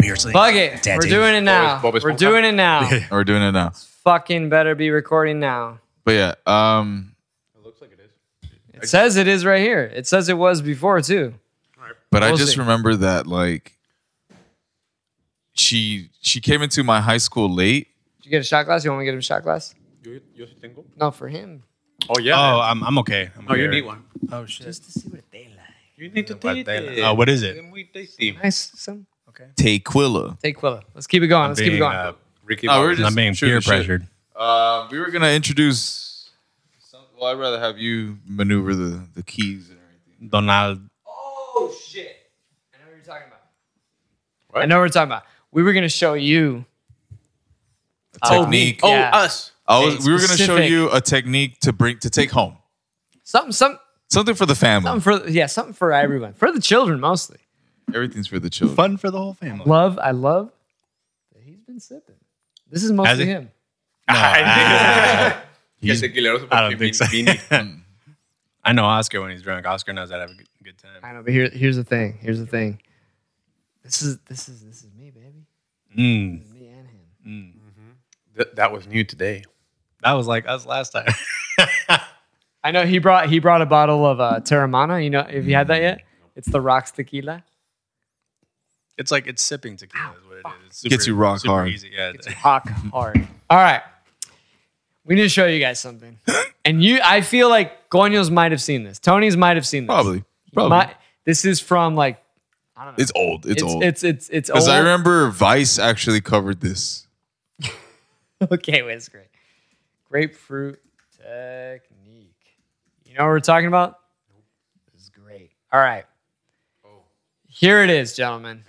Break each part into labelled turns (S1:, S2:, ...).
S1: seriously.
S2: Fuck it.
S1: Daddy.
S2: We're doing it now.
S3: Bob is- Bob is
S2: We're
S3: full
S2: doing it now.
S3: We're doing it now.
S2: Fucking better be recording now.
S3: But yeah, um,
S2: It says it is right here. It says it was before too.
S3: but I
S2: We'll
S3: just
S2: see.
S3: remember that like she she came into my high school late.
S2: Did you get a shot glass? You want me to get him a shot glass? No, for him.
S4: Oh yeah.
S1: Oh, I'm, I'm okay. I'm
S4: no, you
S1: okay.
S4: need one.
S1: Oh shit.
S2: to see what they like.
S4: You need to
S1: What
S4: taste
S1: the-
S4: it.
S1: uh, what is it?
S4: Then we taste it.
S2: Nice. Some.
S3: Tequila.
S2: Take Quilla. Let's keep it going. Let's keep it
S1: Being,
S2: going.
S1: uh,
S4: Ricky.
S3: No, we're
S4: Bobby.
S3: just-
S1: I'm being
S3: Shoot
S1: peer
S3: the shit.
S1: pressured.
S3: Uh, we were gonna introduce. Some, well, I'd rather have you maneuver the the keys and everything.
S1: Donald.
S2: Oh shit! I know what you're talking about.
S4: What?
S2: I know what we're talking about. We were gonna show you.
S3: A technique.
S4: Oh,
S2: Yeah.
S4: us.
S3: I was, we were gonna show
S2: Specific.
S3: you a technique to bring to take home
S2: Something, some,
S3: something for the family.
S2: something for yeah, something for everyone, for the children mostly.
S3: Everything's for the children.
S1: Fun for the whole family.
S2: Love, I love that he's been sipping. This is mostly
S1: he?
S2: him.
S4: He's tequileroso
S1: I don't
S4: porque
S1: think so.
S4: Vin- Vinny-
S1: I know Oscar when he's drunk. Oscar knows how to have a good, good time.
S2: I know, but here, here's the thing. Here's the thing. This is this is this is me, baby.
S1: Mm,
S2: This is me and him.
S4: Th- that was new today.
S1: that was like us last time.
S2: I know he brought he brought a bottle of uh, Terramana. You know, if you had that yet, it's the rocks tequila.
S1: it's like it's sipping tequila. Is what it is. It's super,
S3: Gets you rock
S1: super
S3: hard.
S1: Easy. Yeah.
S2: Hawk hard. All right. We need to show you guys something. And you I feel like Goños might have seen this. Tony's might have seen this.
S3: Probably.
S2: He
S3: Probably.
S2: might- this is from like
S3: it's old. It's,
S2: it's
S3: old.
S2: it's it's it's,
S3: Because
S2: old.
S3: I remember Vice actually covered this.
S2: okay, wait, it's great. Grapefruit technique. You know what we're talking about? This is great. All right.
S3: Oh.
S2: Here it is, gentlemen.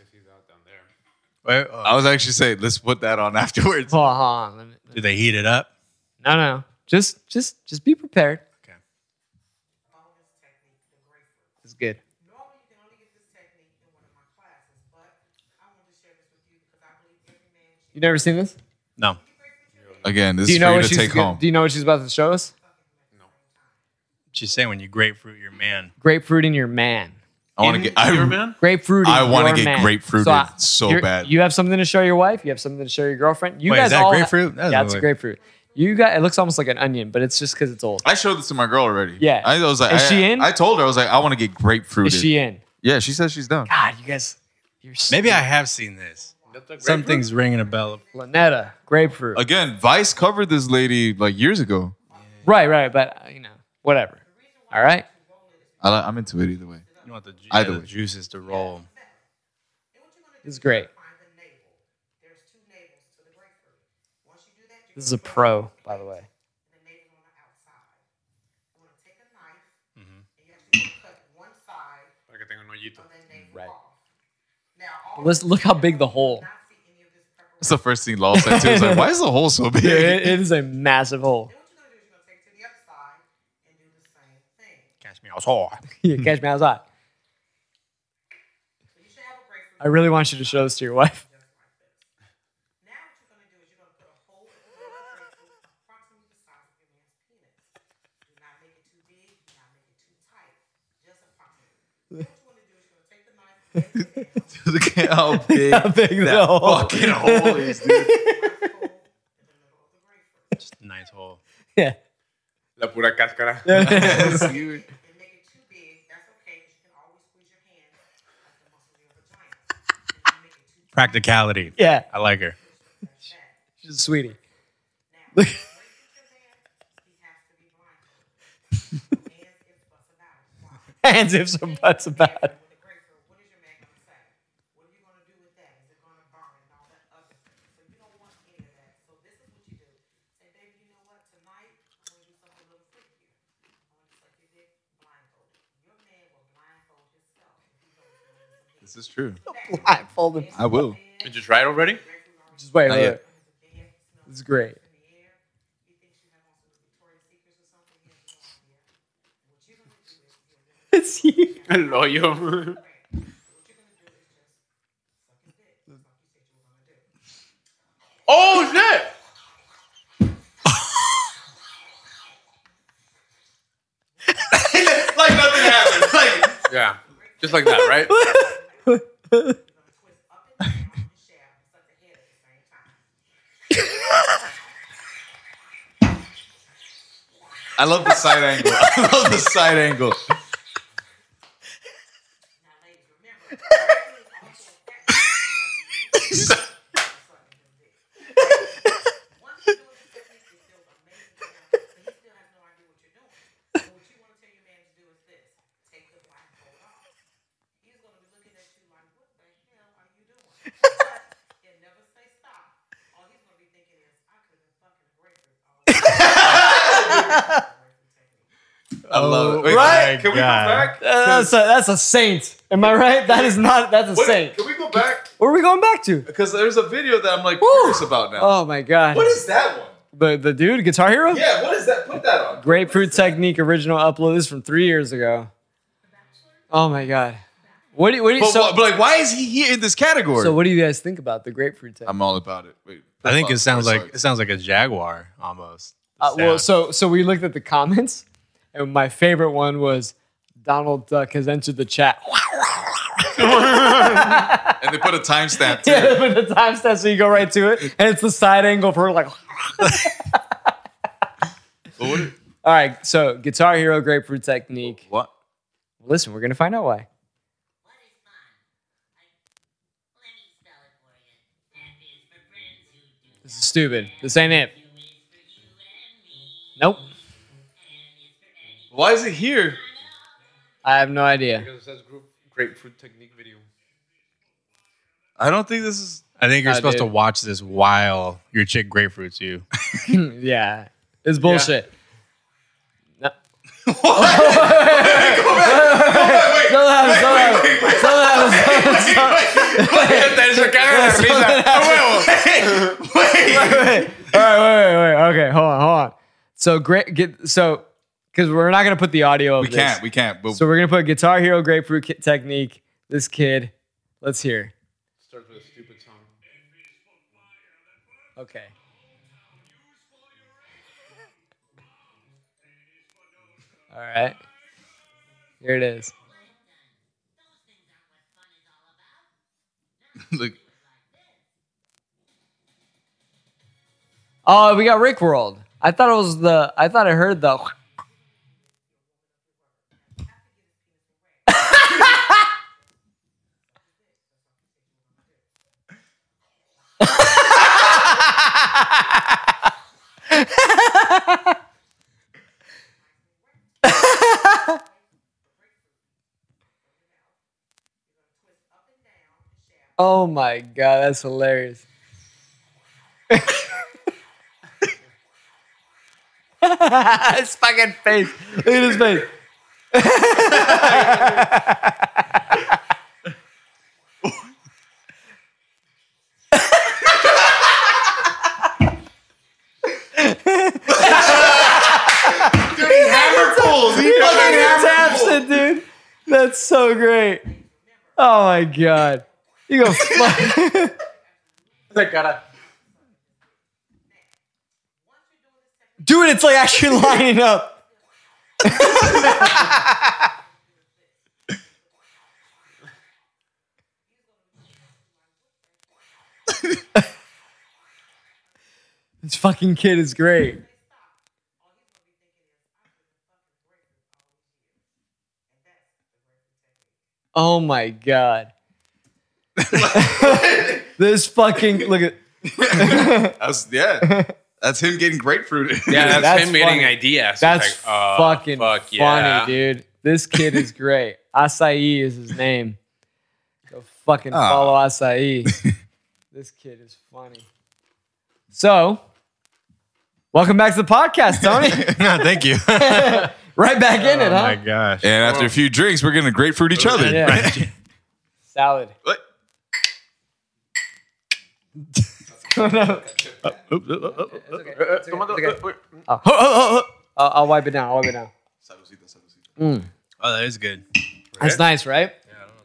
S1: Wait, oh,
S3: I was actually saying, let's put that on afterwards.
S2: Hold on, hold on. Let me- let me-
S1: did they heat it up?
S2: no, no. Just just just be prepared.
S1: Okay.
S2: It's good.
S5: Normally, you can only get this technique in one of my classes, but I wanted to share this with you because I believe every man should
S2: You never seen this?
S1: No.
S3: Again, this
S2: Do you
S3: is
S2: know
S3: for you
S2: what
S3: to
S2: she's
S3: take
S2: go-
S3: home.
S2: Do you know what she's about to show us?
S1: She's saying when you grapefruit your man.
S2: Grapefruit in your man.
S3: I want to get. I,
S4: Your man.
S2: Grapefruit. in
S3: I wanna
S2: your
S3: get
S2: man.
S3: grapefruited
S2: I-
S3: so
S2: you're-
S3: bad.
S2: You have something to show your wife. You have something to show your girlfriend. You
S1: Wait, is
S2: guys
S1: that
S2: all
S1: grapefruit? That
S2: That's
S1: doesn't
S2: yeah, it's
S1: look-
S2: grapefruit. You got. It looks almost like an onion, but it's just because it's old.
S3: I showed this to my girl already.
S2: Yeah.
S3: I was like,
S2: Is
S3: I-
S2: she in?
S3: I told her I was like, I want to get grapefruited.
S2: Is she in?
S3: Yeah, she says she's done.
S2: God, you guys. You're s-
S1: Maybe I have seen this. Something's ringing a bell.
S2: Lynetta grapefruit.
S3: Again, Vice covered this lady like years ago.
S2: right, right. But uh, you know, whatever. All right.
S3: I, li- I'm into it either way.
S1: You want the, ju-
S3: Either
S1: the
S3: way.
S1: juices to roll.
S2: This is great.
S5: find the navel. There's two navels to the grapefruit. Once you do that, you're
S2: This is a pro, by the way.
S5: the navel on the outside. You want to take a knife and you actually wanna cut one side
S4: Para que tenga un hoyito.
S5: of that navel
S2: Right.
S5: off. Now, all
S2: Let's look how big the hole.
S5: not see any of this preparation.
S3: That's the first thing Law said too. He's like, why is the hole so big?
S2: It- it is a massive hole.
S5: Then what you're going to do is you're going to take it to the other side and do the same thing.
S1: Catch me outside.
S2: Yeah, catch me outside.
S5: So you should have a grapefruit.
S2: I really want you to show this to your wife.
S5: Now what you're going to do is you're going to put a hole in the middle of the grapefruit approximately the size of your man's penis. Do not make it too big. Do not make it too tight. Just approximately. Then what you want to do is you're going to take the knife and
S3: Look at how big,
S2: How big the
S3: that
S2: hole.
S3: fucking hole is, dude.
S1: Just a nice hole.
S2: Yeah.
S4: La pura cáscara.
S5: and make it too big. That's okay because you can always squeeze your hand like the muscle of your vagina. If you make it too tight,
S1: Practicality.
S2: Yeah.
S1: I like her.
S2: She's a sweetie.
S5: now, when you get there, he has to be blindfolded. And it's what's about. Why?
S2: Hands ifs and buts about.
S5: With the grapefruit, what is your man going to say? What are you going to do with that? Is it going to burn and all that other stuff? So you don't want any of that. So this is what you do. Say, baby, you know what? Tonight, I'm going to do something a little freakier. I'm going to suck your dick blindfolded. Your man will blindfold himself if he knows he's doing something.
S3: This is true.
S2: Blindfolded.
S3: I will.
S4: Did you try it already?
S2: Just wait,
S3: Not
S2: wait.
S3: yet.
S2: wait. This is great. It's huge.
S4: El hoyo. oh shit!
S3: Like nothing happened. Like
S4: Yeah, just like that, right?
S5: Twist up and down the shaft
S3: I love the side angle. I love the side angle.
S5: Now, ladies, remember, everything is also a factor. Once you do it, the technique is still amazing, but he still has no idea what you're doing. So what you want to tell your man to do is this: take the blindfold off. He's going to be looking at you like, "What the hell are you doing?" But he'll never say stop. All he's going to be thinking is, "I could have fucking raped her." all day."
S3: I love
S2: Oh
S3: it. Wait,
S2: right?
S4: Can we go back?
S2: That's a, that's a saint. Am I right? That is not. That's a
S4: Wait,
S2: saint.
S4: can we go back?
S2: What are we going back to?
S3: Because there's a video that I'm like
S2: Woo!
S3: curious about now.
S2: Oh my god.
S4: What is that one?
S2: the the dude Guitar Hero?
S4: Yeah, what is that? Put that on.
S2: Grapefruit Technique original upload. This is from three years ago. Oh my god. What do you, what do you,
S3: but,
S2: so,
S3: wh- but like, why is he here in this category?
S2: so what do you guys think about the grapefruit technique?
S3: I'm all about it. Wait,
S1: I think
S3: put
S1: it
S3: up-
S1: sounds
S3: sorry.
S1: like it sounds like a jaguar almost. The
S2: Uh, well,
S1: sound.
S2: so so we looked at the comments, and my favorite one was Donald Duck has entered the chat.
S3: and they put a timestamp too.
S2: yeah, with the timestamp, so you go right to it, and it's the side angle for like.
S3: But what-
S2: All right, so Guitar Hero grapefruit technique.
S3: what?
S2: Listen, we're gonna find out why.
S5: What is fun? Like, let me spell it for you. That is for friends who do
S2: This is stupid. This ain't it.
S5: is for you and me.
S2: Nope.
S3: Why is it here?
S2: I have no idea.
S4: Because it says group grapefruit technique video.
S3: I don't think this is.
S1: I think you're
S2: I
S1: supposed
S2: do.
S1: to watch this while your chick grapefruits you.
S2: Yeah, it's bullshit. No.
S4: Wait,
S2: Something happens, something happens, something happens, something happens. All right, wait, wait, wait. Okay, hold on, hold on. So great, get so because we're not gonna put the audio. Of
S3: We
S2: this.
S3: can't. We can't. But
S2: so we're gonna put Guitar Hero Grapefruit Ki- Technique. This kid, let's hear.
S4: Starts with a stupid song.
S2: Okay. All right. Here it is.
S3: like,
S2: Oh, we got Rick World. I thought it was the. I thought I heard the. Oh my god, that's hilarious. his fucking face. Look at his face. He fucking taps it, dude. That's so great. Oh my god. You go fuck.
S4: I gotta.
S2: Dude, it's like actually lining up. this fucking kid is great. Oh my god. this fucking look at
S3: that's yeah. That's him getting grapefruit.
S4: Yeah, that's,
S2: That's
S4: him getting
S2: funny.
S4: ideas.
S2: That's
S4: It's like, uh,
S2: fucking
S4: fuck
S2: funny,
S4: yeah.
S2: dude. This kid is great. Acai is his name. Go fucking
S3: Aw.
S2: follow Acai. this kid is funny. So, welcome back to the podcast, Tony.
S1: no, thank you.
S2: right back in it,
S1: oh my
S2: huh?
S1: gosh.
S3: And after a few drinks, we're gonna grapefruit each other.
S2: Yeah. Salad.
S3: What?
S2: No.
S1: Oop, oop, oop, oop.
S2: It's okay. It's okay. It's okay. Oh, oh, oh, oh. I'll, I'll wipe it down. I'll wipe it down.
S1: Oh, that is good.
S2: That's nice, right?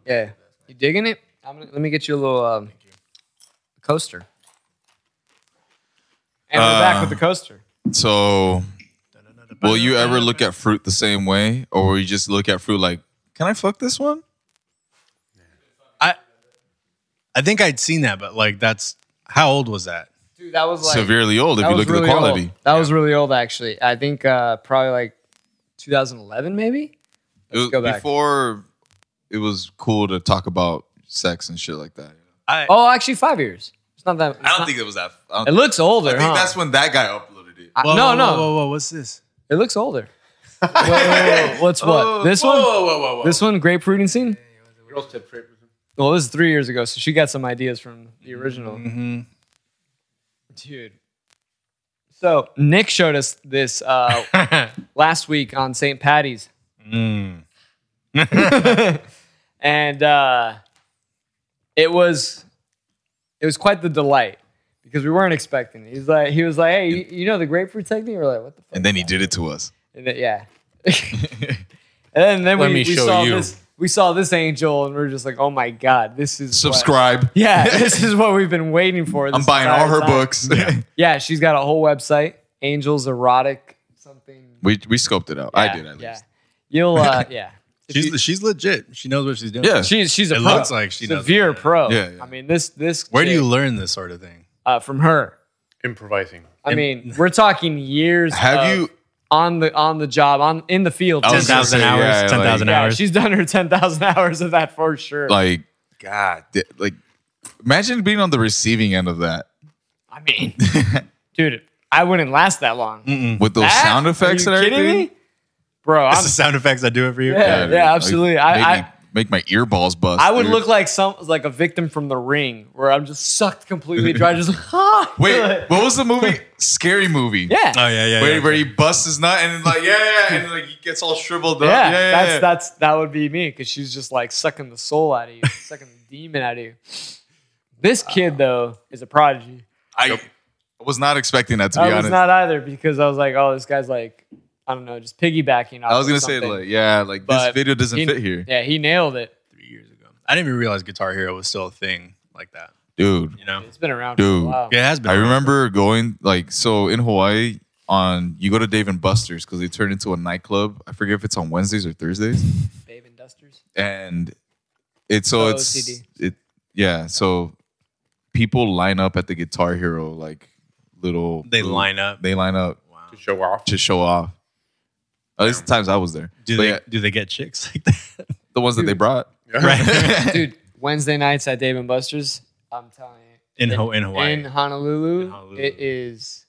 S2: Yeah. You digging it? I'm gonna, let me get you a little um, coaster. And we're back with the
S3: Uh,
S2: coaster.
S3: So, will you ever look at fruit the same way, or will you just look at fruit like, can I fuck this one?
S1: I think I'd seen that, but like that's how old was that?
S2: Dude, that was like
S3: severely old if
S2: that
S3: you
S2: was
S3: look at
S2: really
S3: the quality.
S2: Old. That was really old, actually. I think uh, probably like 2011, maybe.
S3: It was
S2: go back.
S3: before it was cool to talk about sex and shit like that.
S1: I,
S2: Oh, actually, five years. It's not that. it's
S3: I don't
S2: not-
S3: think it was that. I, don't
S2: it looks older.
S3: I think
S2: huh?
S3: that's when that guy uploaded it.
S2: I-
S1: Whoa,
S2: no,
S1: whoa,
S2: no,
S1: Whoa, whoa, whoa, what's this?
S2: it looks older. Whoa, whoa, whoa, What's what? this
S4: whoa,
S2: one?
S4: Whoa, whoa, whoa, whoa.
S2: This one, grapefruiting scene.
S4: Girls tip trip.
S2: Well, this is three years ago, so she got some ideas from the original.
S1: Mm-hmm.
S2: Dude. So Nick showed us this uh, last week on St. Patty's,
S1: Mm.
S2: and uh, it was it was quite the delight because we weren't expecting it. He's like, he was like, "Hey, you, you know the grapefruit technique?" We're like, "What the?" Fuck?
S3: And then he did it to us.
S2: And then, yeah. and then, then we,
S1: Let me
S2: we
S1: show
S2: saw
S1: you.
S2: this. We saw this angel, and we are just like, "Oh my god, this is what-
S3: Subscribe.
S2: yeah, this is what we've been waiting for.
S3: I'm
S2: this
S3: buying all
S2: entire
S3: her
S2: time.
S3: books.
S2: Yeah, she's got a whole website, Angels Erotic something.
S3: we we scoped it out. I
S2: Yeah,
S3: did at least.
S2: Yeah, you'll uh, yeah. If
S1: She's
S2: you-
S1: she's legit. She knows what she's doing.
S3: Yeah.
S2: she's she's a
S1: It
S2: pro.
S1: looks like she knows
S2: severe
S1: what it is.
S2: pro.
S3: Yeah, yeah.
S2: I mean this this.
S1: Where do
S2: chick,
S1: you learn this sort of thing?
S2: uh, from her?
S4: Improvising.
S2: I mean, we're talking years.
S3: Have
S2: of
S3: you?
S2: on the on the job on in the field?
S3: I
S1: Oh, Ten
S3: was gonna
S1: thousand
S3: say,
S1: hours.
S3: yeah,
S1: Ten thousand
S2: yeah,
S1: hours.
S2: she's done her ten thousand hours of that for sure.
S3: like god th- like imagine being on the receiving end of that
S2: I mean, dude, I wouldn't last that long.
S3: with those
S2: That?
S3: sound effects
S2: Ah, Are you
S3: and
S2: kidding
S3: everything
S2: me, bro?
S1: That's
S2: I'm,
S1: the sound effects I do it for you.
S2: Yeah.
S3: dude,
S2: absolutely.
S3: like,
S2: I-
S3: make,
S2: I-
S3: me- make my ear balls bust
S2: I would
S3: dude.
S2: look like some like a victim from The Ring, where I'm just sucked completely dry. Just like, ah,
S3: wait Uh, what was the movie scary movie
S2: yeah,
S1: Oh yeah, yeah.
S3: where,
S1: yeah.
S3: where he busts his nut and then like yeah yeah and like he gets all shriveled up
S2: yeah,
S3: yeah yeah,
S2: that's
S3: yeah.
S2: that's that would be me because she's just like sucking the soul out of you, sucking the demon out of you. This
S3: Uh,
S2: kid though is a prodigy.
S3: I, I was not expecting that to be
S2: I was
S3: honest
S2: not either because I was like, oh, this guy's like, I don't know, just piggybacking. Off
S3: I was
S2: of
S3: gonna say
S2: something.
S3: like yeah like this
S2: But
S3: video doesn't
S2: he-
S3: fit here
S2: yeah, he nailed it.
S1: Three years ago, I didn't even realize Guitar Hero was still a thing like that.
S3: dude
S1: You know,
S2: It's been around for
S3: Dude.
S2: a while.
S1: it has been.
S3: I remember going like so in Hawaii on you go to Dave and Buster's because they turn into a nightclub I forget if it's on Wednesdays or Thursdays
S2: Babe and Dusters.
S3: and it's so
S2: Oh,
S3: it's
S2: OCD.
S3: it yeah so people line up at the guitar hero like little
S1: They
S3: little-
S1: line up.
S3: they line up
S1: Wow.
S4: To show off.
S3: to show off at least the times i was there
S1: Do
S3: But
S1: they
S3: yeah,
S1: do they get chicks like that?
S3: the ones that they brought
S1: Right.
S2: Dude, Wednesday nights at Dave and Buster's. I'm telling you,
S1: in Ho- in Hawaii.
S2: in Honolulu,
S1: In Honolulu.
S2: it is.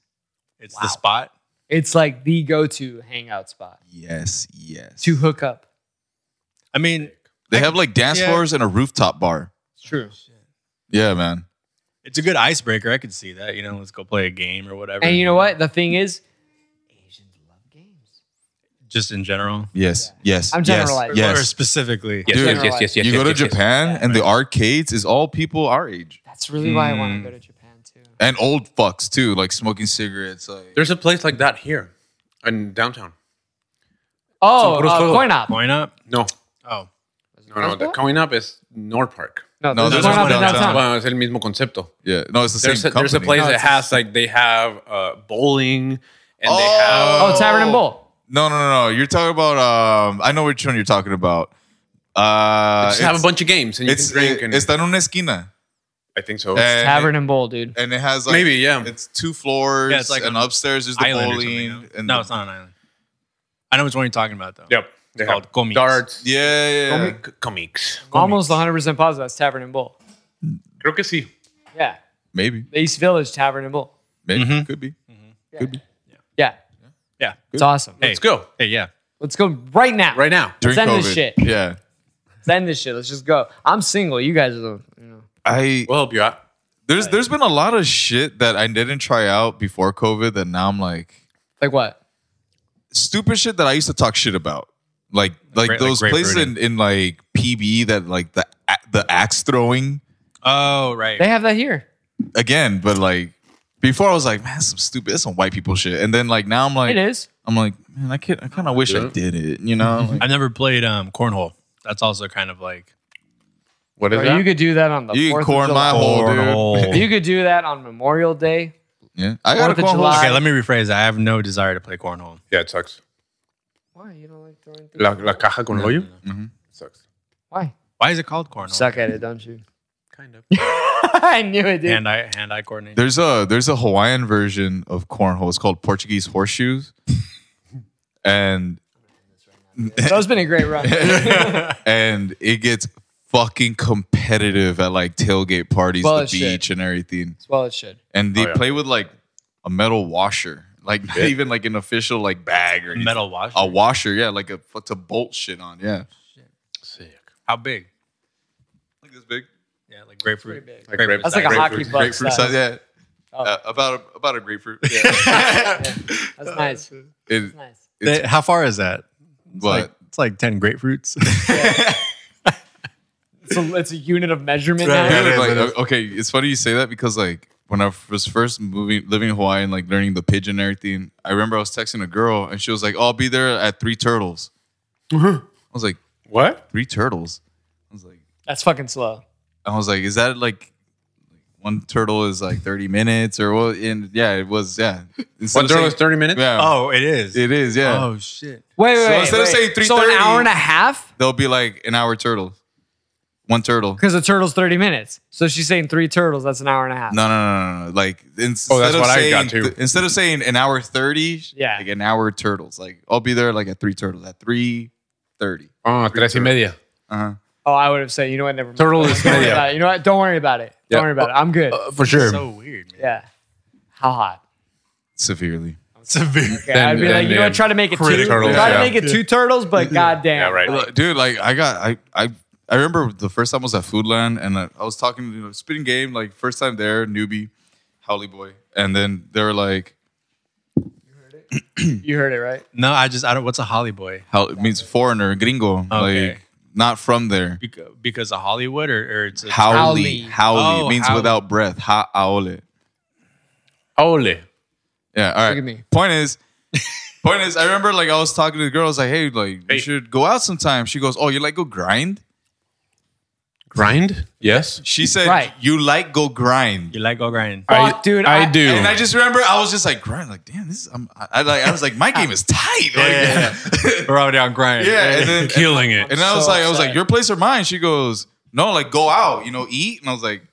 S1: it's the spot.
S2: It's like the go-to hangout spot
S3: yes yes
S2: to hook up.
S1: I mean,
S3: they have like dance
S1: Yeah.
S3: floors and a rooftop bar
S2: It's true.
S3: yeah man
S1: it's a good icebreaker. I could see that. You know, let's go play a game or whatever.
S2: And you know what? The thing is, Asians love games.
S1: Just in general.
S3: yes yes
S2: I'm
S3: yes,
S2: generalizing.
S1: Or
S3: yes
S1: specifically.
S3: Dude,
S2: yes, yes,
S3: you go to japan and the arcades is all people our age
S2: That's really why I want to go to Japan too.
S3: and old fucks too like smoking cigarettes like
S4: There's a place like that here in downtown.
S2: Oh,
S1: Puros
S2: uh,
S1: Todo.
S2: coin op.
S1: Coin up.
S4: No,
S1: Oh.
S4: no, no. The coming up is North Park.
S2: No,
S3: No,
S2: there's
S3: there's
S2: coin
S4: Oh,
S1: one
S2: op in
S1: downtown.
S2: downtown.
S4: Well, es el mismo concepto.
S3: yeah no it's the
S4: There's a,
S3: same
S4: there's a
S3: company.
S4: place
S2: No,
S4: that
S2: it's the
S4: has like they have uh, bowling and
S3: Oh.
S4: they have
S2: Oh, Tavern and Bowl.
S3: No, no, no, no. You're talking about. Um, I know which one you're talking about. Uh,
S4: just have a bunch of games and you
S3: It's
S4: can drink. and
S3: it's uh, en una esquina, Eh,
S4: I think so.
S3: and,
S2: Tavern and Bowl, dude.
S3: and it has like,
S4: Maybe, yeah.
S3: It's two floors.
S1: Yeah, it's like
S3: and
S1: on
S3: upstairs is the
S1: Island or something,
S3: bowling.
S1: no?
S3: and
S1: no,
S3: the-
S1: it's not an island. I know which one you're talking about though.
S4: yep, they
S1: It's called
S4: have
S1: comics.
S4: darts.
S3: Yeah, yeah, yeah.
S4: c- comics.
S2: Almost 100 percent positive that's Tavern and Bowl.
S4: Creo que sí.
S2: Yeah,
S3: maybe,
S2: the East Village Tavern and Bowl.
S3: maybe
S1: Mhm.
S3: could be.
S2: Mm-hmm. Yeah,
S1: Yeah.
S2: it's awesome.
S1: Hey.
S4: Let's go
S1: Hey, yeah.
S2: Let's go right now.
S4: right now.
S3: During
S2: Send
S3: COVID.
S2: this shit.
S3: Yeah,
S2: Let's end this shit. Let's just go. I'm single. You guys are the. You know.
S3: I
S4: We'll help you out.
S3: there's there's been a lot of shit that I didn't try out before COVID that now I'm like
S2: Like what?
S3: stupid shit that I used to talk shit about. Like like
S1: Like
S3: those places in,
S1: grapefruiting.
S3: in like PB that like the a- the axe throwing.
S1: Oh, right.
S2: They have that here.
S3: again, but like before I was like, man, that's some stupid, that's some white people shit. And then like now I'm
S2: It
S3: like,
S2: is.
S3: I'm like, man, I can I kind of wish I
S4: Yeah.
S3: did it, you know? Like,
S1: I've never played um cornhole. That's also kind of like
S4: What is
S2: Bro,
S4: that?
S2: you could do that on the.
S3: you can
S2: 4th of
S3: corn
S2: July.
S3: my hole, dude.
S1: cornhole.
S2: You could do that on Memorial Day.
S3: Yeah, I got
S2: Fourth
S3: a
S2: of
S3: corn
S2: July.
S1: okay, let me rephrase. that. I have no desire to play cornhole.
S4: yeah, it sucks.
S2: Why you don't like throwing? Things?
S4: La, la caja con hoyo.
S2: Mm-hmm.
S4: It sucks.
S2: Why?
S1: Why is it called cornhole?
S2: Suck at it, don't you?
S4: Kind of.
S2: I knew it, dude.
S1: hand eye hand eye coordination.
S3: There's a there's a Hawaiian version of cornhole. It's called Portuguese horseshoes, and
S2: so it's been a great run.
S3: and it gets fucking competitive at like tailgate parties,
S2: Well,
S3: the
S2: it should.
S3: beach, and everything.
S2: well, it should.
S3: And they
S4: Oh, yeah.
S3: play with like a metal washer, like not even like an official like bag or anything.
S1: metal watch.
S3: a washer, yeah, like a f- to bolt shit on, yeah.
S4: Sick.
S1: How big?
S3: Like this big,
S1: Yeah, like grapefruit.
S2: Pretty big.
S4: Like grape-
S2: That's like a
S1: Grapefruit.
S2: hockey puck
S3: grapefruit
S2: size.
S3: size, yeah.
S2: Oh.
S3: Uh, about a, about a grapefruit. Yeah.
S2: That's nice.
S3: It-
S2: That's nice.
S3: it's,
S1: How far is that? It's
S3: What?
S1: Like, it's like ten grapefruits.
S2: It's a, it's a unit of measurement
S1: Right.
S2: now.
S1: Yeah.
S3: Like,
S1: it is.
S3: o- okay, it's funny you say that because like when I was first moving, living in Hawaii and like learning the pigeon and everything, I remember I was texting a girl and she was like, oh, "I'll be there at three turtles." I was like,
S4: What?
S3: three turtles. I was like,
S2: That's fucking slow.
S3: I was like, is that like one turtle is like thirty minutes or what? And yeah, it was yeah. Instead
S4: One
S3: of
S4: turtle
S3: saying-
S4: is 30 minutes?
S3: Yeah,
S1: oh, it is.
S3: it is yeah.
S1: Oh shit.
S2: Wait, wait,
S3: So
S2: wait.
S3: instead of
S2: wait.
S3: saying
S2: so an
S3: 3:30
S2: hour and a half
S3: They'll be like an hour turtle, one turtle.
S2: because the turtle's thirty minutes. So she's saying three turtles. That's an hour and a half.
S3: No, no, no, no, no. Like instead
S4: Oh, that's
S3: of
S4: what I
S3: saying,
S4: got too.
S3: th- instead of saying an hour thirty,
S2: Yeah.
S3: like an hour turtles. Like I'll be there like at three turtles at three thirty.
S4: Oh, tres y media.
S3: Uh-huh.
S2: Oh, I would have said, you know what? Never mind.
S4: Turtle
S2: Don't
S4: is
S2: worry
S4: media.
S2: about it. You know what? Don't worry about it. Don't
S4: Yeah.
S2: worry about it. I'm good.
S4: Uh, for sure.
S1: So weird, man.
S2: yeah. How hot?
S3: Severely.
S1: Severe.
S2: Okay,
S4: Then-
S2: I'd be
S4: then
S2: like, you know
S4: they
S2: what? Try to make it two.
S1: critical.
S2: Try
S4: Yeah.
S2: to make it two turtles, but goddamn.
S4: Yeah, right.
S3: Look, Dude, like I got I I I remember the first time I was at Foodland and uh, I, I was talking, you know, spitting game, like first time there, newbie, Howley boy. And then they were like,
S2: You heard it right.
S1: No, I just I don't. What's a holly boy?
S3: how it means foreigner, gringo.
S1: Okay.
S3: Like not from there.
S1: Because, because of Hollywood or, or it's a,
S3: Howley.
S2: Howley.
S3: Howley.
S1: Oh,
S3: it means
S1: howley.
S3: without breath. Ha aole.
S4: Ole.
S3: Yeah. All right.
S2: at me.
S3: Point is, point is, I remember like I was talking to the girl. I was like, "Hey, like
S4: Hey.
S3: you should go out sometime." She goes, "Oh, you like go grind?"
S4: Grind? Yes.
S3: She said,
S2: Right.
S3: "You like go grind."
S1: you like go grind.
S2: Fuck,
S4: I,
S2: dude,
S4: I,
S2: I-
S4: do.
S3: And I just remember I was just like grind, like damn, this is. I'm, I, I like I was like my game is tight. Like,
S1: Yeah. We're already on grind.
S3: Yeah, and then-
S1: killing it.
S3: And I was
S2: So
S3: like, I was
S2: upset.
S3: like, your place or mine? She goes, no, like go out, you know, eat. And I was like,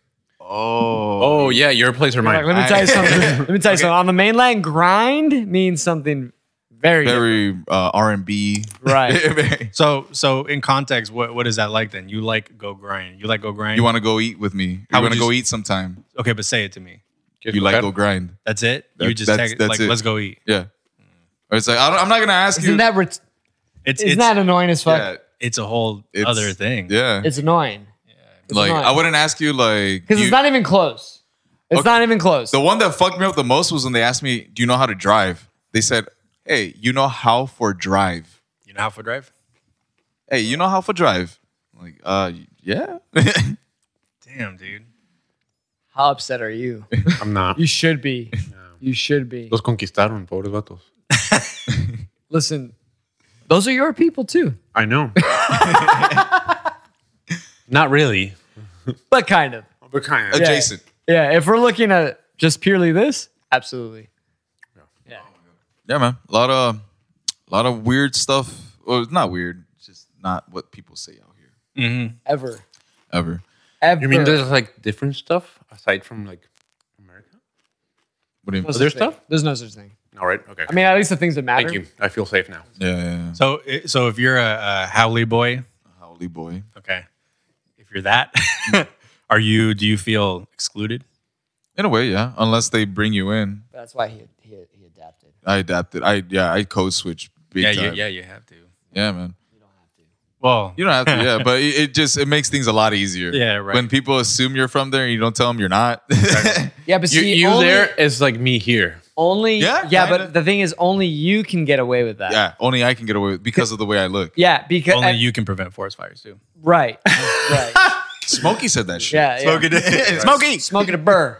S3: oh,
S4: oh, yeah, your place or
S2: Like,
S4: mine.
S2: let me
S3: I-
S2: tell you something. let me tell you something. On the mainland, grind means something very,
S3: very uh, R and B,
S2: Right.
S1: So so in context, what what is that like then? You like go grind. You like go grind.
S3: you want to go eat with me?
S1: How
S3: You want
S1: would
S3: to
S1: you
S3: go
S1: s-
S3: eat sometime?
S1: okay, but say it to me.
S3: You like go grind?
S1: That's it. you
S3: That-
S1: just
S3: that's-
S1: text,
S3: that's
S1: like
S3: it.
S1: let's go eat.
S3: Yeah. Or it's like I don't, I'm not gonna ask you.
S2: Isn't that ret-
S1: It's
S2: isn't
S1: it's
S2: that annoying as fuck?
S3: yeah,
S1: it's a whole
S3: it's-
S1: other thing.
S3: yeah.
S2: It's annoying it's
S3: like
S2: annoying.
S3: I wouldn't ask you like
S2: because
S3: you-
S2: it's not even close. It's
S3: Okay.
S2: not even close.
S3: the one that fucked me up the most was when they asked me, "Do you know how to drive?" They said, "Hey, you know how for drive."
S1: You know how for drive?
S3: Hey, you know how for drive? I'm like, uh, yeah.
S1: Damn, dude.
S2: How upset are you?
S4: I'm not.
S2: You should be. You should be.
S4: Los conquistaron, pobres vatos.
S2: Listen, those are your people too,
S4: I know. not really.
S2: but kind of.
S4: But kind of.
S3: Adjacent.
S2: Yeah, if we're looking at just purely this, absolutely.
S3: Yeah, man. A lot of, a lot of weird stuff. Well, it's not weird. It's just not what people say out here
S1: Mm-hmm.
S2: Ever.
S3: ever.
S2: Ever.
S4: You mean there's like different stuff aside from like America?
S3: What do you
S2: No
S3: mean?
S2: such
S4: there
S2: thing.
S4: stuff?
S2: There's no such thing.
S4: All right. Okay.
S2: I mean, at least the things that matter.
S4: Thank you. I feel safe now.
S3: Yeah, yeah,
S1: So i- so if you're a, a Howley boy,
S3: yeah. Howley boy.
S1: okay. If you're that, are you? Do you feel excluded?
S3: In a way, yeah. Unless they bring you in,
S2: That's why he he, he adapted.
S3: I adapted. I yeah, I code switch. Big
S1: yeah,
S3: time.
S1: you, yeah, you have to.
S3: yeah, man.
S1: Well,
S3: You don't have to, yeah, but it, it just it makes things a lot easier.
S1: Yeah, right.
S3: When people assume you're from there and you don't tell them you're not.
S2: Yeah, but
S4: You,
S2: see,
S4: you
S2: only,
S4: there is like me here.
S2: only
S3: Yeah,
S2: yeah,
S3: kinda.
S2: but the thing is, only you can get away with that.
S3: yeah, only I can get away with because of the way I look.
S2: yeah, because uh,
S1: only you can prevent forest fires too.
S2: right, right,
S3: Smokey said that shit.
S2: yeah, yeah.
S1: Smokey.
S2: smoking a burr.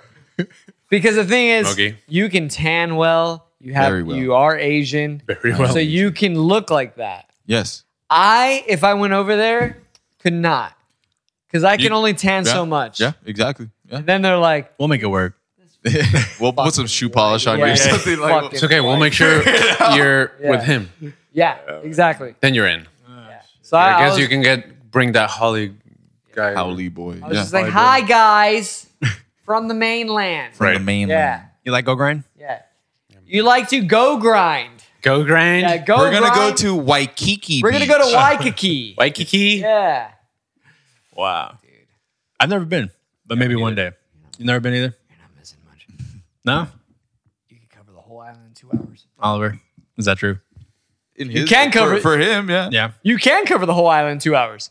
S2: Because the thing is,
S4: Smokey.
S2: you can tan well. You have
S3: Very well.
S2: you are Asian,
S4: Very well.
S2: so you can look like that.
S3: Yes.
S2: I, if I went over there, could not, because I can
S3: You-
S2: only tan
S3: Yeah.
S2: so much.
S3: Yeah, exactly. Yeah.
S2: And then they're like,
S1: We'll make it work.
S3: we'll put some shoe polish on you
S2: Yeah.
S3: or something like
S2: Fucking
S4: it's okay. We'll make sure you're
S2: Yeah.
S4: with him.
S2: yeah, exactly.
S4: Then you're in.
S2: So
S4: I,
S2: I,
S4: guess
S2: was,
S4: you can get bring that Holly guy.
S3: Howley boy.
S2: I was
S3: yeah.
S2: just like, hi guys. from the mainland.
S3: from the
S1: Right.
S3: mainland.
S2: Yeah,
S1: You like go grind?
S2: yeah. You like to go grind.
S1: Go grind.
S2: Yeah, go.
S3: We're gonna
S2: grind.
S3: go to Waikiki.
S2: We're gonna
S3: Beach.
S2: go to Waikiki.
S1: Waikiki.
S2: yeah.
S1: Wow. I've never been, but maybe one day. You never been either?
S2: You're not missing much.
S1: No,
S2: You can cover the whole island in two hours.
S1: Oliver. Is that true?
S3: In
S2: You
S3: his-
S2: can cover it.
S3: for, for him. Yeah.
S1: Yeah.
S2: You can cover the whole island in two hours.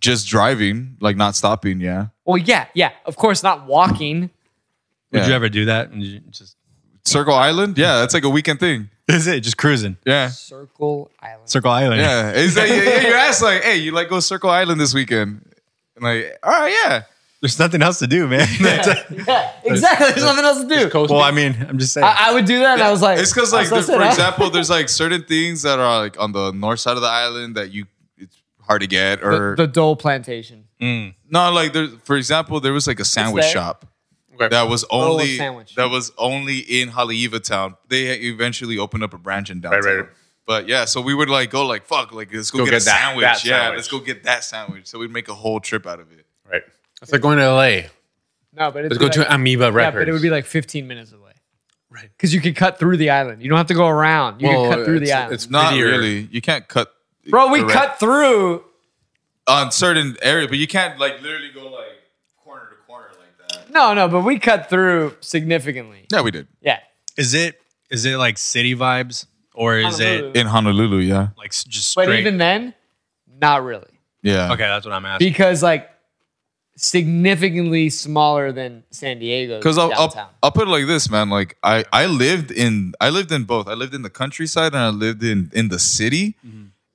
S3: just driving, like not stopping. Yeah.
S2: Well, yeah, yeah. Of course, not walking.
S1: Would
S3: Yeah.
S1: you ever do that? And you just
S3: Circle Island. Yeah, that's like a weekend thing.
S1: is it just cruising
S3: Yeah.
S2: Circle Island.
S1: Circle Island?
S3: Yeah. It's like, yeah, yeah, you ask like, hey, you like go Circle Island this weekend? And like, all right, yeah.
S1: There's nothing else to do, man.
S2: yeah, exactly. There's nothing else to do.
S4: Coast
S1: well,
S4: Guard.
S1: I mean, I'm just saying.
S2: I, I would do that, and I was like,
S3: it's because like,
S2: that's-
S3: there- for
S2: that's it, huh?
S3: example, there's like certain things that are like on the north side of the island that you it's hard to get or
S2: the, the Dole Plantation.
S1: Mm.
S3: no, like there. For example, there was like a sandwich
S2: there? Oh,
S3: shop.
S4: Okay.
S3: That was
S2: a
S3: only
S2: sandwich.
S3: that was only in Haleiwa town. They eventually opened up a branch in downtown.
S4: right, right.
S3: But yeah, so we would like go like fuck, like let's go,
S4: Go
S3: get,
S4: get
S3: a
S4: that-
S3: sandwich.
S4: that
S3: yeah,
S4: sandwich.
S3: let's go get that sandwich. So we'd make a whole trip out of it.
S4: right. It's like going to LA.
S2: No, but
S4: Let's go to Amoeba
S2: yeah,
S4: Records.
S2: but it would be like 15 minutes away.
S4: Right.
S2: Because you could cut through the island. You don't have to go around. You
S4: Well,
S2: can cut through the
S4: it's-
S2: island.
S4: it's-
S3: Not
S4: Prettier.
S3: really. You can't cut.
S2: Bro, we
S3: correct-
S2: cut through.
S3: on certain area, but you can't like literally go like corner to corner like that.
S2: No, no, but we cut through significantly.
S3: Yeah, we did
S2: Yeah.
S1: Is it is it like city vibes or is
S2: Honolulu.
S1: it
S3: in Honolulu. Yeah,
S1: like s- just
S2: But
S1: straight?
S2: even then, not really.
S3: yeah.
S1: okay, that's what I'm asking.
S2: Because, like, significantly smaller than San Diego.
S3: Because I'll,
S2: downtown.
S3: I'll I'll put it like this, man. Like I I lived in I lived in both. I lived in the countryside and I lived in in the city,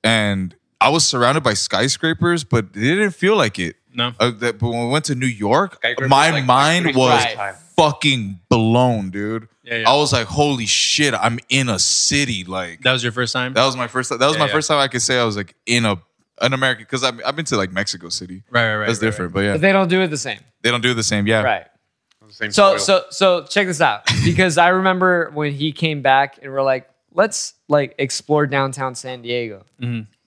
S3: and I was surrounded by skyscrapers, but it didn't feel like it.
S1: No.
S3: Uh, that, but when we went to New York,
S4: Skyscrapers,
S3: my
S4: like,
S3: mind
S4: pretty
S3: was
S2: close time.
S3: fucking blown, dude.
S1: Yeah, yeah.
S3: I was like, holy shit, I'm in a city. Like
S1: That was your first time?
S3: That was my first. That was
S1: Yeah,
S3: my
S1: yeah.
S3: first time I could say I was like in a an American because I've, I've been to like Mexico City.
S1: right, right, right.
S3: That's
S1: right,
S3: different, but
S2: But
S3: yeah,
S2: they don't do it the same.
S3: they don't do the same. Yeah,
S2: Right.
S4: Same
S2: So
S4: soil.
S2: so so check this out because I remember when he came back and we're like, let's like explore downtown San Diego.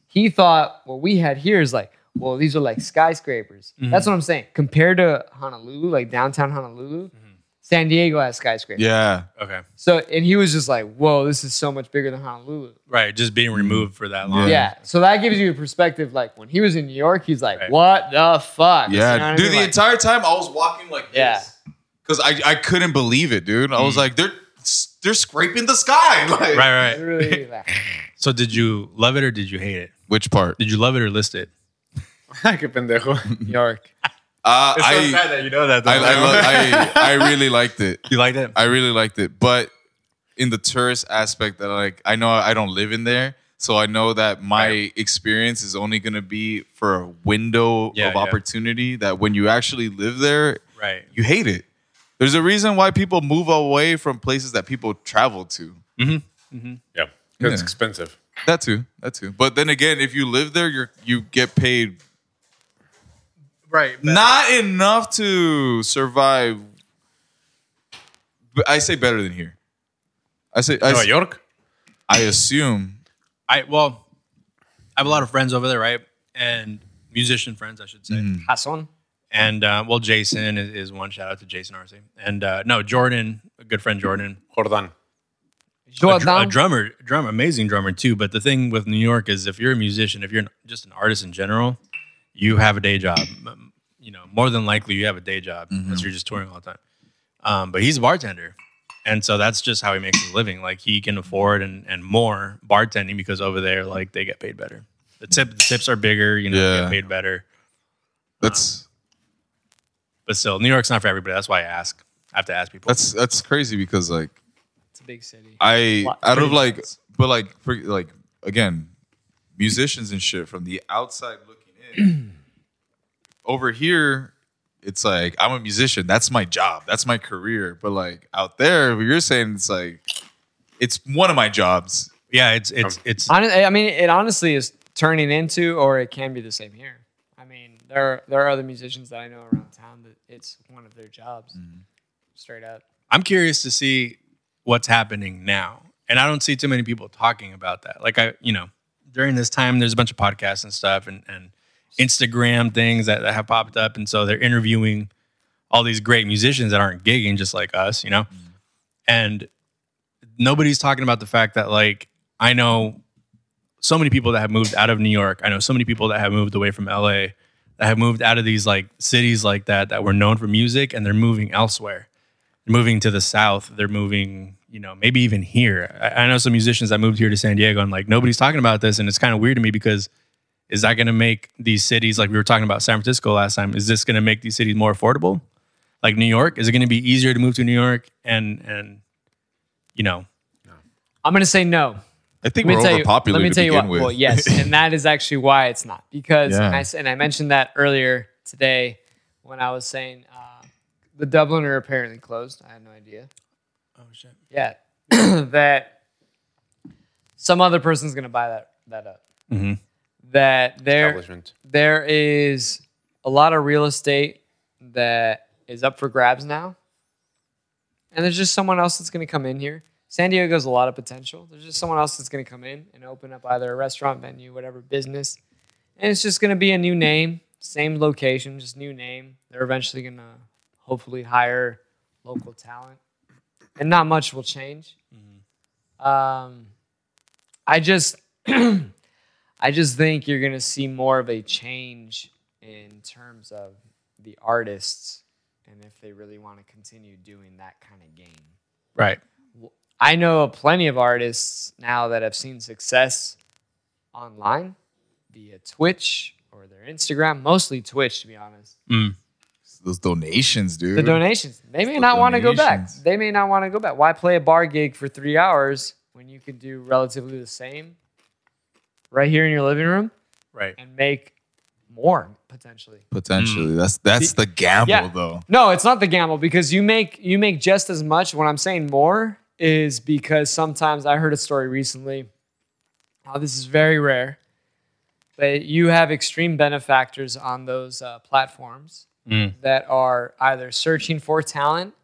S2: He thought what we had here is like, well, these are like skyscrapers. That's what I'm saying. Compared to Honolulu, like downtown Honolulu, San Diego has skyscrapers.
S3: yeah,
S1: right. Okay.
S2: So and he was just like, whoa, this is so much bigger than Honolulu.
S1: Right. Just being removed for that
S2: Yeah.
S1: long.
S2: So that gives you a perspective. Like when he was in New York, he's like,
S1: Right.
S2: what the fuck?
S3: yeah.
S2: You know what I
S3: dude,
S2: mean?
S3: the
S2: Like,
S3: entire time I was walking like
S2: Yeah.
S3: this because I I couldn't believe it, dude. I was like, they're they're scraping the sky. Like,
S1: Mm. Right, right.
S2: literally, like,
S1: So did you love it or did you hate it?
S3: Which part?
S1: Did you love it or list it?
S4: Qué pendejo.
S2: New York.
S3: Uh,
S4: It's so
S3: I
S4: sad that you know that.
S3: I I, lo- I I really liked it.
S1: You liked it?
S3: I really liked it, but in the tourist aspect, that like I know I don't live in there, so I know that my experience is only going to be for a window
S1: Yeah,
S3: of
S1: yeah.
S3: opportunity. That when you actually live there,
S1: Right.
S3: you hate it. There's a reason why people move away from places that people travel to.
S4: yeah. Because it's
S3: Yeah.
S4: expensive.
S3: That too, that too. But then again, if you live there, you you get paid
S1: Right.
S3: not enough to survive. But I say better than here. I say I,
S4: New
S3: s-
S4: York?
S3: I assume
S1: I well, I have a lot of friends over there, right? And musician friends, I should say.
S2: Hassan.
S1: And uh, well, Jason is, is one. Shout out to Jason Arce. And uh, no, Jordan, a good friend Jordan,
S4: Jordan.
S1: a, dr- a
S2: Jordan.
S1: drummer, drummer, amazing drummer too. But the thing with New York is, if you're a musician, if you're an- just an artist in general, you have a day job. M- You know, more than likely, you have a day job
S3: Mm-hmm.
S1: unless you're just touring all the time. Um, but he's a bartender, and so that's just how he makes his living. Like he can afford and and more bartending because over there, like they get paid better. The tip the tips are bigger. You know, they
S3: Yeah.
S1: get paid better.
S3: that's.
S1: But still, New York's not for everybody. That's why I ask. I have to ask people.
S3: That's that's crazy because like
S2: It's a big city.
S3: I
S2: Lot-
S3: out of
S2: pretty
S3: like
S2: nice.
S3: but like for, like again musicians and shit from the outside looking in over here it's like I'm a musician that's my job that's my career but like out there what you're saying it's like it's one of my jobs
S1: yeah, it's it's it's
S2: Hon- I mean, it honestly is turning into, or it can be the same here. I mean, there are, there are other musicians that I know around town that it's one of their jobs,
S3: Mm-hmm.
S2: straight up.
S1: I'm curious to see what's happening now. And I don't see too many people talking about that. Like I, you know, during this time there's a bunch of podcasts and stuff and, and Instagram things that, that have popped up. And so they're interviewing all these great musicians that aren't gigging just like us, you know? And nobody's talking about the fact that like I know so many people that have moved out of New York. I know so many people that have moved away from LA that have moved out of these like cities like that that were known for music and they're moving elsewhere. They're moving to the south. They're moving, you know, maybe even here. I, I know some musicians that moved here to San Diego and like nobody's talking about this. And it's kind of weird to me because is that going to make these cities like we were talking about San Francisco last time? Is this going to make these cities more affordable? Like New York, is it going to be easier to move to New York and and you know
S2: I'm going to say no.
S3: I think
S2: Let me
S3: we're
S2: tell you.
S3: overpopular
S2: Let me
S3: to
S2: tell you
S3: begin
S2: what.
S3: with.
S2: Well, yes, and that is actually why it's not because
S3: Yeah.
S2: and, I, s- and I mentioned that earlier today when I was saying uh, the Dubliner apparently closed. I had no idea.
S1: oh shit
S2: Yeah, that some other person's going to buy that that up.
S3: Mm-hmm.
S1: Mhm.
S2: That there
S4: establishment.
S2: there is a lot of real estate that is up for grabs now. And there's just someone else that's going to come in here. San Diego's a lot of potential. There's just someone else that's going to come in and open up either a restaurant venue, whatever business. And it's just going to be a new name, same location, just new name. They're eventually going to hopefully hire local talent. And not much will change. Um, I just I just think you're going to see more of a change in terms of the artists and if they really want to continue doing that kind of game.
S1: right
S2: I know plenty of artists now that have seen success online via Twitch or their Instagram, mostly Twitch, to be honest.
S3: Those donations, dude.
S2: The donations, they may
S3: the
S2: not want to go back.
S3: donations.
S2: They may not want to go back. Why play a bar gig for three hours when you could do relatively the same right here in your living room?
S1: right
S2: and make more potentially.
S3: Potentially, that's that's the gamble,
S2: Yeah.
S3: though.
S2: No, it's not the gamble because you make you make just as much. When I'm saying more is because sometimes I heard a story recently. Oh, this is very rare, but you have extreme benefactors on those uh, platforms
S1: Mm.
S2: that are either searching for talent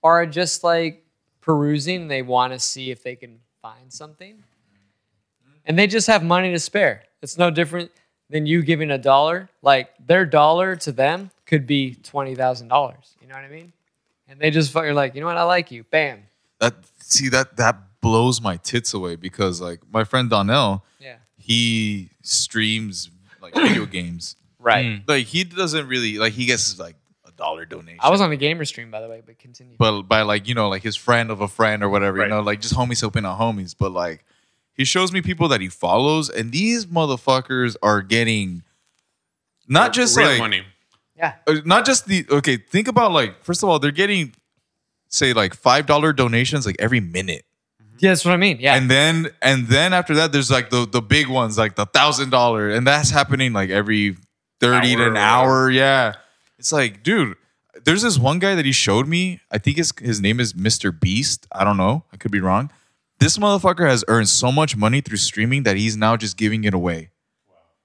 S2: or are just like perusing. They want to see if they can find something, and they just have money to spare. It's no different than you giving a dollar. Like their dollar to them could be twenty thousand dollars. You know what I mean? And they just fucking like, you know what? I like you. Bam.
S3: That see that that blows my tits away because like my friend Donnell,
S2: Yeah.
S3: he streams like video games.
S2: Right.
S3: Like he doesn't really like he gets like a dollar donation.
S2: I was on a gamer stream by the way, but continue.
S3: but by like you know like his friend of a friend or whatever you
S1: Right.
S3: know like just homies helping out homies but like he shows me people that he follows and these motherfuckers are getting not just
S4: Real
S3: like
S4: money.
S2: yeah.
S3: uh, not just the okay think about like first of all they're getting say like five dollar donations like every minute
S2: Yeah, that's what I mean. Yeah.
S3: and then and then after that there's like the the big ones like the thousand dollar and that's happening like every 30 to
S4: Hour
S3: an
S4: or
S3: hour yeah it's like dude there's this one guy that he showed me i think his, his name is mr beast i don't know i could be wrong this motherfucker has earned so much money through streaming that he's now just giving it away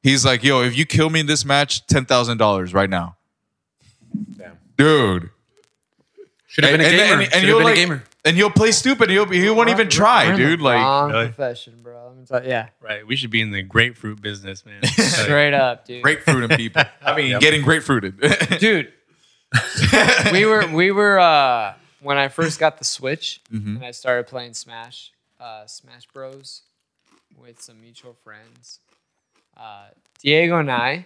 S3: he's like yo if you kill me in this match $10000 right now
S4: Damn.
S3: dude
S4: Should have been a gamer. Should have
S3: you'll
S4: been a
S3: like-
S4: gamer.
S3: and you'll play stupid. He'll be, he won't even try, dude. Like,
S2: Wrong
S1: Really?
S2: profession, bro. Let me tell you. Yeah.
S1: right we should be in the grapefruit business man
S2: Straight up, dude.
S3: grapefruit and people. I mean, getting grapefruited.
S2: Dude. we were we were uh when I first got the Switch
S3: Mhm.
S2: and I started playing Smash, uh Smash Bros with some mutual friends. Uh Diego and I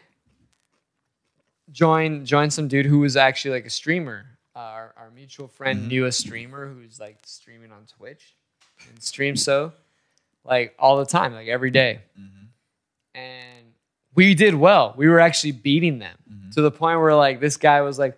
S2: joined joined some dude who was actually like a streamer. Uh, our, our mutual friend knew a streamer who's like streaming on Twitch and streams so like all the time, like every day. And we did well. We were actually beating them to the point where like this guy was like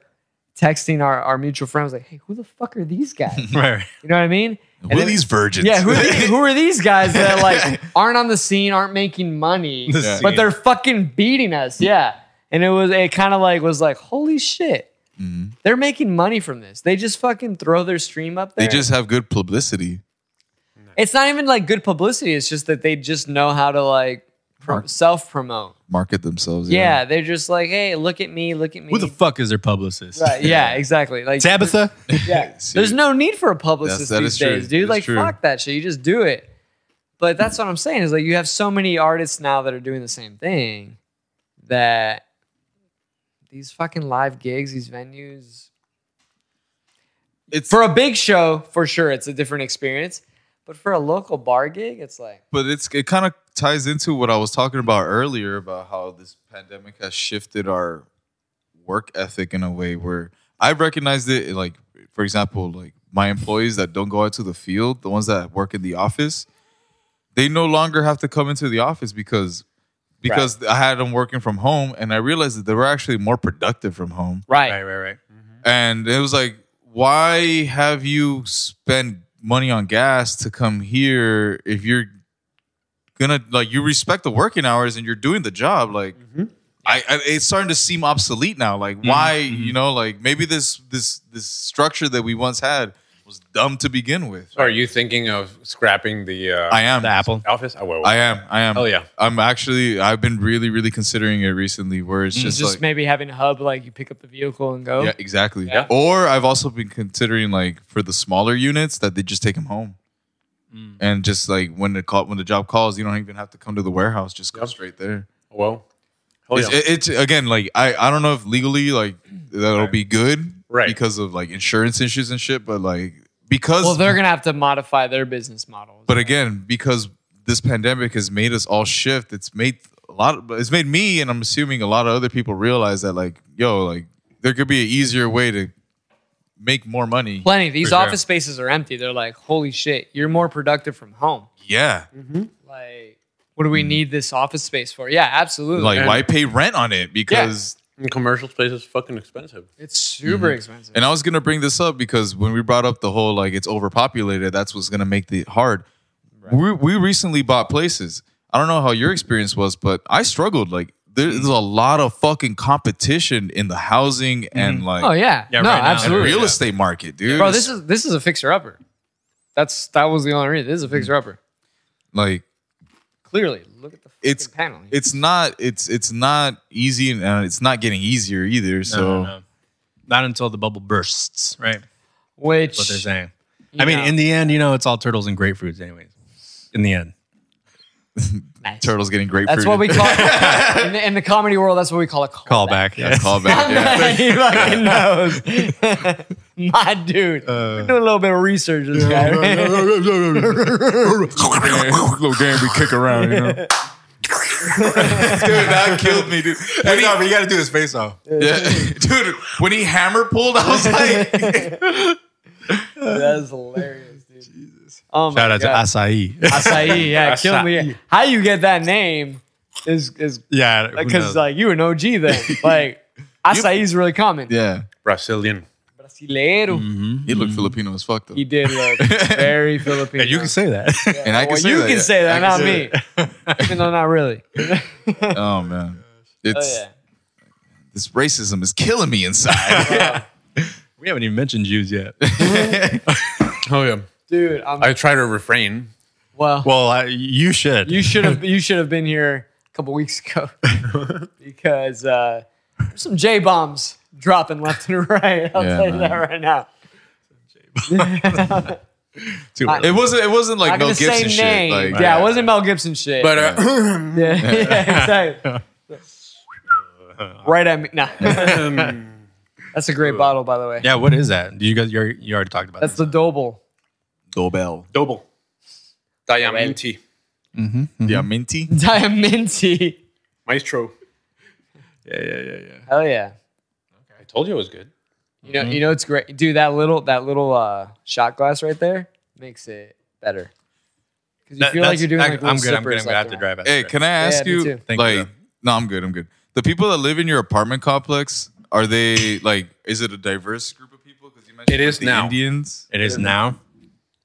S2: texting our, our mutual friend was like, hey, who the fuck are these guys? you
S1: right right.
S2: know what I mean? And
S3: Who are
S2: then-
S3: these virgins?
S2: yeah, who are, these, who are these guys that like aren't on the scene, aren't making money,
S1: The
S2: but
S1: scene.
S2: they're fucking beating us? Yeah, and it was it kind of like was like holy shit,
S3: Mhm.
S2: they're making money from this. They just fucking throw their stream up
S3: They
S2: there.
S3: just have good publicity.
S2: it's not even like good publicity. It's just that they just know how to like pro-
S3: Mark-
S2: self promote.
S3: Market themselves.
S2: Yeah. they're just like, hey, look at me, look at me.
S1: who the fuck is their publicist
S2: Right, yeah, exactly. Like
S1: tabitha
S2: Yeah. There's no need for a publicist
S3: That's- that
S2: these
S3: is true.
S2: days, dude.
S3: It's
S2: like
S3: true.
S2: fuck that shit. You just do it. But that's what I'm saying is like you have so many artists now that are doing the same thing that these fucking live gigs, these venues,
S3: It's
S2: For a big show, for sure, it's a different experience. But for a local bar gig, it's like
S3: but it's it kind of ties into what I was talking about earlier about how this pandemic has shifted our work ethic in a way where I've recognized it like for example like my employees that don't go out to the field, the ones that work in the office, they no longer have to come into the office because because I had them working from home and I realized that they were actually more productive from home.
S2: right,
S1: Right, right, right.
S3: And it was like, why have you spent money on gas to come here if you're gonna like you respect the working hours and you're doing the job? Like, I, I it's starting to seem obsolete now. Like,
S4: Mm-hmm.
S3: why you know like maybe this this this structure that we once had was dumb to begin with.
S4: So are you thinking of scrapping the uh,
S3: I am
S1: The Apple.
S4: office? Oh, well,
S3: I am. I am.
S4: Hell yeah.
S3: I'm actually. I've been really, really considering it recently. Where
S4: Mm,
S3: it's
S2: Just,
S3: just, like,
S2: maybe having a hub like you pick up the vehicle and go.
S3: Yeah, exactly.
S2: Yeah.
S3: Or I've also been considering like for the smaller units that they just take them home,
S4: Mm.
S3: and just like when the call when the job calls, you don't even have to come to the warehouse; just go
S4: Yep.
S3: straight there.
S4: well, hell
S3: It's,
S4: yeah.
S3: it- it's again like I I don't know if legally like that'll be good,
S4: Right.
S3: Because of like insurance issues and shit, but like because
S2: Well, they're gonna have to modify their business model.
S3: but again because this pandemic has made us all shift it's made a lot of, it's made me and i'm assuming a lot of other people realize that like yo like there could be an easier way to make more money
S2: plenty. These
S1: For sure.
S2: office spaces are empty. They're like, holy shit, you're more productive from home.
S3: yeah
S2: Mm-hmm. Like, what do we need this office space for? Yeah, absolutely.
S3: like
S4: And-
S3: why pay rent on it because
S4: And commercial space is fucking expensive.
S2: it's super expensive.
S3: and i was gonna bring this up because when we brought up the whole like it's overpopulated that's what's gonna make it hard we, we recently bought places i don't know how your experience was but i struggled like there's a lot of fucking competition in the housing and like
S2: oh yeah,
S1: Yeah,
S2: no,
S1: right now,
S3: and
S2: absolutely.
S3: real estate market, dude.
S2: Bro, this is this is a fixer upper. That's that was the only reason. This is a fixer upper.
S3: like
S2: Clearly, look at the fucking
S3: It's-
S2: panel.
S3: it's not it's it's not easy and uh, it's not getting easier either.
S1: No,
S3: so
S1: no, no. not until the bubble bursts, right?
S2: Which
S1: What they're saying.
S2: you
S1: I mean,
S2: know,
S1: in the end, you know, it's all turtles and grapefruits, anyways. In the end,
S2: nice.
S3: turtles getting grapefruit.
S2: That's what we call in, the, in the comedy world. That's what we call a callback.
S1: callback.
S3: yeah, callback. yeah.
S2: he fucking knows. My dude. we do a little bit of research on this guy.
S3: Little game we kick around, you know. dude, that killed me, dude. When he,
S1: you got to do his face off.
S3: yeah, dude, when he hammer pulled, I was like,
S2: That's hilarious, dude. Oh my
S1: Shout out to
S2: God.
S1: Acai.
S2: Acai. Yeah, kill me. How you get that name is is
S1: yeah, who
S2: because
S1: knows?
S2: like you an OG then. Like Acai's really common.
S3: yeah, Mm.
S4: Brazilian.
S2: Brasileiro.
S3: he looked Filipino as fuck though.
S2: He did look very Filipino.
S1: Yeah, you can say that.
S3: And I can
S2: well,
S3: say
S2: you
S3: that,
S2: can
S3: yeah.
S2: say
S3: I
S2: that,
S3: can
S2: not
S3: say
S2: me. Even though not really. oh
S3: Oh man, it's
S2: yeah.
S3: this racism is killing me inside.
S1: we haven't even mentioned Jews yet.
S4: Oh yeah.
S2: Dude, I'm
S4: I try to refrain.
S2: well,
S1: well, I, you should.
S2: You should have you should have been here a couple weeks ago because uh, there's some J bombs dropping left and right. I'll
S3: Yeah,
S2: tell you
S3: man.
S2: that right now.
S1: Too
S2: I-
S1: early.
S3: it wasn't. It wasn't like
S2: I'm
S3: Mel
S2: gonna
S3: Gibson
S2: say
S3: shit.
S2: names.
S3: Like,
S2: yeah, it wasn't Mel Gibson shit.
S4: But uh,
S2: yeah, yeah, exactly. right at me. Nah. That's a great bottle, by the way.
S1: yeah, what is that? Do you guys? You already, you already talked about
S2: That's
S1: that.
S2: the Doble.
S3: Dobell.
S4: double. Diamante.
S3: Yeah, minty.
S2: Diamante.
S4: Maestro.
S2: Hell yeah.
S4: I told you it was good.
S2: You know, you know it's great. Dude, that little that little uh, shot glass right there makes it better. Because you
S1: That-
S2: feel like
S1: that's-
S2: you're doing
S1: I,
S2: like
S1: I'm
S2: little
S1: good. I'm good. I'm
S2: sippers left
S1: gonna have to
S2: and right.
S1: drive. out
S3: Hey,
S1: there.
S3: can I ask
S2: me
S3: you?
S2: too.
S1: Thank
S3: like,
S1: you, though.
S3: no, I'm good. I'm good. The people that live in your apartment complex are they like? Is it a diverse group of people? Because you mentioned
S4: It is
S3: the
S4: now.
S3: Indians.
S1: It is now.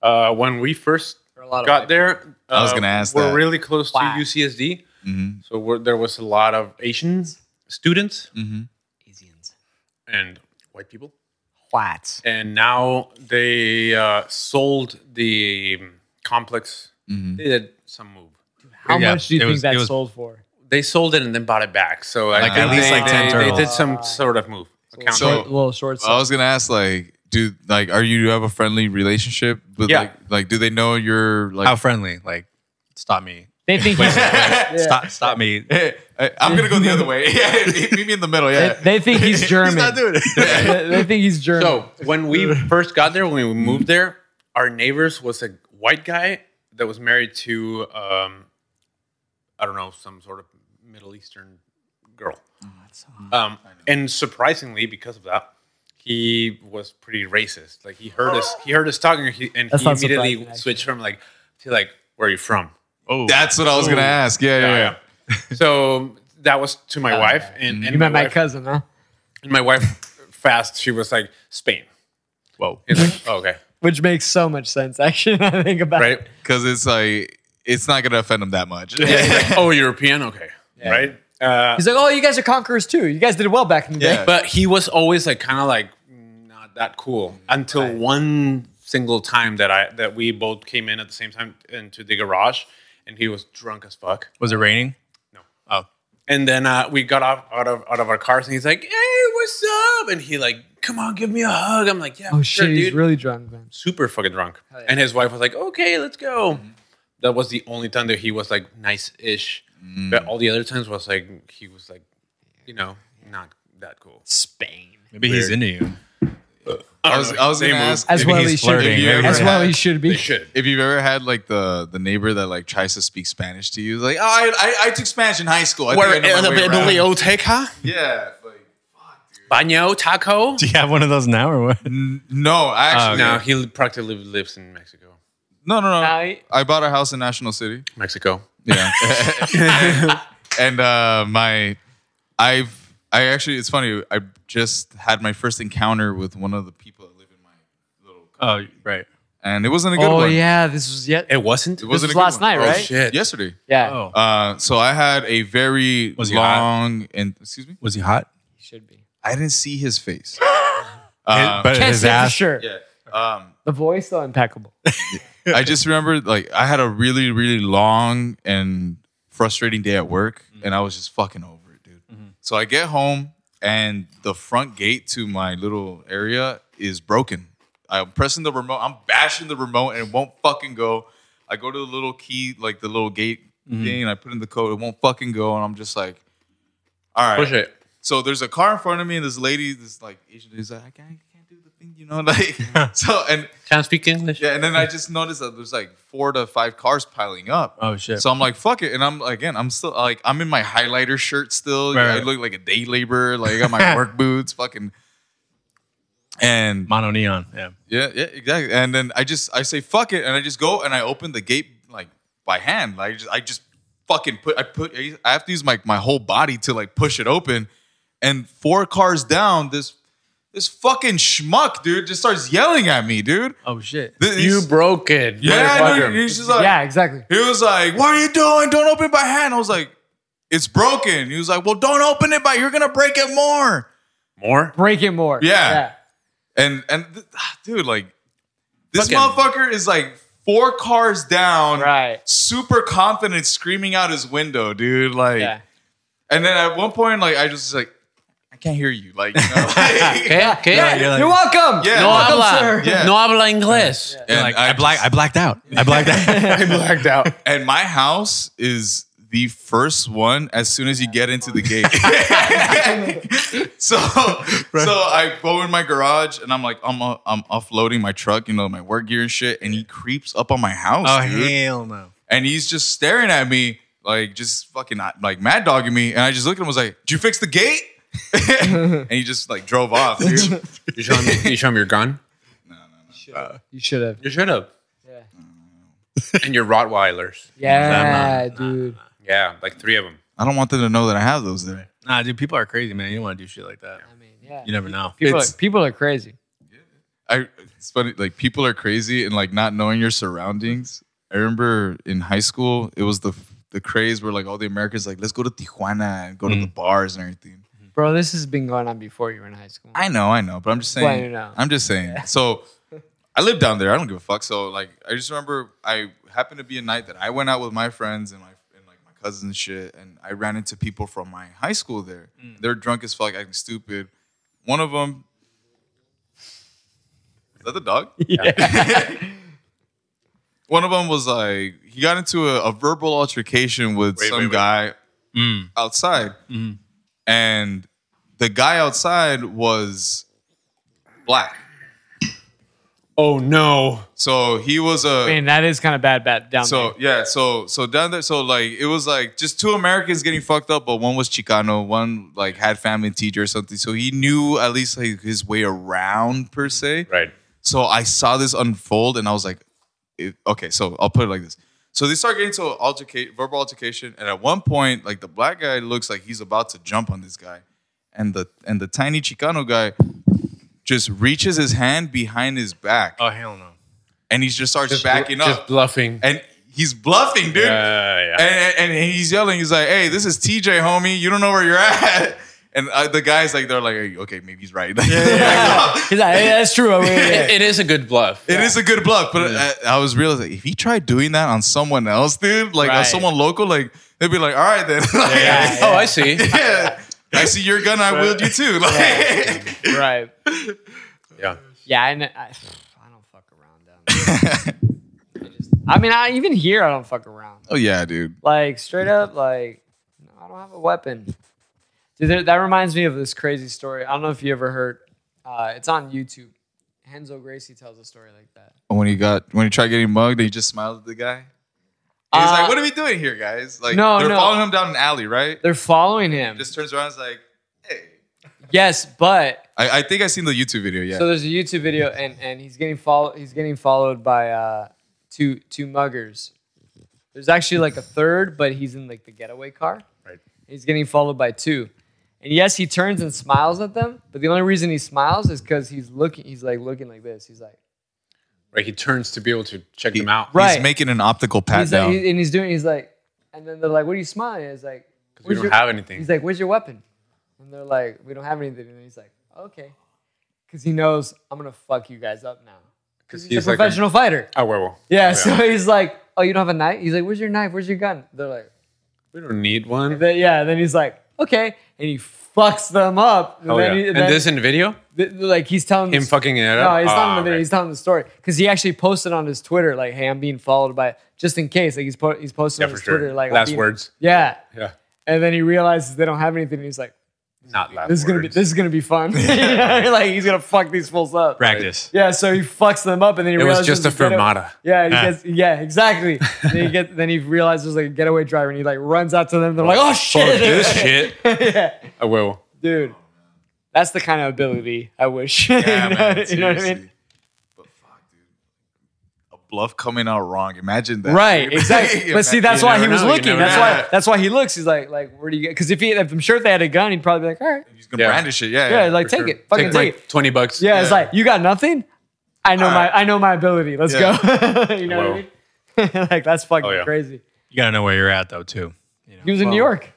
S4: Uh, when we first
S2: a lot of
S4: got there, uh,
S3: I was gonna ask
S4: We're
S3: that. Mm-hmm.
S4: really close to
S2: Wow.
S4: UCSD, so we're, there was a lot of Asian students
S3: Mm.
S2: Asians.
S4: and white people.
S2: What?
S4: and now they uh, sold the complex.
S1: Mm-hmm.
S4: They did some move.
S2: How
S1: Yeah,
S2: much do you
S1: it
S2: think
S1: was-
S2: that
S1: it was-
S2: sold for?
S4: They sold it and then bought it back. So I
S1: Like,
S4: think
S1: at least,
S4: they,
S1: like, 10
S4: they, they did
S1: turtles.
S4: some sort of move. Account-
S3: So-
S2: Short- little short.
S3: I was gonna ask like, do like are you do you have a friendly relationship? But
S4: Yeah.
S3: like, like do they know you're like?
S1: How friendly? Like, stop me.
S2: They think he's yeah.
S1: Stop, stop me.
S3: Hey, I- I'm gonna go the other way. Yeah, meet me in the middle.
S2: They,
S3: Yeah,
S2: they think he's German.
S3: He's not doing it.
S2: they, they think he's German.
S4: So when we first got there, when we moved there, our neighbors was a white guy that was married to, um, I don't know, some sort of Middle Eastern girl.
S2: Oh,
S4: Um, and surprisingly, because of that, he was pretty racist. Like he heard us, he heard us talking, and he, and
S2: That's
S4: he
S2: not
S4: immediately
S2: surprising,
S4: switched from like to like, "Where are you from?" Um,
S1: Oh,
S3: That's what I was gonna ask. Yeah, yeah, yeah.
S4: so that was to my wife, and, and
S2: Mm-hmm. you met
S4: my
S2: my
S4: wife,
S2: cousin, huh?
S4: and my wife fast. She was like Spain.
S1: whoa.
S4: It's like, "Oh, okay,
S2: Which makes so much sense, actually, when I think about it.
S4: right.
S3: Because it's like it's not gonna offend him that much.
S4: Yeah, he's like, oh, European, okay, right? Uh,
S2: He's like, oh, you guys are conquerors too. You guys did well back in the
S3: Yeah.
S2: day.
S4: but he was always like kind of like not that cool until one single time that I that we both came in at the same time into the garage, and he was drunk as fuck.
S1: Was it raining?
S4: No.
S1: Oh,
S4: And then uh, we got off out of out of our cars, and he's like, "Hey, what's up?" And he like, "Come on, give me a hug." I'm like, "Yeah,
S2: Oh
S4: for
S2: shit,
S4: sure,
S2: he's
S4: dude."
S2: really drunk, man.
S4: Super fucking drunk.
S2: Hell yeah. Mm-hmm.
S4: And his wife was like, "Okay, let's go." That was the only time that he was like nice-ish, but all the other times was like he was like, you know, not that cool.
S2: Spain.
S1: maybe he's into you.
S3: I was, I was gonna ask
S2: As
S3: if,
S2: well
S1: he's
S2: he should
S1: flirting.
S2: be.
S3: Have you ever
S2: As well
S3: had-
S2: he should be.
S4: They should.
S3: if you've ever had like the the neighbor that like tries to speak Spanish to you, like oh, I, I I took Spanish in high school. I think I know my way around."
S4: biblioteca?
S3: Yeah, like
S4: Baño taco?
S1: Do you have one of those now or what?
S3: n- no,
S1: Ah,
S3: I actually
S4: No, he practically lives in Mexico.
S3: no, no, no.
S2: I-
S3: I bought a house in National City.
S4: Mexico.
S3: Yeah. and uh, my, I've, I actually, it's funny. I just had my first encounter with one of the people that live in my little, co-
S1: Oh, right.
S3: and it wasn't a good
S2: Oh
S3: one.
S2: yeah, this was yet.
S4: It wasn't?
S3: It
S2: was
S3: wasn't a good
S2: last
S3: one.
S2: night, right?
S4: Oh, shit.
S3: Yesterday.
S2: Yeah,
S1: Oh,
S3: Uh, so I had a very
S1: Was he hot?
S3: long and excuse me,
S1: was he hot?
S2: he should be.
S3: I didn't see his face.
S1: His-
S3: Uh,
S1: but
S2: Can't
S1: his
S2: say for
S1: ass.
S2: sure.
S3: yeah. Um,
S2: The voice though, impeccable.
S3: I just remember like I had a really really long and frustrating day at work,
S4: Mm-hmm.
S3: and I was just fucking over it, dude. So I get home, and the front gate to my little area is broken. I'm pressing the remote. I'm bashing the remote, and it won't fucking go. I go to the little key, like the little gate
S4: Mm-hmm.
S3: thing, and I put in the code. It won't fucking go, and I'm just like, all right.
S4: Push it.
S3: So there's a car in front of me, and this lady, this like Asian, is like, I can't, I can't do the thing, you know, like so. And
S4: Can't speak English.
S3: yeah, and then I just noticed that there's like four to five cars piling up.
S1: Oh shit.
S3: So I'm like, fuck it. And I'm again, I'm still like, I'm in my highlighter shirt still.
S1: Right,
S3: I
S1: right.
S3: look like a day laborer. Like I got my work boots, fucking. And
S1: Mono neon. Yeah.
S3: yeah, yeah, exactly. And then I just, I say, fuck it. And I just go and I open the gate like by hand. Like I just, I just fucking put, I put, I have to use my, my whole body to like push it open. And four cars down, this, this fucking schmuck, dude, just starts yelling at me, dude.
S1: Oh shit.
S3: This-
S4: You broke it.
S3: yeah,
S4: motherfucker.
S3: dude, he's just like,
S2: yeah, exactly.
S3: he was like, "What are you doing? Don't open it by hand." I was like, "It's broken." He was like, "Well, don't open it by. You're gonna break it more."
S4: More?
S2: Break it more.
S3: Yeah. And and th- ah, dude, like this
S4: Fucking-
S3: motherfucker is like four cars down,
S2: Right.
S3: Super confident, screaming out his window, dude. Like,
S2: Yeah.
S3: and then at one point, like I just like, I can't hear you, like, you know?
S4: Okay, okay.
S2: Yeah,
S1: you're like-
S2: you're welcome.
S3: Yeah.
S2: you're
S3: No
S2: welcome,
S4: habla.
S2: sir.
S3: Yeah.
S4: No habla inglés.
S3: And
S1: like I,
S3: just-
S1: black, I blacked out. I blacked out.
S4: I blacked out.
S3: And my house is the first one as soon as you get into the gate. so, so I go in my garage and I'm like, I'm uh, I'm offloading my truck, you know, my work gear and shit. And he creeps up on my house,
S1: oh
S3: dude.
S1: hell no.
S3: and he's just staring at me, like just fucking uh, like mad dogging me. And I just looked at him, and was like, "Did you fix the gate?" and he just like drove off. Dude.
S4: You show, him, you show him your gun?
S2: You should have.
S4: You should have.
S2: Yeah.
S4: And your Rottweilers.
S2: Yeah, dude.
S4: Yeah, like three of them.
S3: I don't want them to know that I have those there.
S1: Nah, dude, people are crazy, man. You don't want to do shit like that.
S2: I mean, yeah.
S1: You never know.
S2: people,
S3: it's-
S2: are, people are crazy.
S3: I it's funny like people are crazy and like not knowing your surroundings. I remember in high school it was the the craze where like all the Americans like let's go to Tijuana and go
S2: Mm.
S3: to the bars and everything.
S2: Bro, this has been going on before you were in high school.
S3: I know, I know, but I'm just saying.
S2: Well, you know.
S3: I'm just saying. So I live down there. I don't give a fuck. So like I just remember I happened to be a night that I went out with my friends and my and like my cousins and shit, and I ran into people from my high school there.
S2: Mm.
S3: They're drunk as fuck, acting stupid. One of them. Is that the dog?
S2: Yeah.
S3: One of them was like he got into a, a verbal altercation with
S4: Wait,
S3: some
S4: wait, wait.
S3: guy
S1: Mm.
S3: outside,
S1: Mhm.
S3: and the guy outside was black.
S4: Oh no!
S3: So he was a
S2: I mean, that is kind of bad, bad down
S3: so yeah, so so down there, so like it was like just two Americans getting fucked up, but one was Chicano, one like had family teacher or something. So he knew at least like his way around per se.
S4: Right.
S3: So I saw this unfold and I was like, it- okay, so I'll put it like this. So they start getting to an altercation, verbal altercation, and at one point, like the black guy looks like he's about to jump on this guy, and the and the tiny Chicano guy just reaches his hand behind his back,
S1: Oh hell no.
S3: and he just starts backing
S4: Uh, just
S3: up,
S4: bluffing. Uh,
S3: and he's bluffing, dude.
S4: yeah, yeah.
S3: And, and, and he's yelling. He's like, "Hey, this is TJ, homie. You don't know where you're at." And uh, the guys like, they're like, "Hey, "Okay, maybe he's right."
S2: He's like, "Hey, that's true.
S4: It- it is a good bluff.
S3: It is a good bluff, but I, I was realizing if he tried doing that on someone else, dude, like on
S2: Right.
S3: someone local, like they'd be like, "All right, then." Like,
S2: Yeah.
S4: Oh, I see.
S3: yeah. I see your gun. I wield you too. Like,
S2: right.
S4: yeah.
S2: Yeah, I, kn- I, I don't fuck around down there. I mean, I even here I don't fuck around.
S3: oh yeah, dude.
S2: Like straight up, like no, I don't have a weapon. Dude, that, that reminds me of this crazy story. I don't know if you ever heard. Uh, it's on YouTube. Henzo Gracie tells a story like that.
S3: And When he got when he tried getting mugged, he just smiled at the guy. He's
S2: Uh,
S3: like, "What are we doing here, guys?" Like,
S2: No,
S3: they're
S2: no.
S3: following him down an alley, right?
S2: They're following him.
S3: Just turns around, and is like, "Hey."
S2: yes, but
S3: I, I think I seen the YouTube video. Yeah.
S2: So there's a YouTube video, and and he's getting followed. He's getting followed by uh, two two muggers. There's actually like a third, but he's in like the getaway car.
S4: Right.
S2: He's getting followed by two, and yes, he turns and smiles at them. But the only reason he smiles is because he's looking. He's like looking like this. He's like
S4: Right. He turns to be able to check them out.
S2: Right.
S3: He's making an optical pat
S2: he's like,
S3: down.
S2: he- and he's doing. He's like, and then they're like, "What are you smiling?" at?" He's like,
S4: We
S2: "Where's
S4: don't
S2: your-"
S4: have anything.
S2: He's like, "Where's your weapon?" And they're like, "We don't have anything." And he's like, "Okay," because he knows I'm gonna fuck you guys up now.
S4: Because
S2: He's, a professional fighter.
S4: like a, Oh, a werewolf.
S2: Yeah,
S4: Yeah.
S2: so he's like, "Oh, you don't have a knife?" He's like, "Where's your knife? Where's your gun?" They're like,
S4: We don't need one.
S2: then, "Yeah." Then he's like, "Okay," and he fucks them up. And
S4: Oh, yeah.
S2: then he-
S4: And
S2: then-
S4: this in the video?
S2: th- like he's telling
S4: Him
S2: this-
S4: fucking it up?
S2: No, he's
S4: Ah,
S2: telling the video.
S4: right.
S2: He's telling the story because he actually posted on his Twitter like, "Hey, I'm being followed by," just in case. Like he's po- he's posting
S4: Yeah,
S2: on
S4: for
S2: his
S4: sure.
S2: Twitter like I'm
S4: last
S2: being-
S4: words.
S2: Yeah,
S4: Yeah.
S2: and then he realizes they don't have anything. And he's like,
S4: Not last
S2: "This is gonna be
S4: words.
S2: this is gonna be fun." You know, like he's gonna fuck these fools up.
S1: Practice.
S2: Yeah, so he fucks them up, and then he
S4: It was
S2: realizes
S4: just a
S2: the getaway-
S4: fermata.
S2: Yeah, he
S1: Ah.
S2: gets, yeah, exactly. then, he get, then he realizes there's like a getaway driver, and he like runs out to them. They're like, "Oh shit,
S4: this shit. Oh,
S2: yeah,
S4: A werewolf.
S2: dude." That's the kind of ability I wish.
S3: Yeah,
S2: you, know,
S3: man,
S2: you know what I mean?
S3: seriously. But fuck, dude. A bluff coming out wrong. Imagine that.
S2: Right, exactly. But see, that's
S4: You
S2: why
S4: never
S2: he was
S4: know, you
S2: looking.
S4: never
S2: That's
S3: know.
S2: why. That's why he looks. He's like, like, where do you get? Because if he, if I'm sure if they had a gun, he'd probably be like, all right,
S3: He's gonna
S4: Yeah.
S3: brandish it.
S2: yeah,
S3: Yeah.
S2: like
S4: for
S2: take
S4: sure.
S2: it, fucking
S4: my
S2: take, it.
S4: 20 bucks.
S2: Yeah, it's
S3: Yeah.
S2: like you got nothing. I
S4: Uh,
S2: know
S3: Alright.
S2: my, I know my ability. Let's go. you know
S4: Wow.
S2: what I mean? like that's fucking
S4: Oh, yeah.
S2: crazy.
S1: You gotta know where you're at though too. You know?
S2: He was in New York,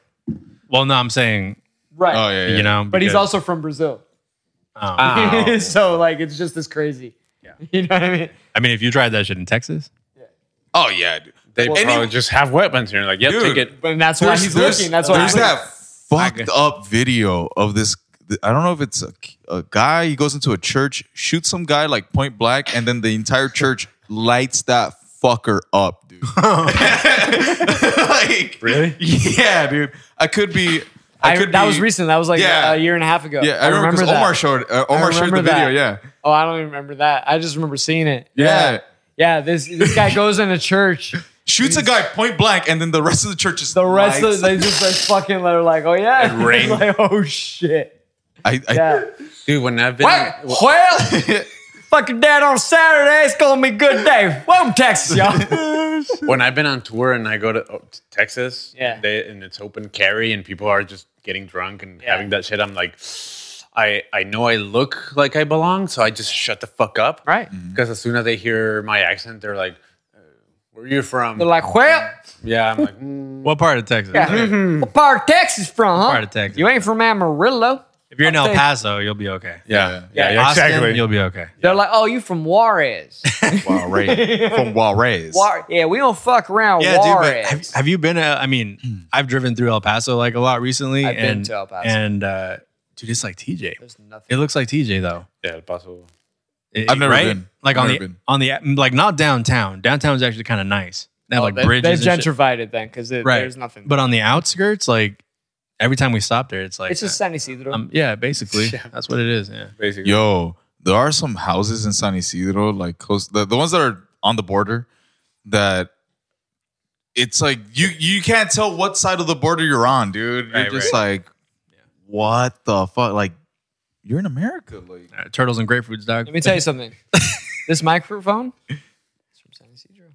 S1: well, no, I'm saying
S2: right?
S3: Oh yeah. yeah.
S1: you know,
S2: But he's
S1: because-
S2: also from Brazil.
S1: oh.
S4: Ow.
S2: so like it's just as crazy.
S4: Yeah.
S2: You know what I mean?
S1: I mean, if you tried that shit in Texas,
S3: Oh yeah, dude.
S4: They
S2: Well,
S4: probably
S3: any-
S4: just have weapons here. Like, yeah,
S3: Dude.
S4: take it.
S2: But that's why he's looking. That's why
S3: there's
S2: he's looking.
S3: that fucked up video of this. I don't know if it's a, a guy. He goes into a church, shoots some guy like point blank, and then the entire church lights that fucker up, dude. like
S4: Really?
S3: Yeah, dude. I could be. I,
S2: I,
S3: could
S2: that
S3: be-
S2: was recent. That was like
S3: Yeah.
S2: a year and a half ago.
S3: Yeah, I, remember because
S2: that.
S3: Omar showed uh, Omar showed the
S2: remember
S3: video.
S2: that.
S3: Yeah,
S2: Oh, I don't even remember that. I just remember seeing it.
S3: yeah.
S2: Yeah, this this guy goes in a church.
S3: Shoots a guy point blank, and then the rest of the church is
S2: The rest
S3: lights.
S2: of they just like fucking they're like, oh yeah.
S4: And rain.
S2: like, oh shit.
S3: I, I,
S2: Yeah.
S4: Dude, when I've been.
S2: Well, well fucking dad on Saturday, it's gonna be a good day. Welcome Texas, y'all.
S4: when I've been on tour and I go to, oh, to Texas,
S2: Yeah.
S4: they, and it's open carry and people are just getting drunk and
S2: Yeah.
S4: having that shit, I'm like, I I know I look like I belong, so I just shut the fuck up,
S2: right.
S4: Because as soon as they hear my accent, they're like, uh, "Where you from?"
S2: They're like, well,
S4: yeah, I'm like, mm,
S1: what part of Texas?
S2: yeah. what part of Texas from, huh?
S1: Mm-hmm. part of Texas?
S2: You ain't from Amarillo.
S1: If you're in
S2: I'll
S1: El
S2: take-
S1: Paso, you'll be okay.
S4: yeah,
S2: Yeah.
S4: yeah,
S1: Austin,
S4: exactly.
S1: you'll be okay.
S2: They're like, oh, you from Juarez.
S3: Juarez. from Juarez.
S2: Juarez. Yeah, we don't fuck around
S1: Yeah,
S2: Juarez.
S1: dude. But have, have you been? uh, I mean, I've driven through El Paso like a lot recently.
S2: I've been
S1: and,
S2: to El Paso.
S1: and uh, dude, it's like TJ.
S2: There's nothing.
S1: It looks like TJ though.
S4: yeah, El Paso.
S1: It-
S3: I've never
S1: right?
S3: been.
S1: Like
S3: I've
S1: on the
S3: never been.
S1: on the mm, like not downtown. Downtown's actually kind of nice. They have
S2: Oh,
S1: like
S2: they,
S1: bridges.
S2: They've
S1: and shit.
S2: gentrified it then because
S1: Right.
S2: there's nothing.
S1: But on the outskirts, like every time we stop there, it's like
S2: it's just San Isidro.
S1: um, yeah, basically
S4: Yeah.
S1: that's what it is. Yeah,
S4: basically.
S3: Yo, there are some houses in San Isidro, like close the, the ones that are on the border that it's like you you can't tell what side of the border you're on, dude. You're
S4: Right,
S3: just like what the fuck? Like you're in America. Like
S1: Uh, turtles and grapefruits, dog.
S2: Let me tell you something. this microphone, it's from San Isidro.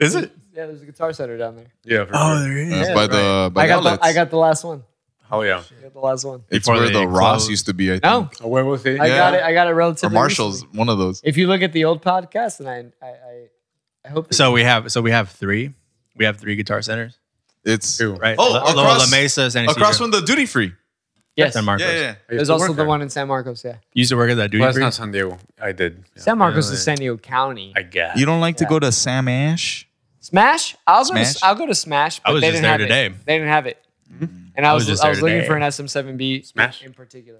S1: is it?
S2: Yeah, there's a guitar center down Oh, there.
S4: Yeah. for sure.
S1: there is.
S3: that's by the by
S2: I
S3: the
S2: got the, I
S3: outlets.
S2: got the last one.
S4: Oh yeah.
S2: I got the last one.
S3: it's
S1: Before
S3: where
S1: they
S3: the Ross
S1: closed.
S3: used to be, I think.
S2: No,
S4: Oh, where was he?
S2: I got
S3: Yeah.
S2: it. I got it
S3: or
S2: relatively.
S3: Marshall's,
S2: recently.
S3: one of those.
S2: If you look at the old podcast, and I, I, I, I hope that
S1: So we have so we have three. We have three guitar centers,
S3: It's
S4: Two.
S1: right?
S3: Oh,
S1: La, La-
S3: across-
S1: La Mesa, San Isidro,
S3: across from the duty free.
S2: yes,
S1: San Marcos.
S3: Yeah, yeah.
S4: I used
S2: there's
S4: to
S2: also
S4: work
S2: the
S4: there.
S2: one in San Marcos. Yeah,
S1: You used to work at that duty
S4: Well, that's
S1: free?
S4: not San Diego. I did. Yeah.
S2: San Marcos
S1: Really?
S2: is San Diego County.
S4: I guess.
S3: You don't like to
S2: Yeah.
S3: go to Sam Ash?
S2: Smash. I'll go.
S3: Smash?
S2: To, I'll go to Smash. But
S1: I was
S2: they didn't
S1: just there
S2: have
S1: today. Mm-hmm.
S2: It. They didn't have it. And I
S1: I
S2: was,
S1: was just
S2: I
S1: there
S2: was looking
S1: today.
S2: for an SM7B
S4: Smash.
S2: in particular.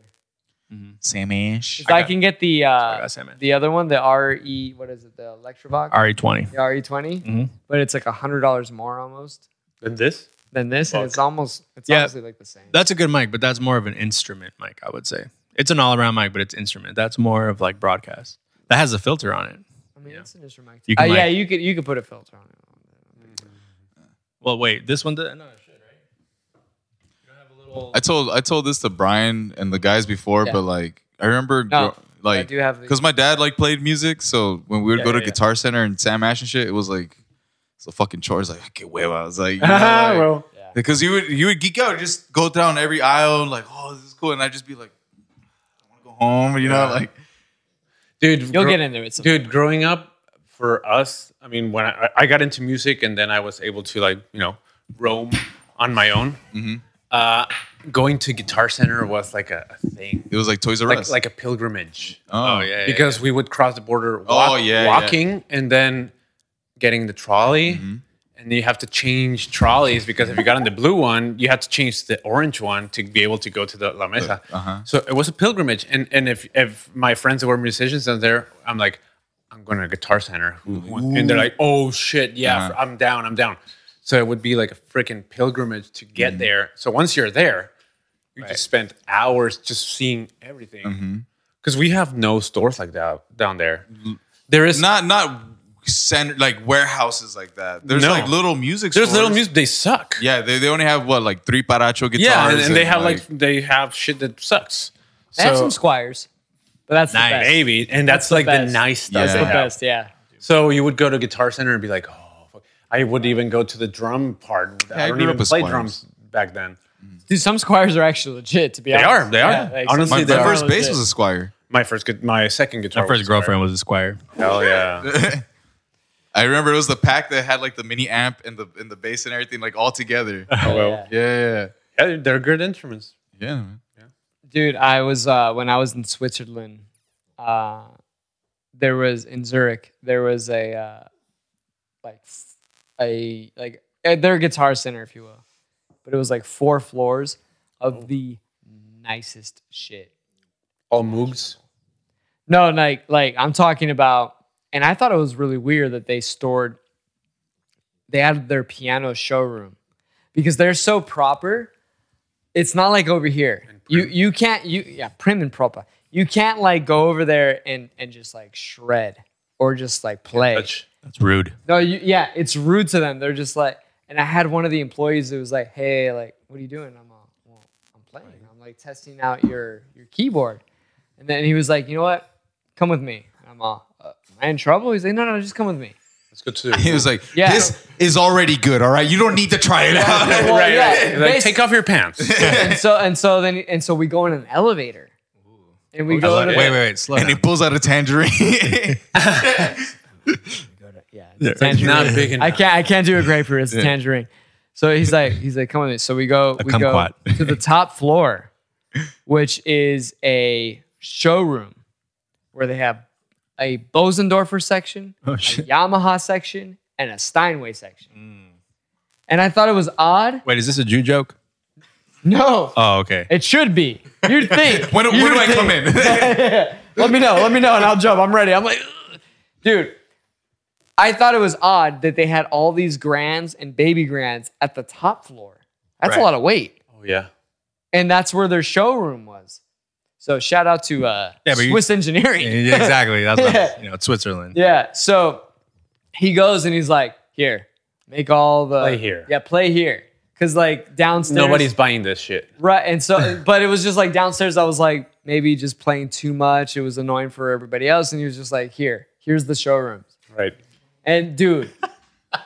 S3: Sam Ash.
S2: 'Cause I, can get the uh,
S1: got Sandman.
S2: the other one, the RE. What is it? The Electrovox.
S1: RE twenty.
S2: the RE20,
S1: Mhm.
S2: but it's like a hundred dollars more almost
S4: Than this?
S2: than this, and it's
S4: Fuck.
S2: almost it's
S1: Yeah.
S2: honestly like the same.
S1: That's a good mic, but that's more of an instrument mic, I would say. It's an all around mic, but it's instrument. That's more of like broadcast. That has a filter on it.
S2: I mean, it's an instrument. mic.
S1: You can,
S2: Uh, yeah,
S1: like-
S2: you could you could put a filter on it.
S1: Well, wait, this one doesn't. No, it should, right? You don't have a little.
S3: I told I told this to Brian and the guys before,
S2: Yeah.
S3: but like I remember
S2: No,
S3: gro- like
S2: do have the-
S3: because my dad like played music, so when we would
S1: Yeah,
S3: go to
S1: yeah, yeah.
S3: Guitar Center and Sam Ash and shit, it was like it's a fucking chore. It's like que hueva. I was like, you know,
S4: Ah,
S3: like-
S4: well.
S3: because you would you would geek out, just go down every aisle, like oh this is cool, and I'd just be like, I want to go home, you know, like
S4: Dude,
S2: You'll
S4: gro-
S2: get into it. sometime.
S4: Dude, growing up for us, I mean, when I, I got into music and then I was able to, like, you know, roam on my own,
S3: Mm-hmm.
S4: uh, going to Guitar Center was like a, a thing,
S3: it was like Toys R
S4: like,
S3: Us,
S4: like a pilgrimage.
S3: oh,
S1: oh, yeah.
S4: because we would cross the border walk,
S3: Oh, yeah, yeah.
S4: walking and then getting the trolley
S3: Mm-hmm.
S4: and you have to change trolleys because if you got on the blue one you had to change the orange one to be able to go to the la mesa
S3: uh-huh.
S4: so it was a pilgrimage and and if if my friends that were musicians out there i'm like i'm going to a guitar center who wants-" and they're like oh shit yeah
S3: Uh-huh.
S4: i'm down i'm down so it would be like a freaking pilgrimage to
S3: Mm-hmm.
S4: get there so once you're there you just spend hours just seeing everything
S3: Mm-hmm.
S4: because we have no stores like that down there. There is
S3: not not center like warehouses like that. There's
S4: No.
S3: like little music.
S4: There's little
S3: stores.
S4: music. They suck.
S3: Yeah, they, they only have what like three paracho guitars.
S4: yeah, and, and they have like, they have shit that sucks.
S2: they have
S4: So
S2: some squires, but that's
S1: Nice.
S2: the best.
S4: maybe, and that's,
S2: the
S4: like the,
S2: best.
S4: nice stuff.
S2: That's
S4: they
S2: the
S4: have.
S2: best. Yeah.
S4: So you would go to Guitar Center and be like, oh, fuck. I would even go to the drum part.
S3: I
S4: I don't
S3: grew
S4: even
S3: up with
S4: play
S3: squires.
S4: drums back then.
S2: Dude, some squires are actually legit. To be
S4: They
S2: honest,
S4: are, they are. Honestly,
S3: my,
S2: some
S4: they
S3: my
S4: are
S3: first bass
S2: legit.
S3: was a squire.
S4: My first, gu- my second guitar.
S1: My first
S4: was square.
S1: girlfriend was a squire.
S4: Hell yeah.
S3: I remember it was the pack that had like the mini amp and the and the bass and everything like all together. yeah,
S4: Oh, well.
S2: Yeah.
S3: yeah,
S4: Yeah, they're good instruments.
S3: yeah. yeah man.
S2: Dude, I was uh, when I was in Switzerland. Uh, there was in Zurich. There was a uh, like f- a like uh, their guitar center, if you will, but it was like four floors of
S4: Oh.
S2: the nicest shit.
S4: All Moogs.
S2: No, like like I'm talking about, and I thought it was really weird that they stored. They had their piano showroom because they're so proper. It's not like over here. You you can't you yeah prim and proper. You can't like go over there and and just like shred or just like play.
S4: Touch.
S1: That's rude.
S2: No, you, yeah, it's rude to them. They're just like, and I had one of the employees that was like, "Hey, like, what are you doing?" I'm all, "Well, I'm playing. I'm like testing out your your keyboard," and then he was like, "You know what? Come with me." I'm all, uh, "Am I in trouble?" He's like, "No, no, just come with me."
S4: Let's go to the
S3: He was like,
S2: Yeah.
S3: "This is already good. All right, you don't need to try it out."
S2: Well,
S4: Right,
S2: yeah,
S4: right. Like,
S2: basi-
S4: take off your pants.
S2: and so and so then and so we go in an elevator, and we go to
S1: wait,
S2: the-
S1: wait, wait. Slow
S3: and he
S1: down.
S3: pulls out a tangerine.
S2: yeah, it's
S1: Yeah.
S2: a tangerine.
S4: Not big enough.
S2: I can't I can't do a grapefruit. It's a tangerine. So he's like he's like come with me. So we go we go
S1: kumquat.
S2: to the top floor, which is a showroom where they have a Bosendorfer section,
S1: Oh,
S2: a
S1: shit.
S2: Yamaha section,
S3: Mm.
S2: and a Steinway section. And I thought it was odd.
S1: Wait, is this a Jew joke?
S2: No,
S1: Oh, okay.
S2: it should be. You'd think.
S3: When, when
S2: You'd
S3: do I
S2: think.
S3: come in?
S2: let me know. Let me know, and I'll jump. I'm ready. I'm like, "Ugh." dude. I thought it was odd that they had all these grands and baby grands at the top floor. That's a
S1: Right.
S2: lot of weight,
S4: Oh yeah.
S2: and that's where their showroom was. So shout out to uh,
S1: Yeah, but you-
S2: Swiss Engineering.
S1: Yeah, exactly. That's not, you know, it's Switzerland.
S2: Yeah. So he goes and he's like, here, make all the
S4: Play here.
S2: Yeah, play here. Cause like downstairs
S4: Nobody's buying this shit.
S2: right. And so but it was just like downstairs, I was like, maybe just playing too much. It was annoying for everybody else. And he was just like, here, here's the showrooms.
S4: Right.
S2: And dude,
S4: Time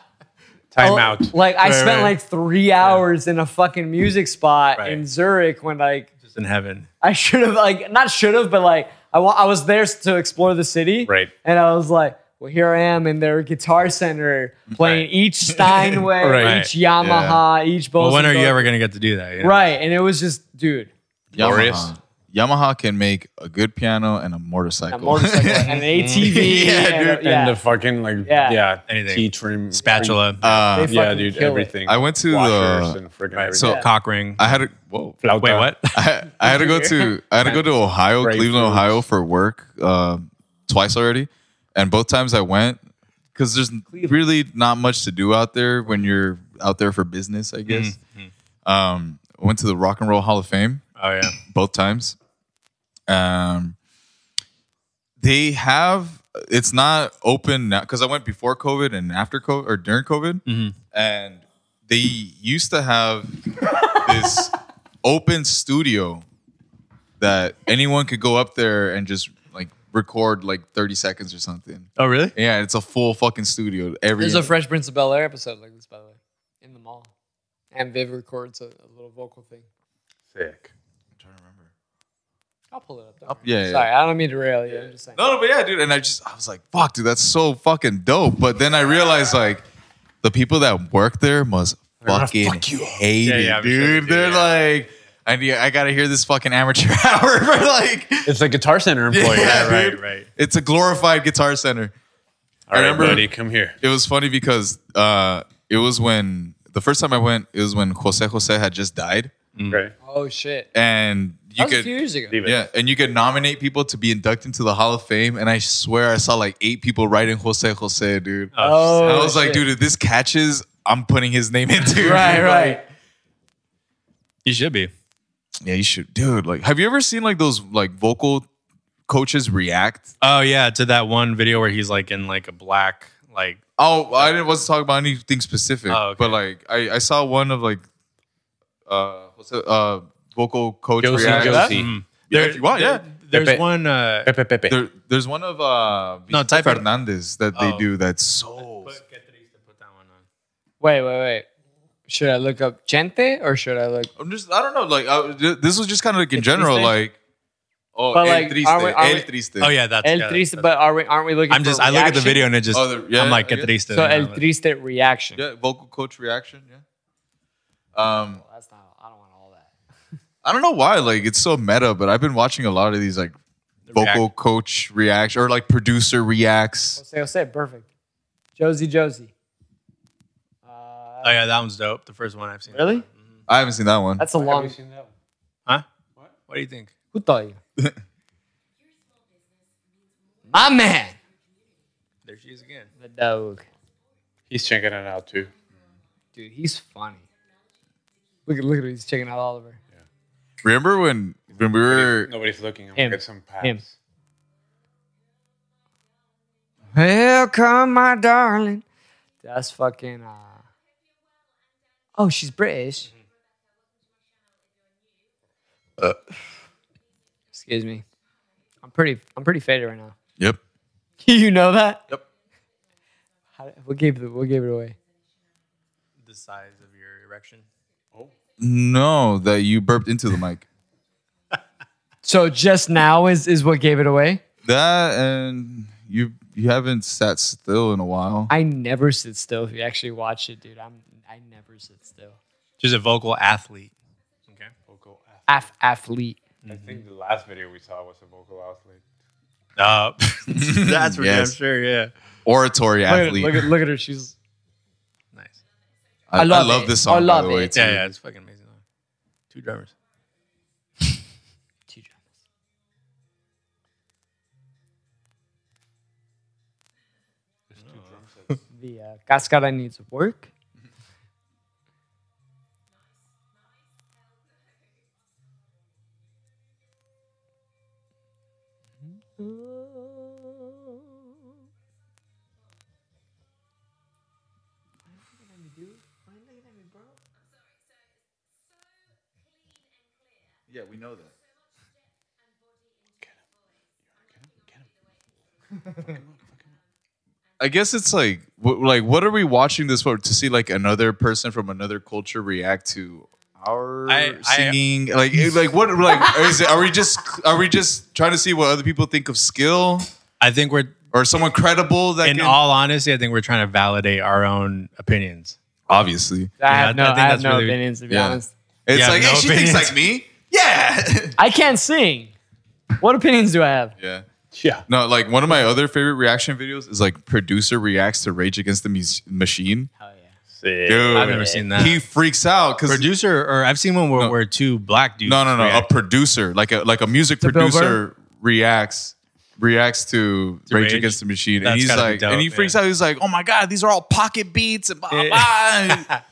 S2: I'll-
S4: out.
S2: Like I
S1: Right,
S2: spent
S1: right.
S2: like three hours in a fucking music spot
S1: Right.
S2: in Zurich when like
S1: Just in heaven.
S2: I should have like not should have, but like I wa- I was there to explore the city,
S4: Right.
S2: And I was like, well, here I am in their guitar center playing
S1: Right.
S2: each Steinway,
S1: Right.
S2: each Yamaha, each Bose.
S1: Well, when are you ever going to get to do that? you know?
S2: Right, and it was just dude,
S4: Glorious.
S3: Yamaha. Yamaha can make a good piano and a motorcycle.
S2: a motorcycle and an ATV,
S3: Yeah,
S2: and, a-
S3: dude.
S2: yeah.
S4: And the fucking like
S2: Yeah.
S4: yeah,
S1: Anything.
S4: Tea trim
S1: Spatula,
S3: Uh,
S2: They
S4: Yeah,
S2: fucking
S4: dude.
S2: kill it.
S4: Everything.
S3: I went to the-
S4: Washers and friggin'
S1: right?
S4: everything.
S1: So cock ring.
S3: I had a whoa.
S4: Flauta.
S1: Wait, what?
S3: I, I had to go to I had to go to Ohio,
S4: Grapefruits.
S3: Cleveland, Ohio for work um, twice already, and both times I went because there's really not much to do out there when you're out there for business. I guess. Um, I went to the Rock and Roll Hall of Fame
S1: Oh yeah.
S3: both times. Um, they have it's not open now because I went before COVID and after COVID or during COVID, and they used to have this open studio that anyone could go up there and just like record like 30 seconds or something.
S1: Oh really?
S3: Yeah, it's a full fucking studio. Every
S2: there's a Fresh Prince of Bel Air episode like this, by the way, in the mall, and Viv records a, a little vocal thing.
S4: Sick.
S2: I'll pull it up. don't worry.
S3: yeah, yeah.
S2: Sorry, I don't mean to rail you. I'm just saying.
S3: No, no, but yeah, dude. And I just, I was like, fuck, dude, that's so fucking dope. But then I realized, like, the people that work there must fucking hate
S1: Yeah,
S3: it,
S1: yeah, I'm sure
S3: dude.
S1: they do,
S3: They're
S1: yeah.
S3: like, I, need, I gotta hear this fucking amateur hour for like,
S4: It's a guitar center employee.
S3: Yeah,
S1: right,
S3: dude.
S1: right.
S3: It's a glorified guitar center.
S4: All right,
S3: remember-
S4: buddy, come here.
S3: It was funny because uh, it was when the first time I went, it was when Jose Jose had just died,
S4: Right.
S2: Oh shit.
S3: and you
S2: that was a
S3: could.
S2: few years ago.
S4: Leave it.
S3: Yeah, and you could nominate people to be inducted into the Hall of Fame, and I swear I saw like eight people writing Jose Jose, dude.
S2: Oh,
S3: I was like,
S2: shit.
S3: dude, if this catches, I'm putting his name into.
S2: Right,
S3: Like,
S2: right.
S1: You should be.
S3: Yeah, you should, dude. Like, have you ever seen like those like vocal coaches react?
S1: Oh yeah, to that one video where he's like in like a black like
S3: Oh, I didn't wasn't talking about anything specific,
S1: Oh, okay.
S3: but like I, I saw one of like uh what's it uh vocal coach
S4: Josie,
S3: react.
S4: Josie.
S3: Yeah, if you want, yeah.
S1: mm. There's
S4: Pepe.
S1: one uh
S4: Pepe, Pepe.
S3: There, there's one of uh
S1: No,
S3: Vicente
S1: type it.
S3: Fernandez that they
S1: Oh.
S3: do that's so
S2: Wait, wait, wait. Should I look up Chente or should I look?
S3: I'm just I don't know like I, this was just kind of like in general
S2: triste?
S3: like oh
S2: But,
S3: El
S2: like,
S3: Triste
S2: are we- are
S3: El
S2: we-
S3: Triste
S1: Oh yeah, that's
S2: El
S1: yeah,
S2: Triste, but
S1: that's-
S2: are we, aren't we looking?
S1: I'm just
S2: for
S1: I look at the
S2: reaction?
S1: video and it just
S3: Oh, the- yeah,
S1: I'm like
S3: I
S1: que
S3: guess.
S1: triste.
S2: So
S1: you know,
S2: El
S1: like-
S2: Triste reaction.
S3: Yeah, vocal coach reaction. Yeah. Um,
S2: Well, Oh, that's not. I don't want all that.
S3: I don't know why, like it's so meta, but I've been watching a lot of these like vocal
S1: React.
S3: coach reaction or like producer reacts.
S2: Jose, Jose, perfect. Josie, Josie.
S1: Oh
S2: Uh,
S1: yeah, that one's dope. The first one I've seen.
S2: really?
S3: I haven't seen that one.
S2: That's a long.
S1: Huh? What? What do you think?
S2: Who taught you? My man,
S1: There she is again.
S2: the dog.
S4: He's checking it out too.
S2: Dude, he's funny. Look at look at him. He's checking out Oliver.
S3: Remember when when we were
S4: Nobody's looking. I'm
S2: Him.
S4: gonna get some paps.
S2: Him. Here come my darling. That's fucking. Uh... Oh, she's British. Excuse me. I'm pretty. I'm pretty faded right now.
S3: Yep.
S2: you know that?
S3: Yep.
S2: How, what gave the, What gave it away?
S1: The size of your erection.
S3: No, that you burped into the mic.
S2: So just now is is what gave it away.
S3: That and you you haven't sat still in a while.
S2: I never sit still. If you actually watch it, dude, I'm. I never sit still.
S1: She's a vocal athlete. Okay.
S4: Vocal athlete.
S2: Af- athlete.
S4: I think the last video we saw was a vocal athlete.
S1: Uh, that's for
S3: Yes.
S1: damn sure. Yeah.
S3: Oratory
S2: Look at,
S3: athlete.
S2: look at look at her. She's.
S1: Nice.
S3: I, I
S2: love
S3: love
S2: it.
S3: this
S2: I
S3: song.
S2: love
S3: by the way,
S2: it.
S3: too.
S1: Yeah, yeah, it's fucking amazing. Two drummers.
S2: Two drummers. The uh, cascada needs work.
S3: Yeah, we know that. I guess it's like, wh- like, what are we watching this for? To see like another person from another culture react to our
S1: I- I-
S3: singing? like, it- like what? Like, is it, are we just are we just trying to see what other people think of skill
S1: I think we're,
S3: or someone credible that
S1: in
S3: can?
S1: all honesty, I think we're trying to validate our own opinions.
S3: obviously,
S2: I
S1: Yeah,
S2: have
S1: I
S2: no, I,
S1: think
S2: have
S1: that's
S2: no
S1: really-
S2: opinions to be
S3: yeah.
S2: honest.
S3: it's
S1: Yeah,
S3: like,
S1: no
S3: hey, she
S1: opinions.
S3: thinks like me. Yeah,
S2: I can't sing. What opinions do I have?
S3: yeah.
S4: Yeah.
S3: No, like one of my other favorite reaction videos is like producer reacts to Rage Against the Mus- Machine.
S2: Oh yeah.
S4: Sick.
S3: Dude,
S1: I've never seen that.
S3: He freaks out because
S1: producer, or I've seen one where,
S3: No.
S1: where two black dudes.
S3: no, no, no,
S1: react.
S3: a producer like a like a music
S2: To Bill
S3: producer reacts reacts to,
S1: To
S3: Rage
S1: Rage?
S3: Against the Machine,
S1: That's
S3: and he's
S1: gotta be
S3: like,
S1: dope,
S3: and he freaks
S1: yeah.
S3: out. He's like, oh my god, these are all pocket beats and blah blah. blah.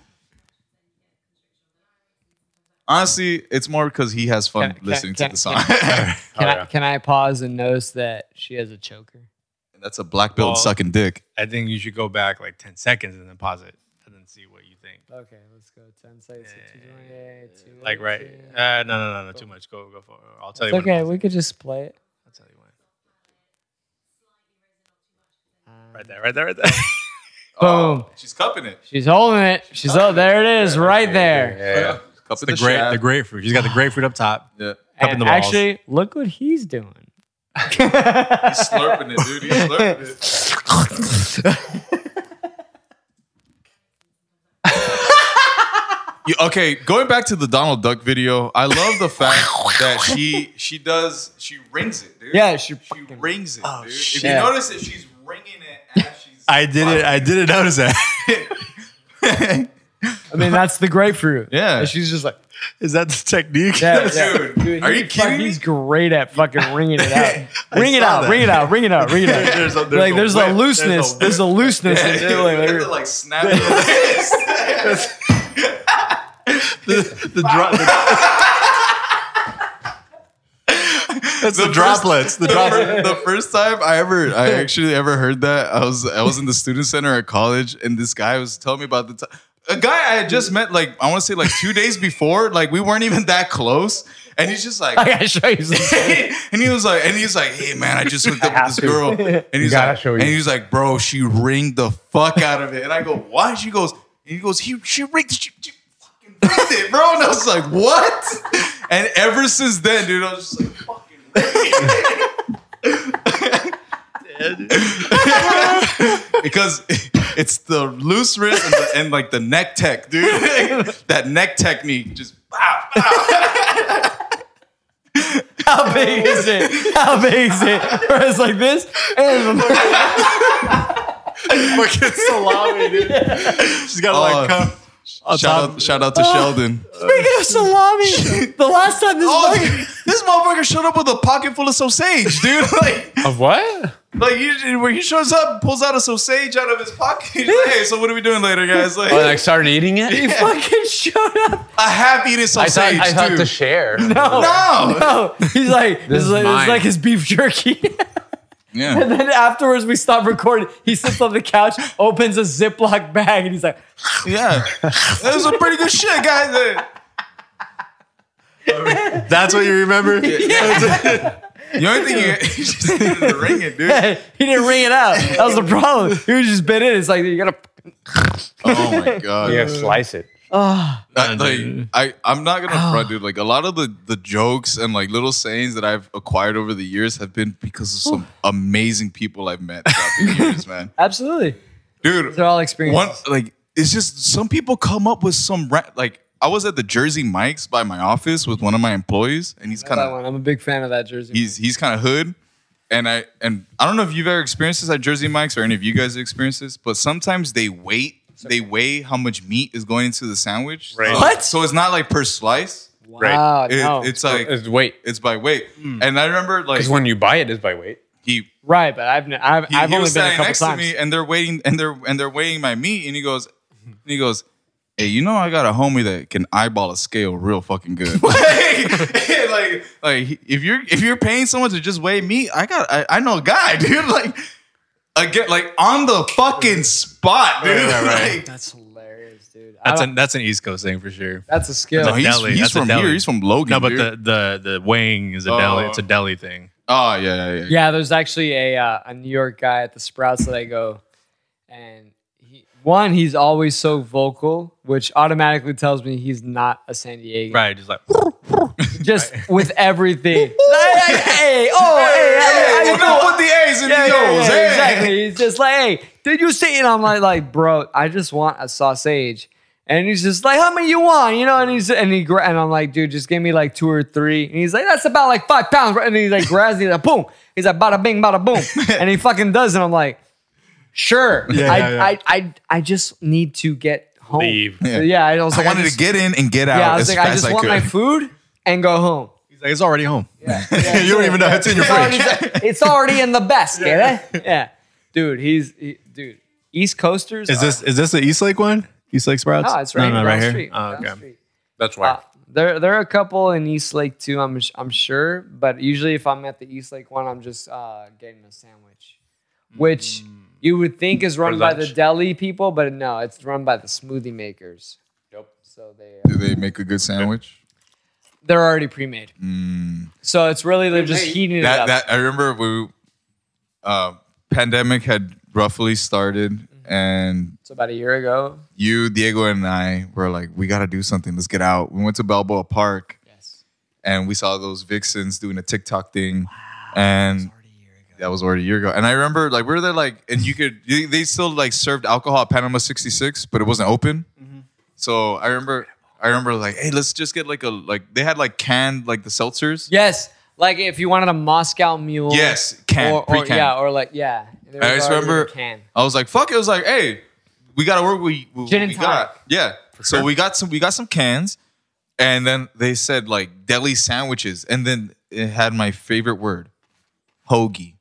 S3: Honestly, it's more because he has fun
S2: Can- can-
S3: listening
S2: can-
S3: to the song.
S2: Can, I,
S4: Oh, yeah.
S2: can I pause and notice that she has a choker?
S3: That's a black belt
S1: Well-
S3: sucking dick.
S1: I think you should go back like 10 seconds and then pause it and then see what you think.
S2: Okay, let's go. 10 seconds.
S1: to two, Like, right? Uh, no, no, no, no, too much. Go, go for it. I'll tell
S2: It's
S1: you when. to
S2: okay,
S1: pause it.
S2: we could just play it.
S1: I'll tell you when.
S2: Uh,
S1: Right there, right there, right there.
S2: Boom.
S3: Oh, She's cupping it.
S2: She's holding it. She's oh, there it is, right there.
S4: Yeah.
S3: Cupping
S1: the, grape, the grapefruit. She's got the grapefruit up top.
S3: Yeah.
S1: Cupping
S2: And
S1: the balls.
S2: actually, look what he's doing.
S3: He's slurping it, dude. He's slurping it. You- okay, going back to the Donald Duck video, I love the fact that she she does she rings it, dude.
S2: Yeah, she
S3: she
S2: fucking-
S3: rings it, dude. If you
S2: shit.
S3: notice it, she's ringing it as she's.
S1: Oh, I did it. I didn't notice that.
S3: it.
S2: I mean, that's the grapefruit.
S3: Yeah.
S2: And she's just like,
S1: Is that the technique?
S2: yeah,
S3: Dude,
S2: yeah.
S3: are
S2: he-
S3: you kidding me?
S2: He's great at fucking ringing it out. ring it
S1: saw
S2: out,
S1: that.
S2: ring it out, ring it out, ring it out.
S3: There's a- there's
S2: like
S3: a
S2: there's a
S3: whip, there's a
S2: looseness,
S3: whip.
S2: there's a looseness. in
S3: You
S2: there,
S3: have to,
S2: like-
S3: like snap your wrist.
S1: The, the dro- That's the,
S3: first-
S1: droplets. The
S3: the,
S1: droplets.
S3: fir- the first time I ever, I actually ever heard that, I was I was in the student center at college, and this guy was telling me about the time. A guy I had just met, like I want to say, like two days before, like we weren't even that close, and he's just like,
S2: I gotta show you something.
S3: and he was like, and he's like, hey man, I just hooked up with this girl, and he's
S4: gotta
S3: like,
S4: show you.
S3: and he's like, bro, she ringed the fuck out of it, and I go, why? She goes, and he goes, he she ringed, she, she fucking ringed it, bro, and I was like, what? And ever since then, dude, I was just like, fucking. ring it." because it's the loose wrist and, the, and like the neck tech, dude. that neck technique just wow.
S2: How big is it? How big is it? Where it's like this, and
S1: Fucking salami, dude. She's got like
S3: Oh.
S1: cup. on
S3: Shout
S1: top.
S3: out, Oh. shout out to Sheldon.
S2: speaking of salami, the last time this
S3: Oh,
S2: fucking-
S3: dude, this motherfucker showed up with a pocket full of sausage, dude. Like,
S4: Of what?
S3: like he, where he shows up, pulls out a sausage out of his pocket. He's like, hey, so what are we doing later, guys? Like,
S4: Oh, like started eating it?
S2: fucking showed up.
S3: I have eaten
S4: I
S3: sausage,
S4: thought, I thought
S3: dude.
S4: to share.
S2: No,
S3: no.
S2: no. He's like, this
S4: is
S2: is like, it's
S4: mine.
S2: like his beef jerky.
S3: Yeah.
S2: And then afterwards, we stop recording. He sits on the couch, opens a Ziploc bag, and he's like,
S3: Yeah. That was a pretty good shit, guys.
S1: That's what you remember?
S3: The only thing you, you just needed to ring it, dude.
S2: he didn't ring it out. That was the problem. He was just bit in. It's like, you gotta.
S3: Oh my god.
S4: Yeah, slice it.
S2: Oh,
S3: I,
S1: dude.
S3: like I, I'm not gonna front, dude. Like a lot of the the jokes and like little sayings that I've acquired over the years have been because of some amazing people I've met throughout the years, man.
S2: absolutely.
S3: Dude,
S2: They're all experiences.
S3: one like it's just some people come up with some ra- like I was at the Jersey Mike's by my office with one of my employees, and he's kind
S2: that
S3: of
S2: one. I'm a big fan of that jersey.
S3: he's he's kind of hood. And I and I don't know if you've ever experienced this at Jersey Mike's or any of you guys have experienced this, but sometimes they wait, they weigh how much meat is going into the sandwich.
S4: Right.
S2: What?
S3: So it's not like per slice.
S2: Wow.
S3: It-
S2: no.
S3: it's like
S4: It's weight.
S3: it's by weight.
S2: Hmm.
S3: And I remember like
S4: Because when you buy it, it's by weight.
S3: he
S2: right, but I've n- I've,
S3: he,
S2: I've
S3: he
S2: only
S3: was
S2: been a
S3: standing
S2: couple
S3: next
S2: times.
S3: to me and they're waiting and they're and they're weighing my meat and he goes and he goes hey you know i got a homie that can eyeball a scale real fucking good like, like like if you're if you're paying someone to just weigh meat i got i, I know a guy dude like again like on the fucking spot dude Like,
S2: That's hilarious, dude. I
S1: That's
S2: don't-
S1: an that's an East Coast thing for sure.
S2: that's a skill.
S3: no, he's,
S1: deli.
S3: he's
S1: That's a
S3: from
S1: deli.
S3: here he's from logan
S1: No, but
S3: dude.
S1: the the the weighing is a deli.
S3: Oh.
S1: It's a deli thing.
S3: oh yeah yeah yeah,
S2: Yeah, there's actually a uh, a New York guy at the Sprouts that I go, and he one he's always so vocal, which automatically tells me he's not a San Diego.
S1: Right, just like
S2: Just with everything. Like, like, hey, oh, hey, how you- how
S3: We're
S2: you
S3: gonna
S2: doing?
S3: put the A's in
S2: Yeah,
S3: the
S2: yeah,
S3: O's.
S2: yeah,
S3: hey.
S2: Exactly. He's just like, hey, did you see? And I'm like, like, bro, I just want a sausage. And he's just like, how many you want? You know, and he's and he gra- and I'm like, dude, just give me like two or three. And he's like, that's about like five pounds. right? And he's like, grabs it, he's like, boom. He's like, bada bing, bada boom. and he fucking does. And I'm like, sure. I,
S3: yeah, yeah.
S2: I, I, I just need to get home.
S4: Leave.
S2: So, Yeah.
S3: Yeah.
S2: I was
S3: I
S2: like,
S3: wanted
S2: just,
S3: to get in and get out
S2: Yeah, I was
S3: as
S2: like,
S3: fast
S2: I just
S3: as I
S2: want
S3: could.
S2: my food and go home.
S1: he's like it's already home.
S3: you don't even know it's in your
S2: It's already,
S3: fridge.
S2: it's already in the basket. Yeah, yeah. dude. He's he- dude. East Coasters.
S1: Is
S2: are-
S1: this is this the East Lake one? East Lake Sprouts?
S2: No, it's right,
S1: no,
S2: down
S1: right
S2: the
S1: here.
S2: Street,
S1: Oh,
S2: down the
S1: okay.
S2: street.
S4: That's why.
S2: Uh, there, there are a couple in East Lake too. I'm, sh- I'm sure, but usually if I'm at the East Lake one, I'm just uh, getting a sandwich, which you would think is run by the
S4: lunch.
S2: deli people, but no, it's run by the smoothie makers.
S4: Yep.
S2: So they uh,
S3: Do they make a good sandwich?
S2: they're already pre-made. So it's really they're just
S4: Pre-made?
S2: heating it
S3: That
S2: up.
S3: that I remember we uh pandemic had roughly started
S2: Mm-hmm.
S3: and
S2: it's about a year ago.
S3: you, Diego and I were like, we gotta do something. Let's get out. We went to Balboa Park
S2: Yes.
S3: and we saw those vixens doing a TikTok thing. and that was already a year ago. And I remember like we were there like and you could they they still like served alcohol at Panama 66, but it wasn't open.
S2: Mm-hmm.
S3: So I remember I remember like, hey, let's just get like a like they had like canned like the seltzers.
S2: Yes. Like if you wanted a Moscow mule.
S3: Yes, can
S2: or, or
S3: pre-can.
S2: yeah, or like yeah. There was
S3: I just
S2: already a
S3: remember
S2: can.
S3: I was like, "Fuck!" It was like, "Hey, we got to work. We we,
S2: Gin and
S3: we got yeah." so
S4: sure.
S3: we got some we got some cans, and then they said like deli sandwiches, and then it had my favorite word, hoagie,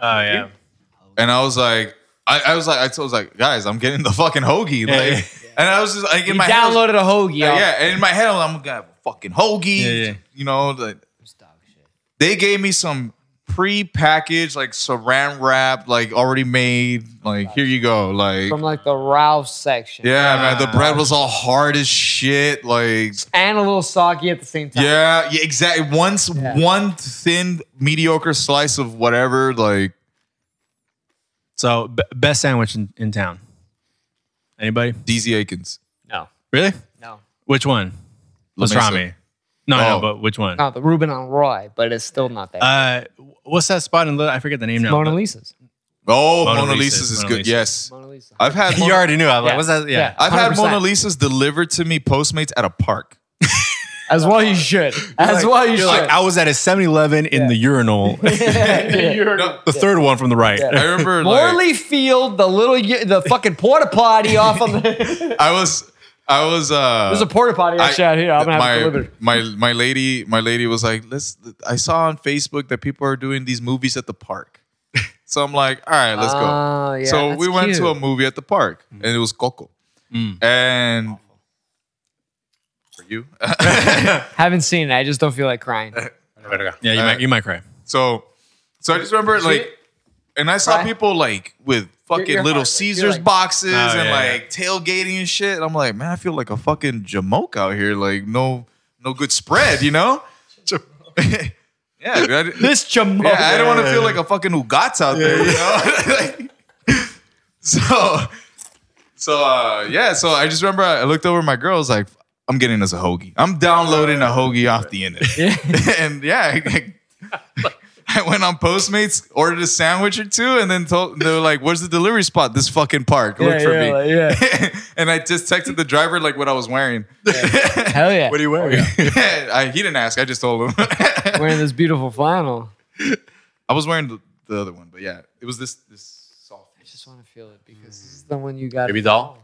S1: Oh yeah.
S3: and I was like. I, I was like, I told- I was like, guys, I'm getting the fucking hoagie, like,
S1: yeah.
S3: and I was just like, in
S2: You
S3: my head, I was-
S2: downloaded a hoagie.
S3: yeah,
S2: off-
S3: yeah, and in my head, I'm gonna have a fucking hoagie,
S1: Yeah, yeah.
S3: you know, like, they gave me some pre-packaged, like saran wrap, like already made, like here you go, like
S2: From like the Ralph section.
S3: Yeah, man. The bread was all hard as shit. Like,
S2: And a little soggy at the same time.
S3: yeah, yeah exactly. Once
S2: Yeah.
S3: one thin, mediocre slice of whatever, like,
S1: So b- best sandwich in, in town. Anybody?
S3: DZ Aikens.
S2: No.
S1: Really?
S2: No.
S1: Which one?
S3: La Mesa.
S1: Pastrami. No,
S3: Oh.
S1: no, but which one?
S2: Not the Ruben on Roy, but it's still not that.
S1: Uh, what's that spot in? Little- I forget the name now.
S2: Mona
S1: but-
S2: Lisa's.
S3: Oh, Mona,
S1: Mona
S3: Lisa's
S1: Lisa's,
S3: is
S1: Mona
S3: good.
S1: Lisa's.
S3: Yes.
S2: Mona Lisa.
S3: I've had
S1: You
S3: Mona-
S1: already knew. I was
S2: Yeah.
S1: like, what's that? Yeah.
S2: Yeah.
S3: I've had
S2: 100%.
S3: Mona Lisa's delivered to me Postmates at a park.
S2: As well you should. As well you should.
S1: You're like, I was at a 7 Eleven in the urinal,
S3: No,
S1: the third one from the right.
S3: I remember like,
S2: Morley Field, the little, y- the fucking porta potty off on the.
S3: I was I was uh
S2: There's a porta potty actually out here. I'm gonna have to
S3: my,
S2: deliver. it.
S3: my my lady my lady was like, let's. I saw on Facebook that people are doing these movies at the park, so I'm like, all right, let's
S2: Ah,
S3: go.
S2: yeah,
S3: so
S2: that's
S3: we went to
S2: cute.
S3: a movie at the park, and it was Coco, and for you.
S2: Haven't seen it. I just don't feel like crying.
S4: Verga.
S1: Yeah, you,
S3: Uh,
S1: might, you might cry.
S3: so, so I just remember like, and I saw
S2: Right.
S3: people like with fucking
S2: your heart,
S3: little
S2: like, you're
S3: Caesars
S2: like-
S3: boxes
S1: Oh,
S3: and
S1: yeah,
S3: like tailgating and shit. And I'm like, man, I feel like a fucking jamoke out here. Like no, no good spread, you know. Yeah, dude, I, di-
S2: This Jamal.
S3: yeah, I don't want to feel like a fucking Ugats out there, you know. Like, so, so uh, yeah, so I just remember I looked over at my girl. I was like, I'm getting us a hoagie. I'm downloading a hoagie off the internet, and yeah. I, I went on Postmates, ordered a sandwich or two, and then told they were like, "Where's the delivery spot? This fucking park. Look
S2: yeah,
S3: for
S2: yeah,
S3: me."
S2: like, yeah.
S3: and I just texted the driver like what I was wearing.
S2: Hell yeah.
S1: you wearing?
S3: I, he didn't ask. I just told him.
S2: Wearing this beautiful flannel.
S3: I was wearing the, the other one, but yeah, it was this this soft.
S2: I just want to feel it because this is the one you got.
S4: Baby doll?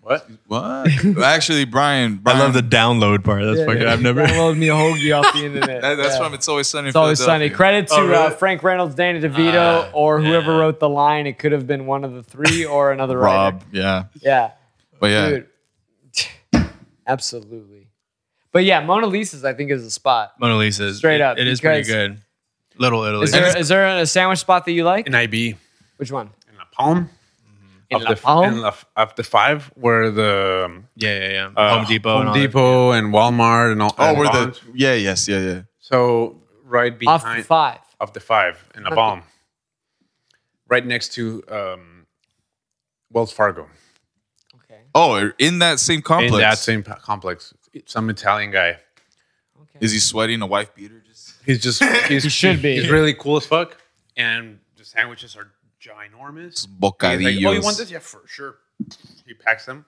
S4: What?
S3: What? Actually, Brian,
S1: I
S3: Brian
S1: love the download part. That's fucking. I've never.
S2: downloaded me a hoagie off the internet.
S3: That, that's
S2: Yeah.
S3: from It's Always Sunny. in
S2: It's always sunny.
S3: Philadelphia.
S2: Credit to
S1: Oh,
S2: uh,
S1: really?
S2: Frank Reynolds, Danny DeVito,
S1: Ah,
S2: or whoever
S1: yeah.
S2: wrote the line. It could have been one of the three or another writer.
S3: Rob. Yeah.
S2: Yeah.
S3: But yeah.
S2: Dude. Absolutely. But yeah, Mona Lisa's, I think, is the spot.
S1: Mona Lisa. is-
S2: Straight
S1: it-
S2: up,
S1: it is pretty
S2: because-
S1: good. Little Italy.
S2: Is there, is there a sandwich spot that you like?
S4: In IB,
S2: Which one?
S4: in La Palm.
S2: In
S4: of
S2: La
S4: the,
S2: Palme?
S4: in La, of the five, where the um,
S1: yeah, yeah, yeah.
S4: uh,
S1: Home Depot.
S4: Home
S1: and all that.
S4: Depot, and Walmart, and all.
S3: Oh,
S4: and
S3: we're the
S4: Bonds.
S3: yeah, yes, yeah, yeah.
S4: so right
S2: Off
S4: behind
S2: the five.
S4: of the five in La
S2: Okay.
S4: Palm, right next to um, Wells Fargo.
S2: Okay.
S3: Oh, in that same complex.
S4: In that same p- complex, some Italian guy.
S2: Okay.
S3: Is he sweating a wife beater? Just
S4: He's just he's,
S2: He should be.
S4: He's really cool as fuck, and the sandwiches are ginormous. He's like, oh, you want this?
S3: bocadillos.
S4: Yeah, for sure. He packs them.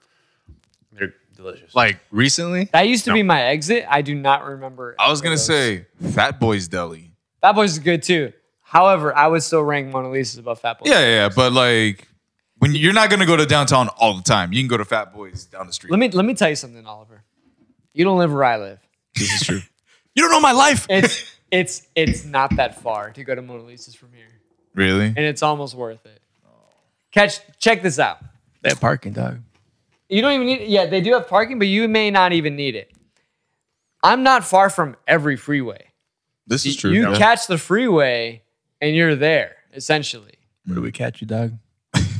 S4: They're delicious.
S1: Like recently.
S2: that used to
S4: No.
S2: be my exit. I do not remember.
S3: I
S2: any
S3: was
S2: of
S3: gonna
S2: those.
S3: say Fat Boy's Deli.
S2: Fat Boys is good too. However, I would still rank Mona Lisa's above Fat Boys.
S3: Yeah, yeah, yeah, but like when you're not gonna go to downtown all the time, you can go to Fat Boy's down the street.
S2: Let me let me tell you something, Oliver. You don't live where I live.
S3: this is true.
S1: You don't know my life.
S2: It's it's it's not that far to go to Mona Lisa's from here,
S3: Really?
S2: and it's almost worth it. Catch check this out.
S1: That parking dog.
S2: You don't even need. Yeah, they do have parking, but you may not even need it. I'm not far from every freeway.
S3: This is true.
S2: You
S3: yeah.
S2: catch the freeway, and you're there essentially.
S1: Where do we catch you, dog?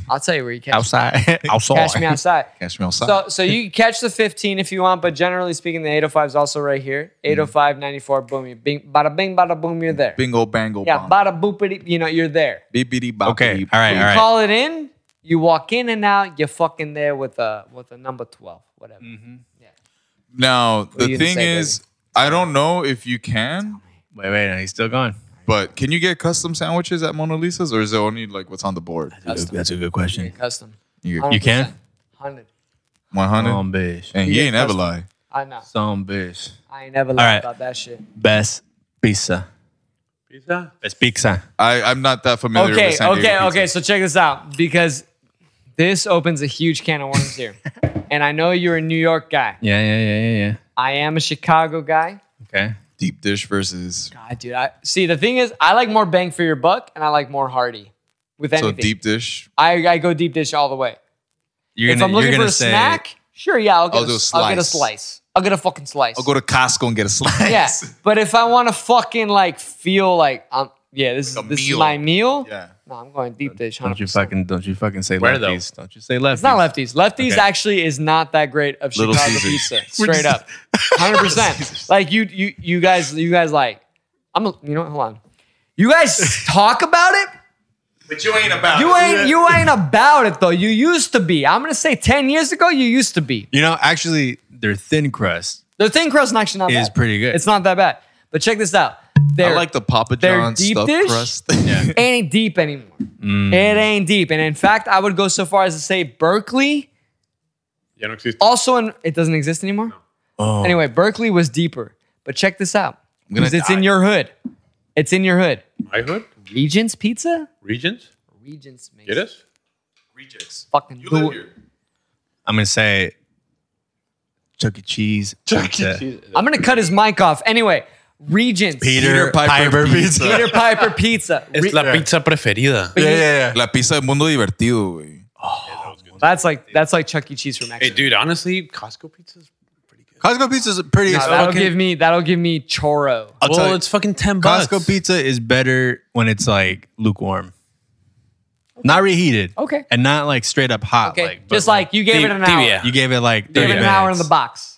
S2: I'll tell you where you catch.
S1: Outside. Outside.
S2: Catch me outside.
S3: Catch me outside.
S2: So, so you can catch the 15 if you want, but generally speaking, the 805 is also right here. 805, 94, boom, you bing, bada bing, bada boom, you're there.
S3: Mm. Bingo, bango,
S2: yeah,
S3: bong.
S2: bada boopity, you know, you're there.
S3: bibbidi, boppity,
S1: Okay, all right,
S3: boo.
S1: all right.
S2: Call it in, you walk in and out, you're fucking there with a with a number 12, whatever.
S3: Now
S2: you
S3: the
S2: gonna
S3: thing
S2: say,
S3: is, I don't know if you can,
S1: Wait, wait. No, he's still gone.
S3: but can you get custom sandwiches at Mona Lisa's, or is it only like what's on the board?
S1: That's a good question.
S2: Custom.
S3: You get
S1: You can.
S2: 100.
S3: one hundred,
S1: Some bitch.
S3: and he
S2: get
S3: ain't ever
S2: custom.
S3: lie.
S2: I know.
S1: Some bitch.
S2: I ain't never lied
S1: right.
S2: about that shit.
S1: Best pizza.
S4: pizza.
S1: Best pizza.
S3: I, I'm not that familiar.
S2: okay,
S3: with San Diego
S2: okay,
S3: pizza.
S2: okay. So check this out because this opens a huge can of worms here. and I know you're a New York guy.
S1: Yeah, yeah, yeah, yeah, yeah.
S2: I am a Chicago guy.
S1: Okay.
S3: Deep dish versus
S2: God, dude. I see. The thing is, I like more bang for your buck, and I like more hearty with anything.
S3: so deep dish.
S2: I, I go deep dish all the way.
S1: You're
S2: if I'm looking for a snack, sure, yeah, I'll get,
S3: I'll
S2: a,
S3: do a
S2: I'll get a
S3: slice.
S2: slice. I'll get a fucking slice.
S3: I'll go to Costco and get a slice.
S2: yeah, but if I want to fucking like feel like I'm, yeah, this is
S3: Like a
S2: this is
S3: meal.
S2: my meal.
S3: yeah.
S2: No, I'm going deep dish. 100%.
S1: Don't you fucking don't you fucking say
S4: Where, though?
S1: lefties? Don't you say lefties?
S2: It's not lefties. Lefties
S1: Okay.
S2: actually is not that great of
S3: Little
S2: Chicago
S3: Caesars.
S2: pizza. Straight up, hundred percent. Like you, you, you guys, you guys like. I'm. a- You know, what? hold on. You guys talk about it,
S3: But you ain't about.
S2: You ain't you ain't about it though. You used to be. I'm gonna say ten years ago, you used to be.
S1: You know, actually, their thin crust
S2: The thin crust is actually not
S1: is
S2: bad.
S1: pretty good.
S2: It's not that bad. But check this out. They're,
S3: I like the Papa
S2: they're
S3: John's
S2: deep
S3: stuffed
S2: dish?
S3: crust.
S2: it ain't deep anymore. It ain't deep. And in fact, I would go so far as to say Berkeley
S4: Ya no existe.
S2: also in it doesn't exist anymore.
S1: Oh.
S2: Anyway, Berkeley was deeper. But check this out.
S3: gonna
S2: Because it's in
S3: die.
S2: your hood. It's in your hood.
S4: My hood.
S2: Regents Pizza?
S4: Regents.
S2: Regents makes
S4: Get us.
S3: Rejects.
S2: fucking
S3: You live
S2: do-
S3: here.
S1: I'm gonna say Chuck E. Cheese. pizza.
S2: I'm gonna cut his mic off. Anyway, Regents
S1: Peter,
S3: Peter Piper
S1: Piper,
S3: pizza.
S1: pizza.
S2: Peter Piper Pizza. Re-
S4: pizza preferida.
S2: But you-
S3: La pizza del mundo divertido, güey.
S2: That's like that's like Chuck E. Cheese from
S4: Hey,
S2: Mexico.
S4: dude. Honestly, Costco pizza's pretty good.
S1: Costco pizza is pretty.
S2: No,
S1: as
S2: that'll
S1: fuck.
S2: give me that'll give me choro.
S1: I'll tell you,
S4: fucking ten
S1: Costco pizza is better when it's like lukewarm, not reheated.
S2: Okay.
S1: and not like straight up hot.
S2: Okay,
S1: like, but,
S2: just like, you gave it an hour.
S4: tibia.
S1: you gave it like
S2: Give
S1: 30
S2: it an
S1: minutes.
S2: hour in the box.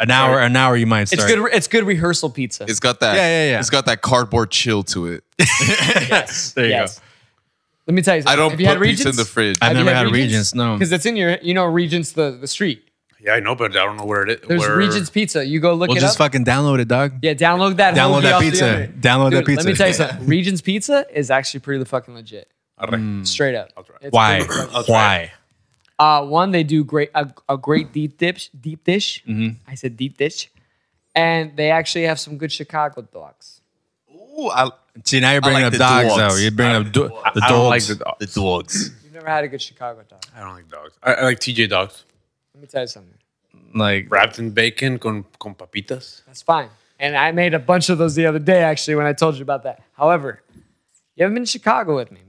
S1: An hour, an hour you might
S2: It's
S1: start.
S2: good. It's good rehearsal pizza.
S3: It's got that.
S1: Yeah, yeah, yeah.
S3: It's got that cardboard chill to it.
S2: yes.
S1: There you
S2: yes. Let me tell you.
S3: I don't
S2: Have
S3: put
S2: you had
S3: pizza in
S2: Regents?
S3: the fridge.
S1: I've never had Regents, no.
S2: because it's in your. You know Regents the the street.
S4: Yeah, I know, but I don't know where it is.
S2: There's
S4: where-
S2: Regents Pizza. You go look
S1: Well,
S2: it
S1: just
S2: up.
S1: fucking download it, dog.
S2: yeah, download that. homie
S1: Download that
S2: off the
S1: pizza.
S2: internet.
S1: Download that
S2: Dude, Let me
S1: pizza.
S2: tell you something. Regents Pizza is actually pretty fucking legit.
S4: Arre.
S2: Straight up.
S4: try.
S2: It's
S1: Why?
S2: pretty fucking-
S1: Why?
S2: Uh, one, they do great a, a great deep dish, deep dish.
S1: Mm-hmm.
S2: I said deep dish, and they actually have some good Chicago dogs.
S3: Ooh, I,
S1: See, now you're bringing
S3: like
S1: up
S3: the
S1: dogs,
S3: dogs.
S1: though. You're bringing up do- the
S4: I don't like
S1: dogs.
S4: the dogs.
S3: the dogs.
S2: You've never had a good Chicago dog.
S4: I don't like dogs. I, I like TJ dogs.
S2: Let me tell you something.
S1: Like
S4: Wrapped in bacon con, con papitas.
S2: That's fine. And I made a bunch of those the other day, actually, when I told you about that. However, you haven't been to Chicago with me, man.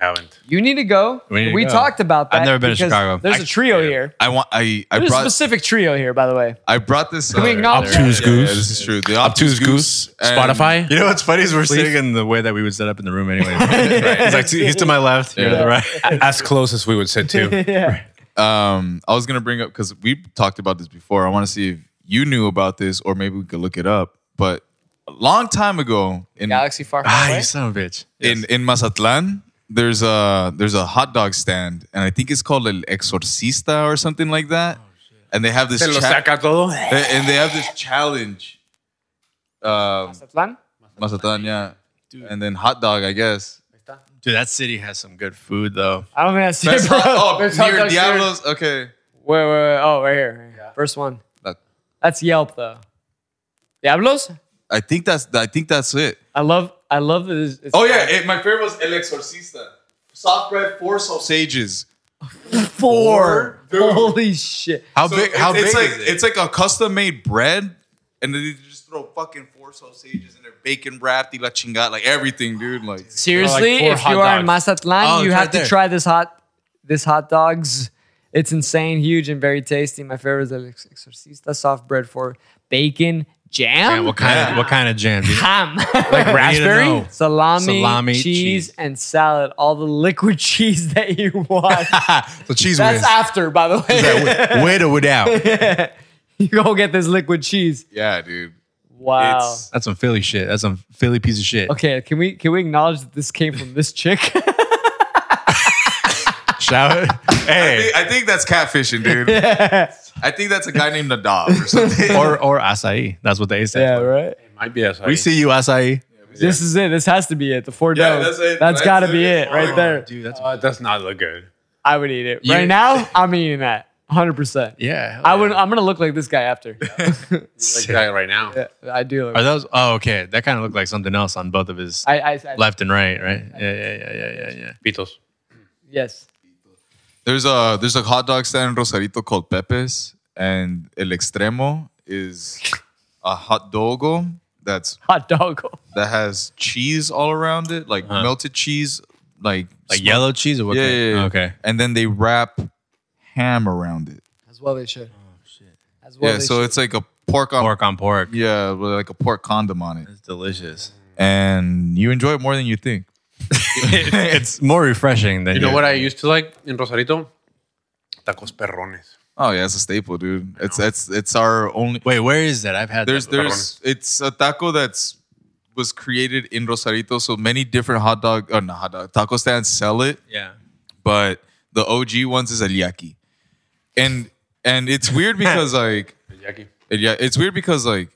S4: I haven't.
S2: You need to go. We,
S1: We need to go.
S2: talked about that.
S1: I've never been to
S2: because
S1: Chicago.
S2: There's a trio here.
S3: I want. I I
S2: There's a
S3: brought.
S2: specific trio here, by the way.
S3: I brought this.
S2: Can we acknowledge
S3: yeah,
S6: Obtuse
S3: yeah,
S6: Goose.
S3: this is true. The obtuse goose. and-
S1: You know what's funny is we're sitting in the way that we would set up in the room anyway. He's like, he's to my left, you're to the right.
S4: as close as we would sit to.
S2: yeah.
S3: um, I was gonna bring up because we talked about this before. I want to see if you knew about this, or maybe we could look it up. But a long time ago in
S2: Galaxy Far Far
S1: Ah,
S2: Away.
S1: you son of a bitch.
S3: in in Mazatlan, there's a there's a hot dog stand, and I think it's called El Exorcista or something like that. and they have this
S4: Te lo
S3: cha-
S4: saca todo.
S3: and they have this challenge. Um,
S2: Mazatlan?
S3: Mazatlan, yeah, and then hot dog, I guess.
S1: Dude, that city has some good food though.
S2: I don't think that's
S3: Best
S2: it, bro.
S3: hot- oh,
S2: Best hot
S3: near
S2: dogs here.
S3: Diablos. Okay.
S2: Wait, wait, wait. Oh, right here. right here. First one.
S3: That-
S2: That's Yelp though. Diablos?
S3: I think that's I think that's it.
S2: I love I love that it's, it's
S3: Oh yeah, it, my favorite was El Exorcista. Soft bread, four sausages.
S2: four. Holy shit.
S1: How
S3: So
S1: big?
S3: it's-
S1: How
S3: it's
S1: big
S3: like,
S1: is it?
S3: It's like a custom made bread, and then they just throw fucking four sausages and they're bacon wrapped, y la chingada, like everything, dude. Like
S2: Seriously,
S6: four
S2: if
S6: hot
S2: you are in
S6: dogs.
S2: Mazatlan,
S1: Oh,
S2: you
S1: it's
S2: have
S1: right
S2: to
S1: there.
S2: try this hot this hot dogs. It's insane, huge, and very tasty. My favorite is El Ex- Exorcista soft bread for bacon jam.
S1: Man, what kind of what kind of jam? dude?
S2: Ham,
S1: Like raspberry?
S2: salami,
S1: Salami,
S2: cheese,
S1: cheese.
S2: and salad. All the liquid cheese that you want.
S1: the cheese
S2: That's after, by the way.
S1: wins. Way to without.
S2: you go get this liquid cheese.
S3: yeah, dude.
S2: Wow.
S3: It's-
S1: That's some Philly shit. That's some Philly piece of shit.
S2: Okay, can we can we acknowledge that this came from this chick?
S1: Shout out.
S3: I
S1: Hey.
S3: think, I think that's catfishing, dude. I think that's a guy named Nadav or something.
S1: or or acai. That's what they say.
S2: right.
S4: Might be as
S1: We see you acai.
S2: This is it. This has to be it. The four
S3: Yeah,
S2: dough.
S3: that's it.
S2: that's
S3: That's
S2: got to
S3: it.
S2: be it right
S3: Oh,
S2: there.
S1: Dude, that's
S4: Uh, it does not look good.
S2: I would eat it
S1: You-
S2: right now. I'm eating that 100. percent
S1: yeah.
S2: I would. I'm gonna look like this guy after.
S4: Like that right now.
S2: Yeah, I do. Look,
S1: Are those? Oh, okay. That kind of looked like something else on both of his
S2: I, I, I-
S1: left and right, right? Yeah, yeah, yeah, yeah, yeah, yeah.
S4: Pitos.
S2: Yes.
S3: There's a there's a hot dog stand in Rosarito called Pepe's, and El Extremo is a hot dogo that's
S2: Hot dog.
S3: that has cheese all around it, like melted cheese, like
S1: Uh-huh. Like
S3: smoked-
S1: yellow cheese or what?
S3: Yeah,
S1: kind?
S3: yeah, yeah.
S1: Okay.
S3: And then they wrap ham around it.
S2: As well they should. As well.
S3: yeah,
S2: they
S3: so
S2: should.
S3: it's like a pork on
S1: Pork on pork.
S3: Yeah, with like a pork condom on it,
S1: It's delicious.
S3: and you enjoy it more than you think.
S1: it's more refreshing than
S4: You know what I used to like in Rosarito? Tacos perrones.
S3: Oh yeah, it's a staple, dude. It's it's it's our only.
S1: Wait, where is that? I've had
S3: There's
S1: that. before.
S3: there's it's a taco that's was created in Rosarito, so many different hot dog or not hot dog taco stands sell it,
S1: yeah.
S3: but the OG ones is aliaki, and and it's weird because like
S4: Yaki.
S3: And yeah, it's weird because like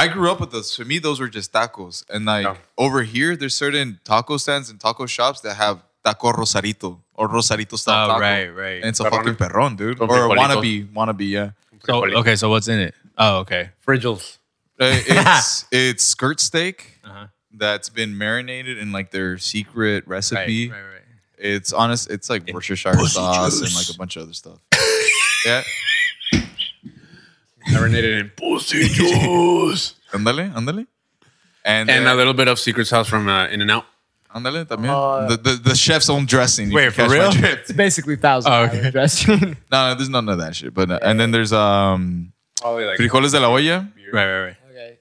S3: I grew up with those. For me, those were just tacos. And like
S4: Yeah.
S3: over here, there's certain taco stands and taco shops that have taco rosarito or rosarito style
S1: Oh,
S3: taco.
S1: right, right.
S3: And it's a
S4: Perrones.
S3: fucking perron, dude. Or
S4: Con
S3: a
S4: frijolitos.
S3: wannabe, wannabe, yeah.
S1: So
S4: Frijoles.
S1: okay, so what's in it? Oh, okay.
S4: Frijoles.
S3: Uh, It's it's skirt steak
S1: Uh-huh.
S3: that's been marinated in like their secret recipe.
S1: Right, right.
S3: It's honest. It's like Worcestershire sauce and like a bunch of other stuff. yeah.
S4: Marinated in pussy juice.
S3: Andale, andale. And
S4: And
S3: uh,
S4: a little bit of secret sauce from uh, In and Out.
S3: andale también.
S2: Uh,
S3: the, the the chef's own dressing. You can
S1: Wait, for
S3: catch my
S1: real?
S3: drift.
S2: It's basically thousand
S1: Oh,
S2: dollar
S1: okay.
S2: dressing.
S3: No, no, there's none of that shit. But uh, and then there's um
S4: Probably like
S3: frijoles de la olla.
S1: Right, right, right.
S2: okay.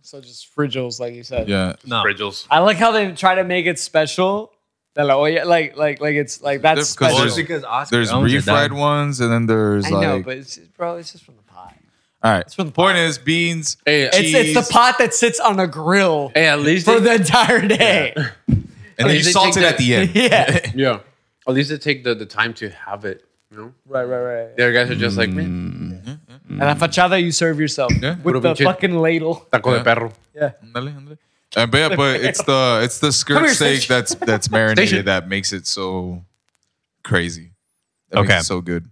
S2: So just frijoles, like you said.
S3: Yeah,
S1: No.
S4: Frijoles.
S2: I like how they try to make it special. They're like, oh yeah, like like like it's like that's
S3: Because
S2: special.
S3: there's-
S1: because Oscar
S3: there's refried ones, and then there's
S2: I
S3: like
S2: know, but it's just, bro, it's just from the pot.
S3: all right.
S2: from the
S3: point is beans.
S4: Hey,
S2: It's it's the pot that sits on a grill
S4: Hey, at least
S2: for
S4: they,
S2: the entire day.
S3: and then you
S4: Oh, they
S3: salt it
S4: take
S3: at the end.
S2: Yeah.
S4: yeah. At least they take the, the time to have it. You know?
S2: right, right, right.
S4: The other guys are just like,
S3: Mm,
S4: man,
S2: And a fachada you serve yourself
S3: Yeah.
S2: with the
S4: Provincia.
S2: fucking ladle.
S4: taco
S3: Yeah.
S4: de perro.
S2: Yeah.
S3: Andale, andale. Uh, but yeah, but it's the it's the skirt
S2: Come here,
S3: steak
S2: station.
S3: that's that's marinated
S4: Station.
S3: that makes it so crazy. That
S1: Okay.
S3: makes it so good.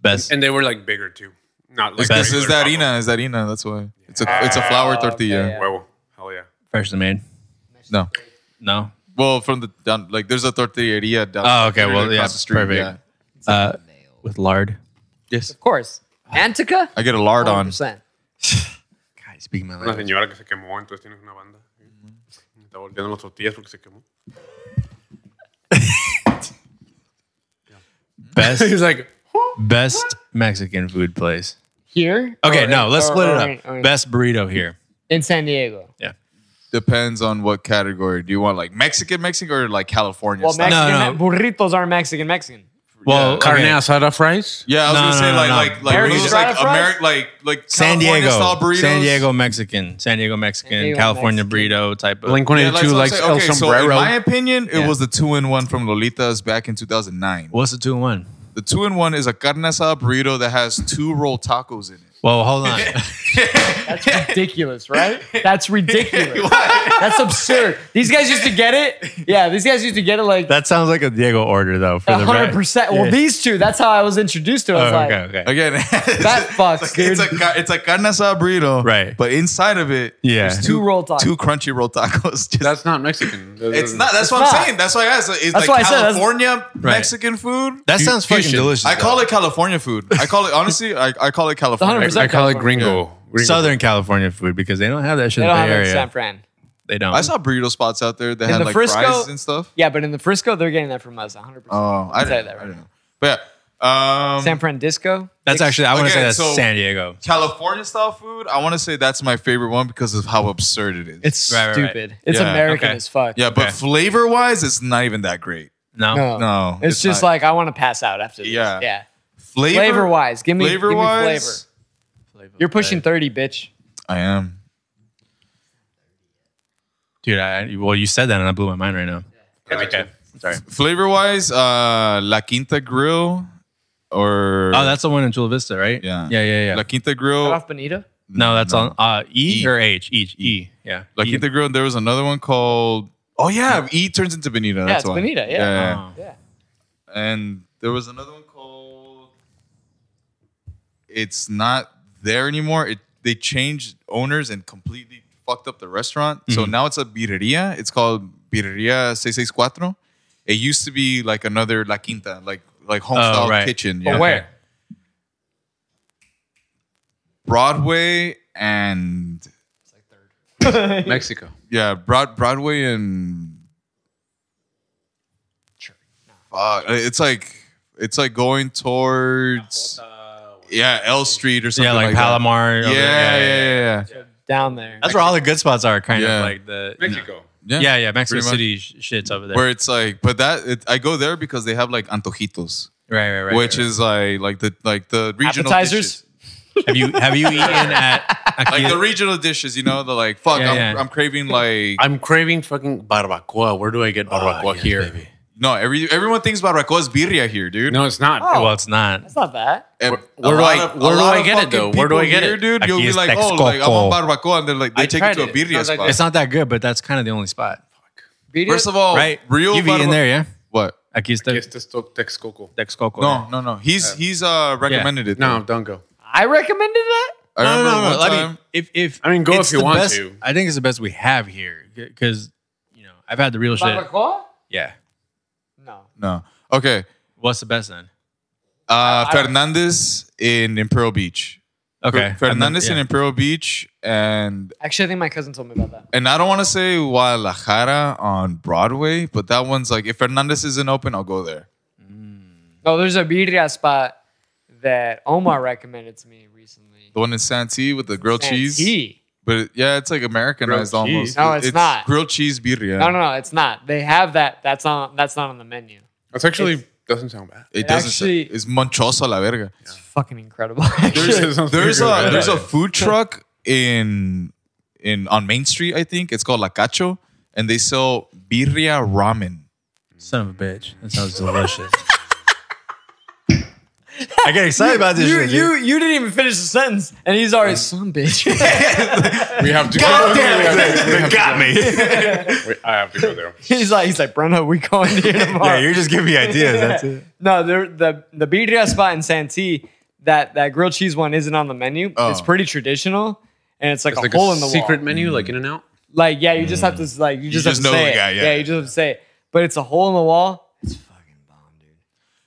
S1: best.
S4: And they were like bigger too. Not
S3: It's,
S4: like
S3: this is
S4: regular
S3: that
S4: tacos.
S3: harina, is that harina? That's why it's a it's a flour
S2: Ah,
S3: tortilla.
S2: okay, yeah.
S4: Huevo. Hell yeah.
S1: freshly made.
S3: No,
S1: No.
S3: well, from the down like there's a tortilleria down.
S1: Oh, okay, well,
S3: across
S1: yeah,
S3: the street,
S1: perfect.
S3: yeah.
S1: Uh, with lard.
S3: Yes.
S2: Of course. Antica?
S3: I get a lard on.
S2: 100%.
S1: God, speaking my
S4: Una
S1: language.
S4: señora que se quemó, entonces tienes una banda. Está volteando los tortillas porque se quemó.
S1: Best,
S4: He's like,
S1: best Mexican food place.
S2: Here?
S1: Okay,
S2: Or-
S1: no, let's
S2: or-
S1: split
S2: or
S1: it
S2: in-
S1: up.
S2: or in-
S1: Best burrito here.
S2: In San Diego.
S3: Depends on what category. Do you want like Mexican, Mexican, or like California
S2: Well,
S3: style?
S2: Mexican
S1: No, no.
S2: burritos are Mexican Mexican.
S1: Well,
S4: Oh, carne
S1: okay.
S4: asada fries.
S3: Oh, Yeah, I was
S1: No,
S3: gonna
S1: no,
S3: say
S1: no,
S3: like
S1: no.
S3: like like
S2: Burritos,
S3: where you just like
S2: fried fries?
S3: Ameri- like like
S1: San
S3: California
S1: Diego,
S3: style burritos.
S1: San Diego Mexican, San Diego Mexican,
S2: Diego
S1: California
S2: Mexican.
S1: burrito type of.
S4: Blink
S3: Yeah, like, so
S4: 182
S3: I'm
S4: likes
S3: saying-
S4: El
S3: okay, so in
S4: Sombrero.
S3: my opinion, it
S1: Yeah.
S3: was the two in one from Lolitas back in 2009.
S1: What's the two and one?
S3: The two in one is a carne asada burrito that has two rolled tacos in it.
S1: Well, hold on.
S2: That's ridiculous, right? That's ridiculous. That's absurd. These guys used to get it. Yeah, these guys used to get it like
S1: that sounds like a Diego order though. For the
S2: hundred
S1: red-
S2: percent. Well,
S1: Yeah.
S2: these two. That's how I was introduced to. it. I was
S1: Oh,
S2: like,
S1: okay, okay.
S3: Again,
S2: Fat fucks,
S3: it's, like, it's a
S2: dude.
S3: ca- it's a carne asada burrito,
S1: Right.
S3: But inside of it,
S1: Yeah.
S3: there's
S2: Two rolled tacos.
S3: two crunchy rolled tacos. Just,
S4: That's not Mexican.
S3: it's not. That's
S2: It's
S3: what
S2: not.
S3: I'm saying. That's why I asked. It's
S2: That's why I
S3: like
S2: said that's-
S3: California Mexican food.
S1: That sounds fucking
S4: Fusion.
S1: delicious.
S3: I call
S1: though.
S3: it California food. I call it honestly. I, I call it California.
S2: 100%.
S4: I, I call it
S2: California.
S4: gringo. Gringo.
S1: Southern California food because they don't have that shit
S2: they
S1: in
S2: don't
S1: the
S2: have
S1: Bay
S2: it in
S1: Area.
S2: San Fran.
S1: They don't.
S3: I saw burrito spots out there that
S2: the
S3: had like
S2: Frisco-
S3: fries and stuff.
S2: Yeah, but in the Frisco, they're getting that from us. One hundred percent.
S3: Oh, I
S2: I'll tell
S3: don't,
S2: you that
S3: I
S2: right
S3: don't
S2: now.
S3: know. But yeah, um,
S2: San Fran Disco.
S1: that's actually. I want to
S3: Okay,
S1: say that's
S3: so-
S1: San Diego.
S3: California style food. I want to say that's my favorite one because of how absurd it is.
S2: It's
S1: Right, right, right.
S2: stupid. It's
S3: Yeah,
S2: American
S1: okay.
S2: as fuck.
S3: yeah, but
S1: okay.
S3: flavor wise, it's not even that great.
S1: No.
S2: No.
S3: No,
S2: It's,
S3: it's
S2: just
S3: not.
S2: like I want to pass out after this.
S3: Yeah.
S2: Yeah.
S3: Flavor,
S2: Flavor wise, give me
S3: flavor
S2: give me flavor.
S3: wise,
S2: You're pushing thirty, bitch.
S3: I am.
S1: dude. I, well, you said that and I blew my mind right now.
S4: Okay.
S1: Sorry.
S3: Flavor wise, uh, La Quinta Grill or
S1: Oh, that's the one in Chula Vista, right?
S3: Yeah.
S1: Yeah, yeah, yeah.
S3: La Quinta
S2: Cut
S3: Grill.
S2: off Benito.
S1: no, that's
S3: No.
S1: on uh, e,
S3: E.
S1: or H. E. E. Yeah.
S3: La
S1: E.
S3: Quinta Grill. There was another one called. Oh yeah, E turns into Benita. that's
S2: it's
S3: why.
S2: Bonita, yeah.
S1: Oh.
S2: Yeah.
S3: and there was another one called it's not there anymore it they changed owners and completely fucked up the restaurant so
S1: Mm-hmm.
S3: now it's a birreria it's called birreria 664 it used to be like another la quinta like like home
S1: Oh,
S3: style
S1: right.
S3: kitchen
S2: But
S3: yeah.
S2: where?
S3: broadway and
S4: Mexico.
S3: yeah broad broadway and fuck it's like it's like going towards yeah l street or something
S1: Yeah, like,
S3: that.
S1: Palomar.
S3: Yeah,
S1: over-
S3: yeah, yeah, yeah.
S2: Down there.
S1: That's where all the good spots are, kind
S3: Yeah.
S1: of like the you know.
S4: Mexico.
S3: Yeah,
S1: Yeah, yeah, Mexico
S3: pretty much.
S1: City sh- shits over there.
S3: Where it's like, but that it, I go there because they have like antojitos,
S1: right, right, right.
S3: which
S1: right.
S3: is like like the like the regional
S2: Appetizers?
S3: dishes.
S1: have you have you eaten at
S3: Like
S1: Aquila?
S3: the regional dishes, you know, the like fuck,
S1: Yeah,
S3: I'm,
S1: yeah.
S3: I'm craving like
S4: I'm craving fucking barbacoa. Where do I
S3: Ah,
S4: get barbacoa here?
S3: no. Every everyone thinks barbacoa is birria here, dude.
S4: No, it's not.
S2: Oh.
S1: well, it's not.
S2: That's not bad.
S3: And
S4: where
S3: a
S4: do
S3: lot
S4: I-
S3: of- a
S4: where do
S3: lot
S4: I
S3: of
S4: get it,
S3: fucking
S4: though? Where do
S3: people
S4: I get it?
S3: here, dude? You'll
S1: Aquí
S3: be
S1: es
S3: like, oh, like I'm
S1: Texcoco.
S3: on barbacoa, and they're like, they
S4: I
S3: take
S4: tried
S3: it to a
S4: it.
S3: birria
S4: Sounds like
S3: spot.
S1: It's not that good, but that's kind of the only spot,
S2: Benito?
S3: First of all,
S1: right?
S3: real
S1: You've eaten
S3: barba-
S1: there, yeah?
S3: What?
S1: Aquila
S4: Yes, this to- Texcoco.
S1: Texcoco.
S3: No, no, no. He's he's uh recommended it.
S4: No,
S3: though.
S4: don't go.
S2: I recommended that.
S3: I
S1: no,
S3: remember
S1: no, no. no.
S3: one
S1: I
S3: time-
S1: mean, if if
S4: I mean, go
S1: it's
S4: if you
S1: the
S4: want
S1: best-
S4: to.
S1: I think it's the best we have here because you know I've had the real shit.
S2: Barbacoa?
S1: Yeah.
S2: No.
S3: No. Okay.
S1: What's the best then?
S3: Uh,
S2: I-
S3: Fernandez in Imperial Beach.
S1: Okay,
S3: Fer- Fernandez
S1: Yeah.
S3: in Imperial Beach and
S2: Actually, I think my cousin told me about that.
S3: and I don't want to say Guadalajara on Broadway, but that one's like if Fernandez isn't open, I'll go there.
S2: No, Oh, there's a birria spot that Omar recommended to me recently.
S3: The one in Santee with the grilled Oh, cheese.
S2: Santee.
S3: But it- yeah, it's like Americanized
S4: Grilled
S3: almost.
S4: cheese.
S2: No, it's not.
S3: Grilled cheese birria.
S2: No, no, no, it's not. They have that. That's not. That's not on the menu.
S4: That's actually doesn't sound bad.
S3: It,
S2: It
S3: doesn't.
S2: actually-
S3: Actually, it's monchoso a la verga.
S2: It's fucking incredible.
S4: There's- sounds pretty
S3: There's
S4: good.
S3: a there's
S1: Yeah.
S3: a food truck in in on Main Street, I think. It's called La Cacho, and they sell birria ramen.
S1: Son of a bitch. That sounds delicious. I get excited about this
S2: you,
S1: shit.
S2: you, you didn't even finish the sentence, and he's already some bitch.
S4: We have to go.
S1: They got me.
S4: Wait, I have to go there.
S2: he's like, he's like, Bruno, we going here tomorrow.
S1: just giving me ideas. That's it.
S2: No, there, the the birria spot in Santee, that that grilled cheese one isn't on the menu.
S3: Oh.
S2: It's pretty traditional, and it's like
S4: It's
S2: a
S4: like
S2: hole
S4: a
S2: in the
S4: secret
S2: wall.
S4: menu, like In and Out.
S2: Like yeah, you just have to like you just have
S3: just know
S2: to say
S3: the
S2: it.
S3: guy, yeah.
S2: you just have to say it. But it's a hole in the wall.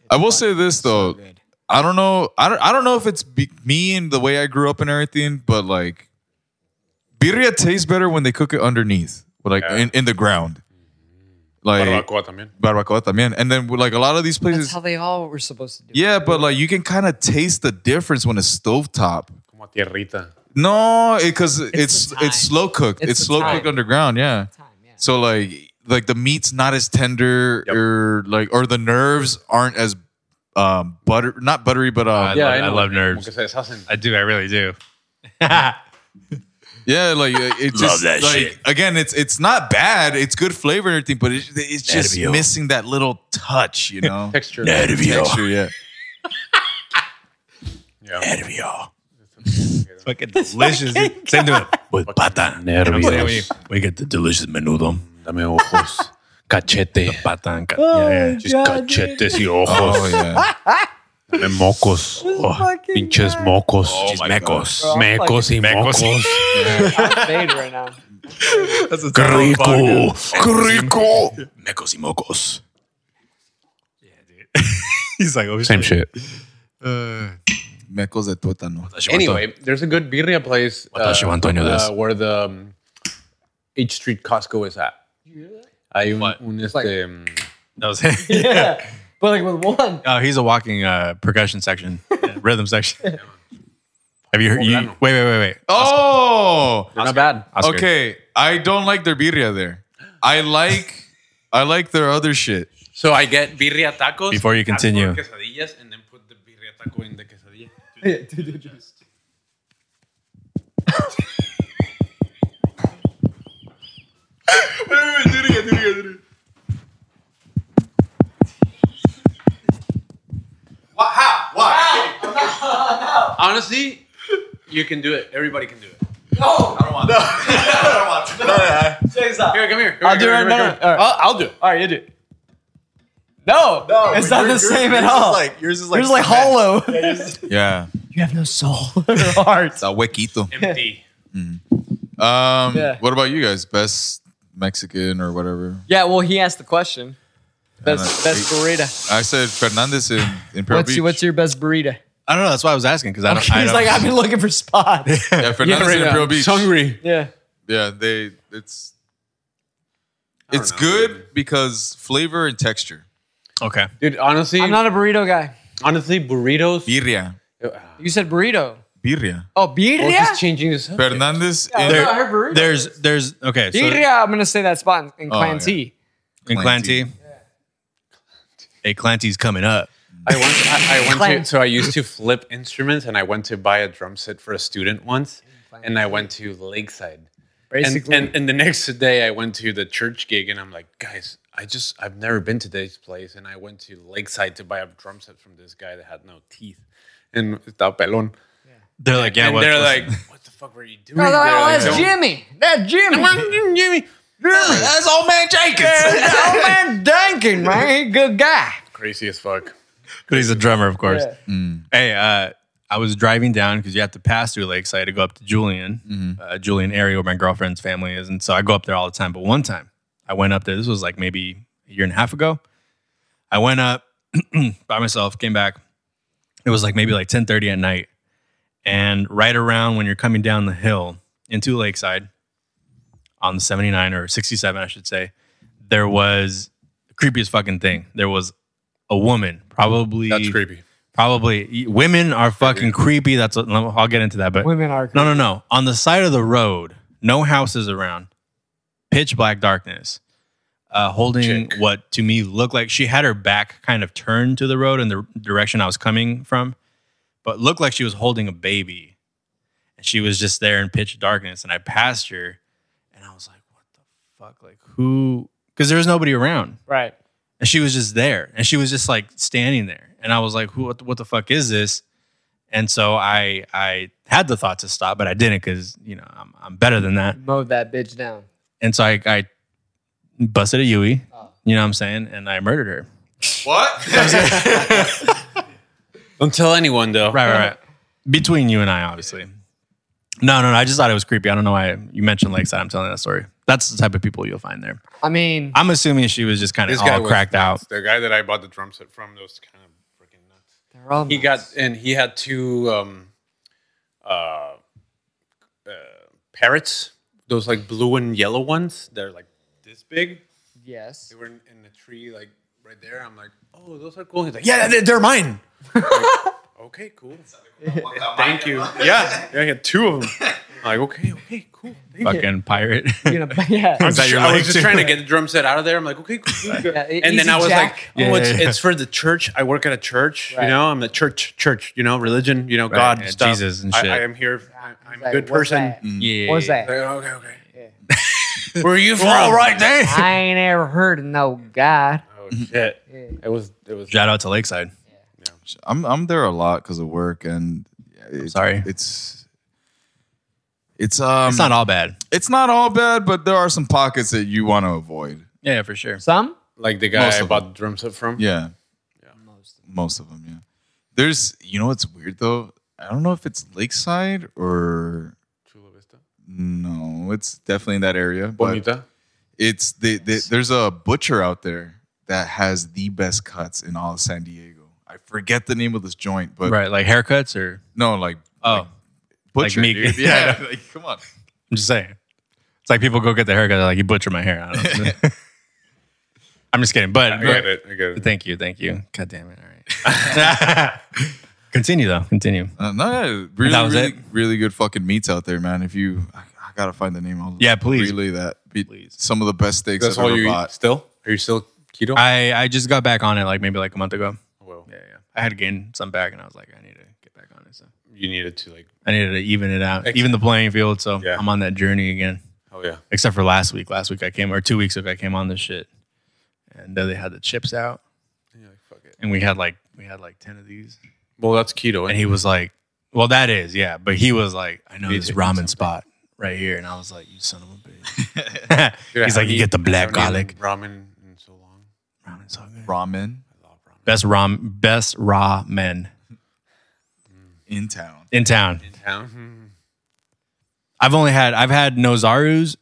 S3: I will say this though,
S2: Good.
S3: I don't know. I don't, I don't know if it's be- me and the way I grew up and everything, but like birria tastes better when they cook it underneath, like
S4: Yeah.
S3: in, in the ground. Like
S4: Mm. Barbacoa también.
S3: barbacoa también. And then like a lot of these
S2: That's
S3: places
S2: how they all were supposed to do.
S3: Yeah, but like you can kind of taste the difference when it's stovetop.
S4: Como tierrita.
S3: No, because it's
S2: the
S3: it's,
S2: time.
S3: slow cooked.
S2: It's
S3: It's,
S2: the
S3: slow
S2: time.
S3: cooked underground, yeah.
S2: Time, yeah.
S3: So like like the meat's not as tender
S4: Yep.
S3: or like or the nerves aren't as um butter not buttery but
S1: I,
S3: um
S4: Yeah,
S1: love,
S4: I
S1: I
S4: know.
S1: love
S4: Como
S1: nerves.
S4: que se deshacen.
S1: I do. I really do.
S3: yeah like uh, it just
S1: that
S3: like
S1: shit.
S3: again it's it's not bad it's good flavor and everything but it, it's just
S1: Nervio.
S3: missing that little touch you know
S4: Texture.
S3: texture yeah
S4: Yeah.
S1: Fucking delicious. Same to it. With patan.
S4: Nervios.
S1: We get the delicious menudo.
S4: Dame ojos. Cachete.
S1: Patan. ca- Yeah, yeah.
S4: Just cachetes y ojos.
S3: oh yeah
S4: Dame mocos.
S1: Oh,
S2: Fucking
S4: Pinches
S2: God.
S4: mocos.
S1: She's mecos.
S2: God.
S4: Mecos y mocos.
S1: Mecos.
S2: I'm fade right now.
S1: That's a
S4: ¡Qué rico! ¡Qué rico!
S1: Mecos y mocos. Yeah, dude. He's like, oh,
S4: Same shit.
S1: Uh,
S3: mecos de tuétano
S4: Anyway, there's a good birria place
S1: Watashi wa Antonio
S4: uh,
S1: des.
S4: where the um, H Street Costco is at. Hay un, un este, um,
S1: that was him.
S2: Yeah, but like with one.
S1: Oh, he's a walking uh, percussion section, yeah, rhythm section. Have you heard? You,
S4: Poblano.
S1: wait, wait, wait, wait.
S3: oh
S4: they're not bad.
S1: Oscar.
S3: Okay, I don't like their birria there. I like I like their other shit.
S4: So I get birria tacos.
S1: Before you continue.
S4: ask for quesadillas and then put the birria taco in the quesadilla.
S2: Yeah, dude, dude, dude.
S4: Honestly, you can do it. Everybody can do it.
S2: Check this out.
S4: Here, come here.
S2: I'll do it right now. All right.
S4: I'll, I'll do it.
S2: All right, you do. it. No, no, it's not the same at all.
S1: yours is
S2: You're just like hollow.
S3: Yeah,
S2: you have no soul or heart.
S3: that huequito.
S4: Empty.
S3: Um,
S2: Yeah.
S3: what about you guys? Best Mexican or whatever?
S2: Yeah, well, he asked the question. Best,
S3: I
S2: best burrito.
S3: I said Fernandez in in Pearl
S2: What's
S3: Beach.
S2: your, what's your best burrito?
S1: I don't know. That's why I was asking because I don't. I
S2: He's
S1: don't
S2: like, I've been looking for spots.
S3: yeah, Fernandez in Pearl Beach.
S4: Hungry.
S2: yeah.
S3: Yeah, they it's
S4: I don't
S3: it's
S4: know,
S3: good
S4: dude.
S3: because flavor and texture.
S1: okay.
S4: Dude, honestly,
S2: I'm not a burrito guy.
S4: honestly, burritos.
S3: Birria,
S2: You said burrito.
S3: birria.
S2: Oh,
S4: We're
S2: birria?
S4: just changing this.
S3: Fernandez in
S2: Yeah,
S1: There-
S2: I heard burrito.
S1: There's, there's, okay. So
S2: Birria, I'm going to say that spot in, in
S3: Oh,
S2: Clan
S3: yeah.
S2: T.
S1: in Clanty,
S3: Clanty.
S1: hey, Clanty's coming up.
S4: I went. I, I went
S2: Clang.
S4: to. So I used to flip instruments, and I went to buy a drum set for a student once, and I went to Lakeside. And,
S2: Basically.
S4: and and the next day, I went to the church gig, and I'm like, guys, I just I've never been to this place, and I went to Lakeside to buy a drum set from this guy that had no teeth, and estaba pelón.
S1: They're like, yeah.
S4: and
S1: what-
S4: they're
S1: what's-
S4: like, what the fuck were you doing?
S2: No, no,
S4: They're
S2: no,
S4: like,
S2: that's
S4: "Don't-
S2: Jimmy. That's Jimmy.
S4: Jimmy.
S3: That's old man Jenkins.
S2: That old Oh, man Duncan, man. He a good guy.
S4: Crazy as fuck.
S1: but he's a drummer, of course.
S2: Yeah.
S1: Hey, uh, I was driving down because you have to pass through Lake, so I had to go up to Julian,
S4: Mm-hmm.
S1: uh, Julian area where my girlfriend's family is, and so I go up there all the time. But one time, I went up there. This was like maybe a year and a half ago. I went up by myself, came back. It was like maybe like ten thirty at night, and right around when you're coming down the hill into Lakeside on the seventy nine or sixty seven, I should say, there was the creepiest fucking thing. There was a woman, probably
S4: That's creepy.
S1: Probably women are fucking creepy. That's I'll get into that, but
S2: Women are.
S1: no, no, no. On the side of the road, no houses around, pitch black darkness. Uh, holding
S4: Chick.
S1: what to me looked like she had her back kind of turned to the road in the direction I was coming from, but looked like she was holding a baby, and she was just there in pitch darkness. And I passed her, and I was like, "What the fuck? Like who?" Because there was nobody around
S2: Right.
S1: and she was just there and she was just like standing there and i was like who what the, what the fuck is this and so i i had the thought to stop but i didn't because you know I'm, I'm better than that
S2: Mowed that bitch down.
S1: and so i i busted a yui
S4: Oh.
S1: you know what i'm saying and i murdered her
S3: What?
S4: Don't tell anyone though.
S1: right right right between you and i obviously no no no i just thought it was creepy i don't know why you mentioned lakeside i'm telling that story that's the type of people you'll find there
S2: I mean,
S1: i'm assuming she was just kind of
S4: This guy
S1: all
S4: was
S1: cracked out
S4: The guy that I bought the drum set from was kind of freaking nuts.
S2: They're all
S4: he
S2: nice.
S4: got and he had two um, uh, uh, parrots, those like blue and yellow ones. They're like this big.
S2: yes.
S4: They were in, in a tree like right there. I'm like, oh, those are cool. He's like, yeah, they're, they're mine. Like, okay, cool. Thank you. Yeah, yeah, I had two of them. I'm like, okay, okay, cool. Thank you.
S1: Fucking pirate.
S2: You know, yeah.
S1: Is that your
S4: I
S1: leg
S4: was just
S1: too?
S4: trying to get the drum set out of there. I'm like, okay, cool.
S2: Yeah, e-
S4: and then
S2: Easy
S4: I was
S2: Jack.
S4: like,
S1: Yeah,
S4: oh, it's,
S1: yeah, yeah.
S4: it's for the church. I work at a church.
S2: Right.
S4: You know, I'm the church, church. You know, religion. You know,
S1: Right,
S4: God,
S1: yeah,
S4: stuff.
S1: Jesus and
S4: I-
S1: shit.
S4: I, am here. I, I'm a
S2: Like,
S4: good
S2: what's
S4: person.
S2: that?
S1: Yeah.
S2: What's
S4: Like, "Oh,
S2: that?
S4: okay, okay. Where are you from?
S1: All Oh, right, there.
S2: I ain't ever heard of no God.
S4: Oh shit!
S2: Yeah.
S4: It was. It was.
S1: Shout out to Lakeside.
S3: I'm I'm there a lot because of work and it-
S1: sorry.
S3: it's it's um
S1: It's not all bad.
S3: it's not all bad, but there are some pockets that you want to avoid.
S1: Yeah, for sure.
S2: Some?
S4: Like the guy
S3: Most
S4: I
S3: of
S4: bought the drum set from.
S3: Yeah,
S2: Most.
S3: most of them. Yeah, there's you know what's weird though. I don't know if it's Lakeside or
S4: Chula Vista.
S3: no, it's definitely in that area. But
S4: Bonita.
S3: it's the, the there's a butcher out there that has the best cuts in all of San Diego. I forget the name of this joint, but
S1: Right, like haircuts or
S3: no, like
S1: oh,
S3: butcher,
S1: me.
S3: dude. Yeah, like come on.
S1: I'm just saying. It's like people go get their haircut. They're like, you butchered my hair. I don't know. I'm just kidding. But
S4: I get it. I get it.
S1: thank you, thank you. God damn it. All right. continue though. Continue.
S3: Uh, no, yeah, really,
S1: that was
S3: really,
S1: it?
S3: really good fucking meats out there, man. If you, I, I gotta find the name. I'll
S1: Yeah, please.
S3: relay that. Be-
S1: Please.
S3: Some of the best steaks
S4: That's
S3: I've
S4: all
S3: ever
S4: you eat
S3: bought.
S4: still? Are you still keto? Oh,
S1: I I just got back on it like maybe like a month ago.
S4: well,
S1: Yeah, yeah. I had gained some back, and I was like, I need to get back on it. So
S4: you needed to like.
S1: I needed to even it out,
S4: Excellent.
S1: even the playing field. So
S4: Yeah.
S1: I'm on that journey again.
S4: Oh yeah.
S1: Except for last week. Last week I came, or two weeks ago I came on this shit, and uh, they had the chips out,
S4: Yeah, like, fuck it.
S1: and we had like we had like ten of these.
S4: Well, that's keto.
S1: and he was like, "Well, that is, yeah." But he was like, "I know
S4: Need
S1: this
S4: to eat
S1: ramen
S4: something.
S1: spot right here," and I was like, "You son of a bitch."
S4: Dude, I
S1: He's like,
S4: haven't
S1: "You get the
S4: eaten- I
S1: black
S4: haven't eaten
S1: garlic."
S4: ramen in so long.
S1: Ramen's so good.
S3: Ramen
S4: I love ramen.
S1: Best ram, best ramen
S3: in town.
S1: in town.
S4: In town.
S1: I've only had I've had Nozaru's,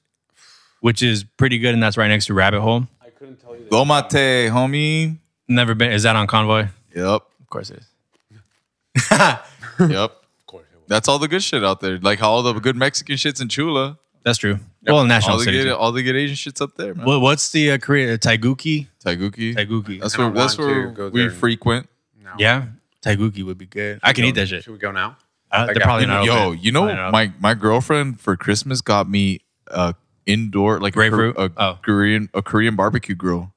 S1: which is pretty good, and that's right next to Rabbit Hole.
S4: I couldn't tell you.
S3: Lo mate, homie.
S1: Never been. Is that on Convoy?
S3: Yep,
S1: Of course it is.
S3: yep.
S4: Of course, it was.
S3: That's all the good shit out there. Like all the good Mexican shits in Chula.
S1: That's true. Well, in
S3: All
S1: National
S3: the
S1: City.
S3: good,
S1: too.
S3: all the good Asian shits up there, man.
S1: What, what's the uh, Korea Taiguki?
S3: Taiguki.
S1: Taiguki.
S3: That's
S4: And I
S3: where that's
S4: want
S3: where
S4: to go
S3: we
S4: there and-
S3: frequent.
S4: No.
S1: Yeah, Taiguki would be good. I can eat that shit.
S4: Should we go now?
S1: Uh,
S4: Like,
S1: they're
S4: I-
S1: probably not.
S3: Yo,
S1: open.
S3: you know
S1: Probably not open.
S3: my my girlfriend for Christmas got me a indoor like a Kor-
S1: Grapefruit?
S3: a
S1: Oh.
S3: Korean a Korean barbecue grill.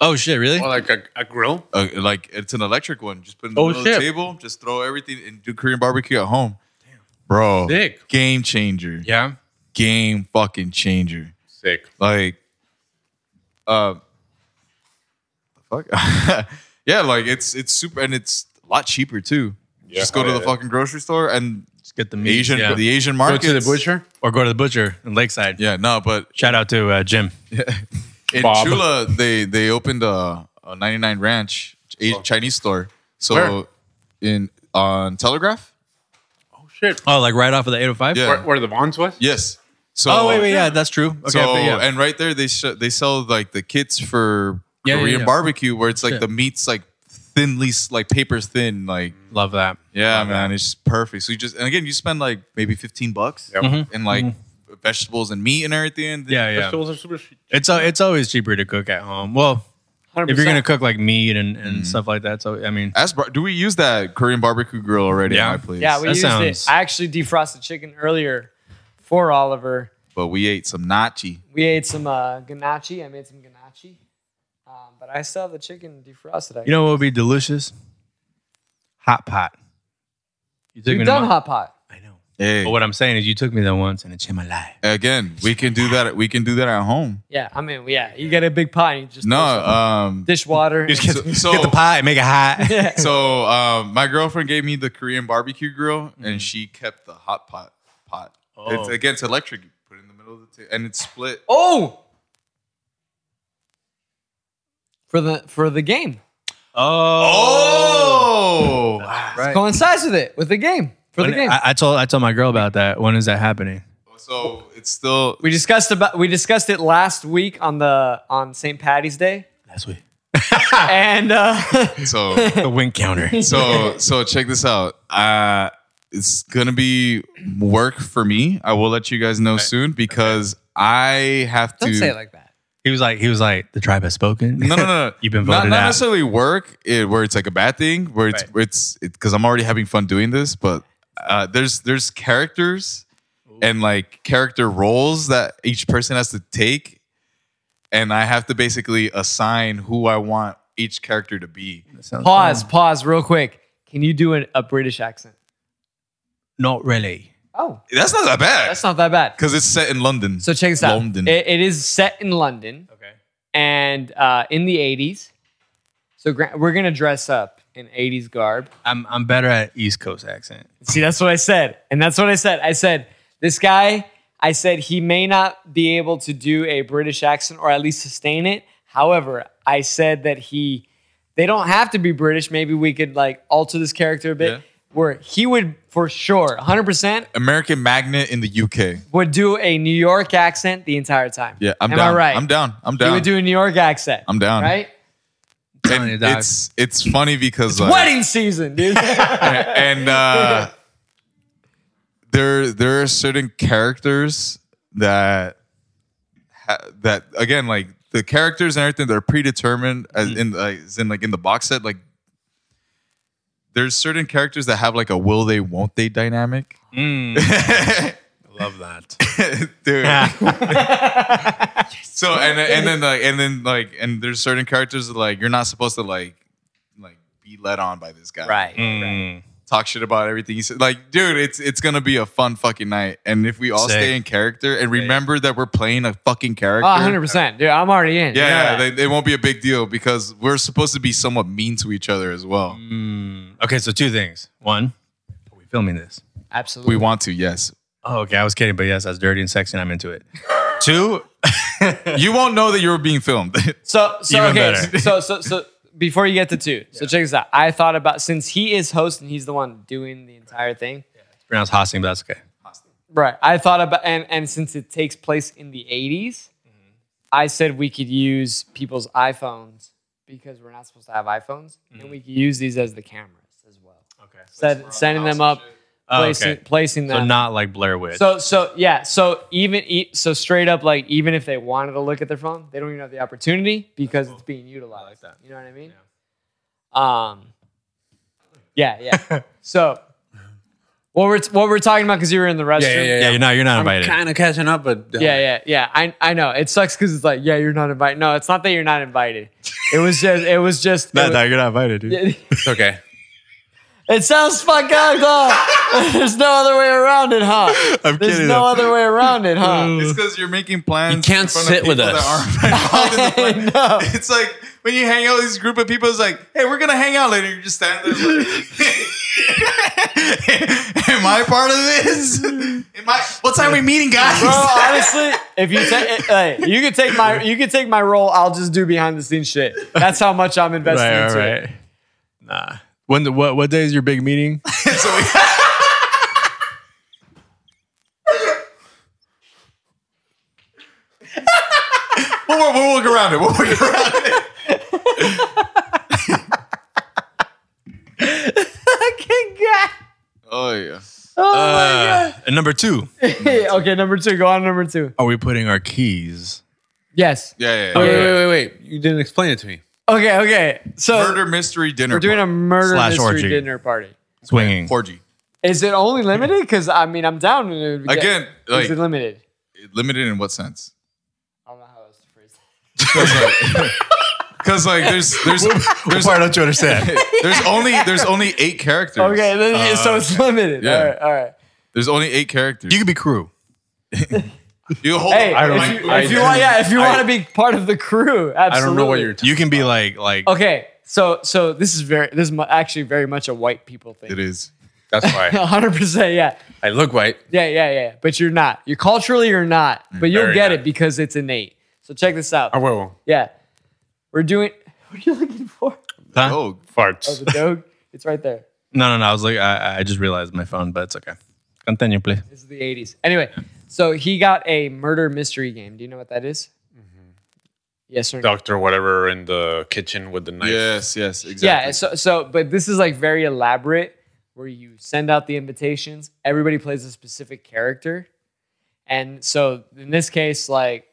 S1: Oh shit! Really?
S4: Or like a, a grill?
S3: Uh, like it's an electric one. Just put it in the
S4: Oh,
S3: middle of the
S4: shit.
S3: table. Just throw everything and do Korean barbecue at home. Bro,
S4: Sick.
S3: game changer.
S1: Yeah.
S3: Game fucking changer.
S4: Sick.
S3: Like, uh, fuck. yeah, like it's it's super and it's a lot cheaper too.
S4: Yeah.
S3: just go to
S4: Oh,
S3: the
S4: yeah.
S3: fucking grocery store and
S1: Just get the meat.
S3: Asian
S1: yeah.
S3: the Asian
S4: Go
S3: market.
S4: to the butcher.
S1: or go to the butcher in Lakeside.
S3: Yeah, no, but
S1: Shout out to uh, Jim.
S3: in
S4: Bob.
S3: Chula they they opened a, a 99 Ranch a Chinese store. So
S4: Oh. Where?
S3: in on Telegraph.
S4: Oh shit.
S1: Oh, like right off of the 805?
S3: Yeah.
S4: Where, where the Vons was?
S3: Yes. So
S1: Oh, wait, wait, yeah, that's true. Okay,
S3: so
S1: okay, yeah.
S3: and right there they sh- they sell like the kits for
S1: Yeah, yeah,
S3: Korean
S1: yeah.
S3: barbecue where it's like
S1: Shit.
S3: the meat's like thinly s- like paper thin like
S1: Love that.
S3: yeah man it's just perfect. So you just and again you spend like maybe fifteen bucks
S4: Yep.
S3: and like vegetables and meat and everything.
S1: Mm-hmm. Yeah, yeah.
S4: Vegetables are super cheap.
S1: It's uh, it's always cheaper to cook at home. Well, if you're gonna cook like meat and, and stuff like that, so I mean,
S3: Ask, Bar- do we use that Korean barbecue grill already?
S1: Yeah.
S3: at my place?
S2: Yeah, we
S1: That
S2: used
S1: sounds-
S2: it. I actually defrosted chicken earlier for Oliver.
S3: but we ate some nachi.
S2: We ate some uh, ganache. I made some ganache. Um, but I still have the chicken defrosted. I
S1: you know what would be delicious? Hot pot. You took
S2: We've
S1: me to
S2: done
S1: my-
S2: hot pot.
S1: I know.
S3: Hey,
S1: But what I'm saying is, you took me there once, and it's in my life.
S3: again, we can do that. We can do that at home.
S2: Yeah, I mean, yeah, you get a big pot and you just
S3: No,
S2: throw some
S3: um,
S2: dishwater.
S1: Just get,
S3: So- so-
S1: get the pie, make it hot.
S2: and-
S3: so um, my girlfriend gave me the Korean barbecue grill, and she kept the hot pot pot. It's
S1: Mm-hmm. Oh.
S3: again, it's electric. You put it in the middle of the table, and it's split.
S2: oh, for the for the game,
S1: Oh,
S3: Oh,
S1: right.
S2: coincides with it with the game for
S1: When-
S2: the game.
S1: I, I told I told my girl about that. When is that happening?
S3: so it's still
S2: we discussed about we discussed it last week on the on St. Patty's Day.
S1: Last week. Ah.
S2: and uh,
S3: So
S1: The win counter.
S3: so so check this out. Uh it's gonna be work for me. I will let you guys know soon because I have to
S2: don't say it like that.
S1: He was like, he was like, the tribe has spoken.
S3: no, no, no. no.
S1: You've been
S3: not,
S1: voted
S3: not
S1: out.
S3: necessarily work it, where it's like a bad thing, where it's
S1: Right.
S3: where it's because I'm already having fun doing this, but uh, there's there's characters and like character roles that each person has to take, and I have to basically assign who I want each character to be.
S2: Pause, pause, real quick. Can you do an, a British accent?
S1: Not really.
S2: Oh,
S3: That's not that bad
S2: that's not that bad.
S3: because it's set in London.
S2: So check this out.
S3: London.
S2: It- it is set in London
S1: Okay.
S2: and uh, in the '80s. So gra- we're gonna dress up in '80s garb.
S1: I'm I'm better at East Coast accent.
S2: See, that's what I said. And that's what I said. I said, this guy, I said he may not be able to do a British accent or at least sustain it. However, I said that he, they don't have to be British. Maybe we could like alter this character a bit
S3: Yeah.
S2: where he would for sure, 100%,
S3: American Magnet in the UK.
S2: would do a New York accent the entire time.
S3: Yeah, I'm
S2: Am
S3: down.
S2: I right?
S3: I'm down. I'm
S2: He
S3: down.
S2: would do a New York accent.
S3: I'm down.
S2: Right?
S1: telling you,
S3: And
S1: dog.
S3: it's it's funny because like,
S2: Wedding season, dude.
S3: and uh, there there are certain characters that ha- that again like the characters and everything they're predetermined as in like as in like in the box set like there's certain characters that have like a will they won't they dynamic
S1: Mm. I love that.
S3: dude so and and then like and then like and there's certain characters that like you're not supposed to like like be led on by this guy
S2: right.
S1: Mm-hmm. Mm.
S3: talk shit about everything. He said, like, dude, it's it's gonna be a fun fucking night. And if we all
S1: Sick.
S3: stay in character and remember that we're playing a fucking character,
S2: Oh, 100%. Dude, I'm already in.
S3: yeah, yeah, they- it won't be a big deal because we're supposed to be somewhat mean to each other as well.
S1: Mm. Okay, so two things. One, are we filming this?
S2: Absolutely.
S3: We want to, yes.
S1: Oh, okay. I was kidding, but yes, that's dirty and sexy, and I'm into it. two,
S3: you won't know that you're being filmed.
S2: So so
S1: Even
S2: okay.
S1: better.
S2: So so so before you get to two, so check this out. I thought about since he is host and he's the one doing the entire thing.
S1: pronounced hosting, but that's okay.
S2: Right. I thought about and and since it takes place in the 80s,
S1: Mm-hmm.
S2: I said we could use people's iPhones because we're not supposed to have iPhones
S1: Mm-hmm.
S2: and we could use these as the cameras as well.
S1: Okay.
S2: Said, sending them up,
S1: Oh,
S2: placing
S1: okay.
S2: placing them.
S1: So not like Blair Witch.
S2: So so yeah. So even e- so straight up, like even if they wanted to look at their phone, they don't even have the opportunity because it's being utilized.
S1: that.
S2: You know what I mean? Um. Yeah, yeah. so what we're what we're talking about because you were in the restroom.
S1: yeah, you're not you're not invited.
S4: kind of catching up, but uh,
S2: Yeah, yeah, yeah. I I know it sucks because it's like yeah, you're not invited. No, it's not that you're not invited. It was just it was just. it, was-
S1: you're not invited, dude.
S4: it's okay.
S2: it sounds fucked up. Huh? There's no other way around it, huh?
S1: I'm
S2: There's no other way around it, huh?
S3: It's because you're making plans.
S4: You can't
S3: in front of
S4: sit
S3: people
S4: with us.
S3: That aren't involved in the plan. It's like when you hang out with this group of people, it's like, hey, we're gonna hang out later. You're just standing there. Like, Am I part of this? Am I? What time we meeting, guys?
S2: Bro, honestly, if you take, hey, you could take my, you could take my role. I'll just do behind the scenes shit. That's how much I'm invested
S1: Right,
S2: into
S1: right,
S2: it.
S1: right. Nah. When the, what what day is your big meeting?
S3: So we- We'll, we'll, we'll work around it. We'll work around it.
S2: Fucking God.
S3: Oh yeah.
S2: Oh
S1: Uh, and number two,
S2: my God. Okay, number two. Go on, number two.
S1: are we putting our keys?
S2: Yes.
S3: Yeah, yeah.
S4: Wait,
S3: yeah.
S4: wait, wait, wait, wait. You didn't explain it to me.
S2: Okay, okay. So
S3: Murder mystery dinner.
S2: we're doing a murder
S1: Slash
S2: mystery
S1: orgy.
S2: dinner party.
S1: Swinging.
S3: orgy.
S2: Is it only limited? Because I mean, I'm down. To get-
S3: Again,
S2: is
S3: like
S2: it limited?
S3: limited in what sense?
S2: I don't know how else to phrase that.
S3: Because like there's there's there's
S1: Why don't you understand?
S3: there's only there's only eight characters.
S2: Okay, then, so it's limited.
S3: Yeah.
S2: All right, all right.
S3: There's only eight characters.
S1: you could be crew.
S3: you hold
S2: Hey,
S3: on.
S2: if you, if you want, yeah, if you want to be part of the crew, absolutely.
S4: I don't know what you're. T-
S1: You can be like like
S2: Okay, so so this is very this is mu- actually very much a white people
S3: It
S2: thing.
S3: is.
S4: That's why
S2: hundred percent, yeah,
S4: I look white.
S2: yeah, yeah, yeah. But you're not. You're culturally you're not, but you'll
S4: Very
S2: get
S4: not.
S2: it because it's innate. So check this out.
S4: I will
S2: Yeah, we're doing. What are you looking for?
S1: Huh?
S3: Oh,
S2: Oh,
S4: farts.
S2: the dog. it's right there.
S1: No, no, no. I was like, I, I just realized my phone, but it's okay. Continue, please.
S2: This is the '80s. Anyway, so he got a murder mystery game. Do you know what that is? Yes or no?
S4: doctor whatever in the kitchen with the knife.
S3: Yes, yes, exactly.
S2: Yeah. So, so, but this is like very elaborate, where you send out the invitations. Everybody plays a specific character, and so in this case, like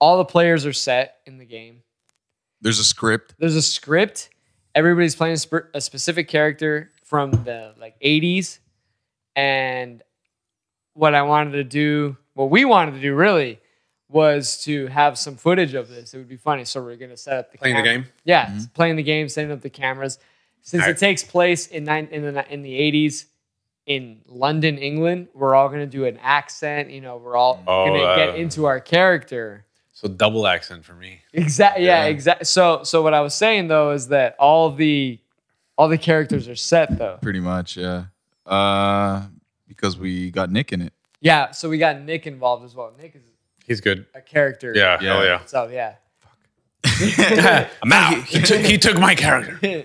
S2: all the players are set in the game.
S3: There's a script.
S2: There's a script. Everybody's playing a, sp- a specific character from the like 80s, and what I wanted to do, what we wanted to do, really. Was to have some footage of this. It would be funny. So we're gonna set up the
S4: Playing the
S2: camera.
S4: game.
S2: Yeah, it's playing the game, setting up the cameras. Since
S4: Alright.
S2: it takes place in nine in the ni- in the eighties in London, England, we're all gonna do an accent. You know, we're all
S4: Oh,
S2: gonna
S4: uh,
S2: get into our character.
S4: So double accent for me.
S2: Exactly. Yeah.
S4: yeah.
S2: Exactly. So, so what I was saying though is that all the all the characters are set though.
S3: Pretty much, yeah. Uh, because we got Nick in it.
S2: Yeah. So we got Nick involved as well. Nick is
S4: He's good.
S2: a character.
S4: Yeah,
S3: Yeah.
S4: hell yeah.
S2: So yeah.
S4: I'm out. He, took, he took my character.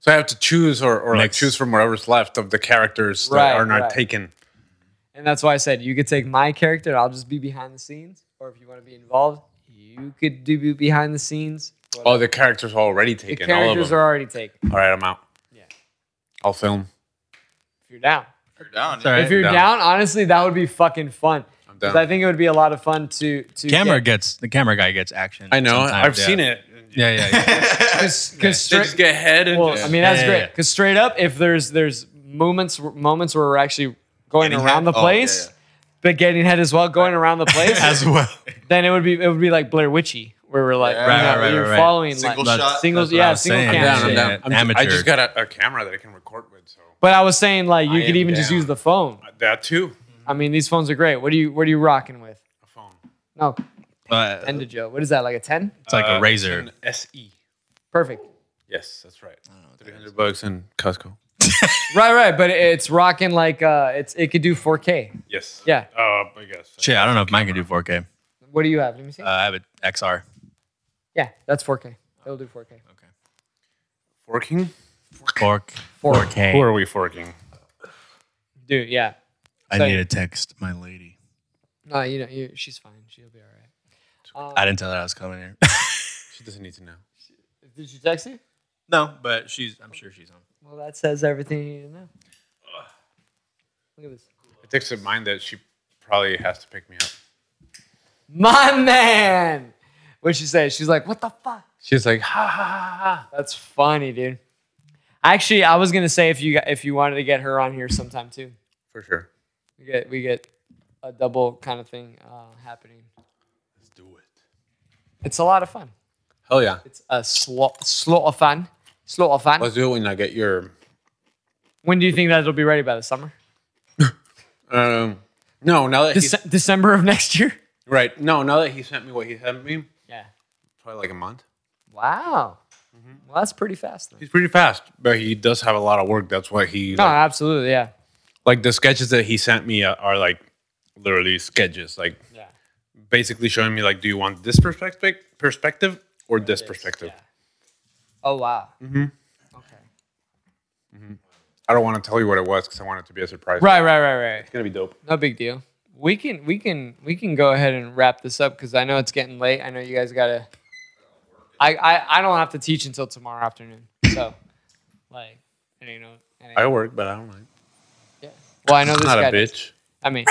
S4: So I have to choose or, or like
S1: Next.
S4: choose from whatever's left of the characters
S2: Right,
S4: that are not
S2: right.
S4: taken.
S2: And that's why I said you could take my character and I'll just be behind the scenes. Or if you want to be involved, you could do behind the scenes.
S4: Oh, the characters are already
S2: The
S4: taken. All of
S2: characters
S4: them.
S2: are already taken.
S4: all right, I'm out.
S2: Yeah.
S4: I'll film.
S2: If you're down,
S3: Down.
S1: Sorry.
S2: if you're
S4: down.
S2: down. honestly, that would be fucking fun.
S4: I'm
S2: 'Cause
S4: down.
S2: I think it would be a lot of fun to to
S1: Camera gets the camera guy gets action.
S4: I know. I've seen it.
S1: Yeah, yeah, yeah.
S2: because
S4: They just get ahead and
S2: well,
S4: just-
S2: I mean that's
S1: Yeah, yeah,
S2: great
S1: yeah.
S2: because straight up, if there's there's moments moments where we're actually going
S3: Getting
S2: around
S3: head?
S2: the
S3: Oh, yeah,
S2: place,
S3: yeah.
S2: but getting head as well, going around the place,
S1: As well.
S2: then it would be it would be like Blair Witchy where we're like
S3: Yeah.
S2: you
S3: Right,
S2: know,
S1: right, right,
S2: you're
S1: right, right.
S2: following
S3: Single
S2: like
S3: shot. that's
S2: singles
S1: what I
S2: yeah
S1: was
S2: single
S1: saying.
S2: cam
S1: I'm
S4: down,
S2: shit.
S4: I'm down.
S1: Yeah,
S4: I'm just, I
S1: amateur.
S4: just got a, a camera that I can record with, so
S2: But I was saying like you
S4: I
S2: could
S4: am
S2: even just
S4: down.
S2: use the phone.
S4: that too.
S2: I mean these phones are great. What do you what are you rocking with?
S4: A phone.
S2: No,
S1: But
S2: end of Joe. What is that like a ten?
S1: it's like
S4: Uh,
S1: a razor.
S4: it's an SE.
S2: Perfect.
S4: Yes, that's right. Three hundred bucks in Costco.
S2: Right, right. But it's rocking like uh, it's it could do 4K.
S4: Yes.
S2: Yeah.
S4: Uh, I guess.
S1: Shit, I don't know if mine can do 4K. Uh,
S2: What do you have? Let me see.
S1: I have an XR.
S2: yeah, that's 4K. It'll do 4K.
S4: Forking.
S1: Fork. 4K.
S4: Who are we forking?
S2: Dude, yeah.
S1: I
S2: So-
S1: need to text my lady.
S2: No, you know, you, she's fine. She'll be all right.
S1: I didn't tell her I was coming here.
S4: She doesn't need to know.
S2: did you text her?
S1: no, but she's. I'm sure she's on.
S2: Well, that says everything you need to know. Look at this.
S4: It takes in mind that she probably has to pick me up.
S2: My man. What'd she say? She's like, what the fuck?
S4: She's like, ha ha ha ha.
S2: That's funny, dude. Actually, I was gonna say if you got, if you wanted to get her on here sometime too,
S4: For sure.
S2: we get we get a double kind of thing uh, happening.
S4: Let's do it.
S2: It's a lot of fun.
S4: Hell yeah.
S2: It's a slot slot of fun. Slot of fun.
S4: Let's do it when I get your.
S2: When do you think that'll be ready by the summer?
S4: Um, no, now that he's,
S2: Dece- December of next year.
S4: right. No, now that he sent me what he sent me,
S2: Yeah.
S4: probably like a month.
S2: Wow. Well, that's pretty fast. Then.
S4: He's pretty fast, but he does have a lot of work. That's why he
S2: No,
S4: like,
S2: absolutely. Yeah.
S4: like, the sketches that he sent me are, are like literally sketches, like
S2: Yeah.
S4: basically showing me like, do you want this perspective, perspective, or this perspective?
S2: Yeah. Oh wow. Mm-hmm. Okay.
S4: I don't want to tell you what it was because I want it to be a surprise.
S2: Right, right, right, right.
S4: It's gonna be dope.
S2: No big deal. We can we can we can go ahead and wrap this up because I know it's getting late. I know you guys gotta. I I, I don't have to teach until tomorrow afternoon. So, like, I don't know. I don't-
S4: I work, but I don't mind.
S2: yeah. Well, I know this
S4: Not
S2: guy.
S4: a bitch.
S2: I mean,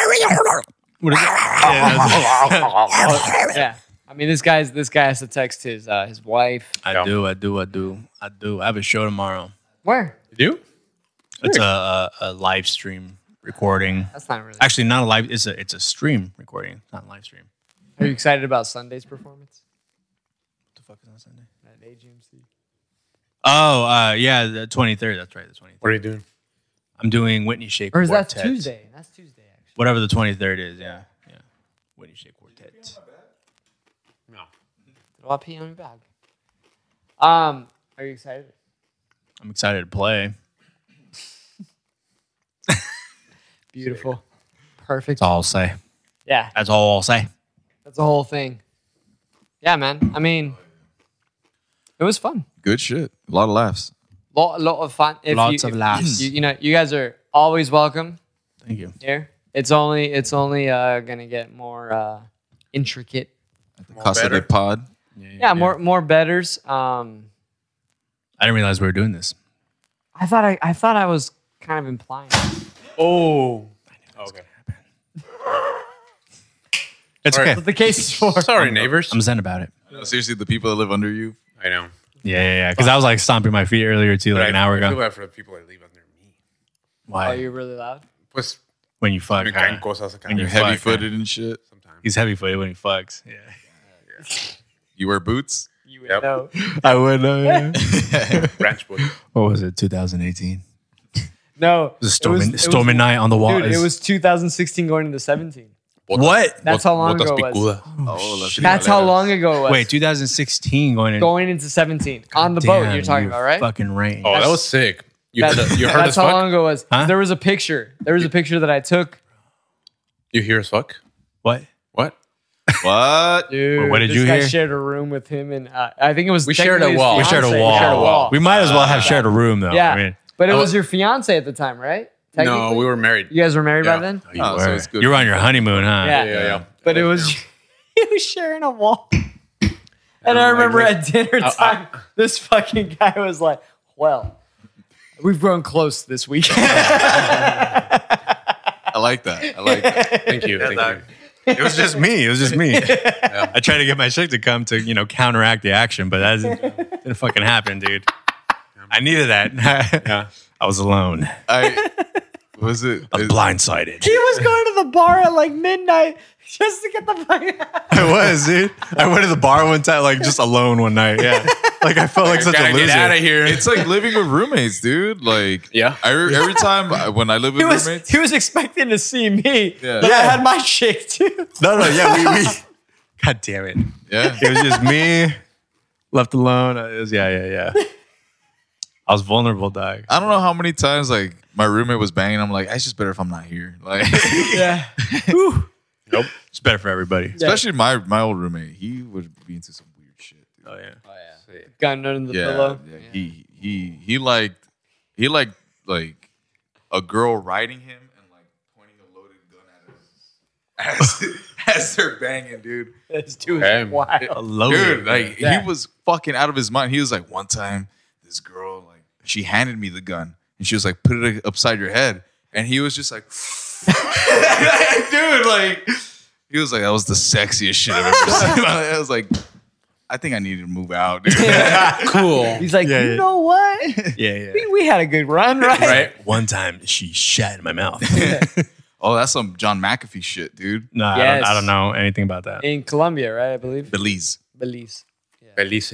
S1: What is it?
S2: yeah. I mean, this guy's this guy has to text his uh, his wife.
S1: I do. I do. I do. I do. I have a show tomorrow.
S2: Where?
S4: You?
S1: It's a, a, a live stream recording.
S2: That's not really.
S1: Actually, not a live. It's a it's a stream recording. It's not a live stream.
S2: Are you excited about Sunday's performance
S1: What the fuck is on Sunday?
S2: at AGMC?
S1: Oh, uh, yeah, the twenty third. That's right, the twenty third.
S4: What are you doing?
S1: I'm doing Whitney Shake.
S2: Or is that
S1: Quartet.
S2: Tuesday? That's Tuesday actually.
S1: Whatever the twenty third is. Yeah, yeah. Whitney Shake Quartet.
S4: No.
S2: Did I pee on your bag? Um, are you excited?
S1: I'm excited to play.
S2: Beautiful. Perfect.
S1: That's all I'll say.
S2: Yeah,
S1: That's all I'll say.
S2: that's the whole thing. Yeah, man. I mean, it was fun.
S3: Good shit. A lot of laughs.
S2: Lot, lot of fun. If
S1: Lots
S2: you,
S1: of
S2: if
S1: laughs.
S2: You, you know, you guys are always welcome
S1: Thank you.
S2: here. It's only, it's only uh, gonna get more uh, intricate.
S3: At the Casa
S4: better.
S3: de Pod.
S2: Yeah, more more betters. Um,
S1: I didn't realize we were doing this.
S2: I thought I, I thought I was kind of implying.
S4: Oh. Okay.
S1: It's
S4: All right.
S1: okay.
S2: But the case is for
S4: Sorry, neighbors.
S1: I'm zen about it.
S3: No, seriously, the people that live under you.
S4: I know.
S1: Yeah, yeah, yeah. Because I was like stomping my feet earlier too, like
S4: I,
S1: an hour
S4: I feel
S1: ago.
S4: bad for the people that live under me.
S2: Oh,
S1: Why?
S2: you're really loud.
S4: Pues
S1: When you fuck.
S4: me
S1: huh?
S4: caen cosas acá.
S1: When
S3: You're
S1: Fuck, man.
S3: heavy footed and shit.
S4: sometimes.
S1: He's heavy footed when he fucks. Yeah.
S3: You wear boots.
S2: You
S4: Yep.
S2: know.
S1: I would know.
S4: Ranch boy.
S1: what was it? 2018.
S2: No,
S1: The
S2: it was-
S1: storming,
S2: it was-
S1: storming night on the wall.
S2: Dude, it was 2016 going into 17.
S1: what?
S2: That's how long ago it was.
S4: picuda.
S3: Oh, that's
S2: That's how long ago it was.
S1: Wait, 2016 going in.
S2: going into 17 on the boat.
S1: Damn,
S2: You're talking
S1: you
S2: about right?
S1: Fucking rain.
S4: Oh, that was sick. You
S2: That's-
S4: heard, us- you heard us
S2: that's how
S4: fuck?
S2: long ago it was.
S1: Huh?
S2: There was a picture. There was a picture that I took.
S4: You hear us fuck?
S1: What?
S4: What?
S3: What?
S2: Dude,
S1: what did
S2: this
S1: you
S2: guy
S1: hear?
S2: shared a room with him, and uh, I think it was
S4: We shared a
S2: technically his
S4: wall.
S1: We shared a
S2: fiancée.
S1: wall.
S2: We shared a wall.
S1: We Oh. might as well have shared a room though.
S2: yeah,
S1: I mean,
S2: but it
S4: I
S2: was
S4: wa-
S2: your fiance at the time, right?
S4: No,
S2: Technically?
S4: we were married.
S2: You guys were married by
S4: Yeah.
S2: then.
S1: you,
S3: Oh, so
S1: were.
S3: it's good.
S1: You were on your honeymoon, huh?
S2: Yeah.
S4: yeah, yeah.
S2: But it was he was sharing a wall. And I remember at dinner
S4: I-
S2: time, this fucking guy was like, "Well, we've grown close this week."
S3: I like that. I like that.
S4: Thank you. Thank you.
S1: It was just me. It was just me. I tried to get my chick to come to, you know, counteract the action, but that didn't, didn't fucking happen, dude. I needed that. I was alone.
S3: I was it.
S1: I was blindsided.
S2: he was going to the bar at like midnight just to get the fuck.
S1: I was, dude. I went to the bar one time, like just alone one night. Yeah. Like I felt like such a
S4: Gotta
S1: loser.
S4: get out of here.
S3: It's like living with roommates, dude. Like,
S4: Yeah.
S3: I, re- every time I, when I live with
S2: He was
S3: roommates,
S2: he was expecting to see me,
S3: Yeah.
S2: but I
S1: Yeah.
S2: had my chick too.
S1: No, no, yeah, we, we. God damn it.
S3: yeah,
S1: It was just me, left alone. It was, yeah, yeah, yeah. I was vulnerable, dog.
S3: I don't know how many times like my roommate was banging. I'm like, it's just better if I'm not here. Like,
S2: Yeah,
S1: Nope. It's better for everybody.
S3: especially my my old roommate, he would be into some weird shit. Dude.
S1: Oh, yeah.
S2: gun under the
S3: yeah,
S2: pillow.
S3: yeah, he he he liked he liked like a girl riding him and like pointing a loaded gun at us as, as they're banging, dude.
S2: This dude
S4: Okay.
S2: was wild.
S1: A load.
S3: Dude, like
S2: Yeah.
S3: he was fucking out of his mind. He was like, one time this girl like she handed me the gun and she was like, put it upside your head, and he was just like, dude, like. He was like, that was the sexiest shit I've ever seen. I was like, I think I needed to move out, dude.
S4: Cool.
S2: He's like,
S1: Yeah,
S2: you
S1: yeah.
S2: know what?
S1: yeah, yeah.
S2: We, we had a good run, right?
S4: Right?
S1: One time she shat in my mouth.
S3: Oh, that's some John McAfee shit, dude.
S1: no, I,
S2: Yes.
S1: don't, I don't know anything about that.
S2: In Colombia, right? I believe
S3: Belize.
S2: Belize,
S4: Felice.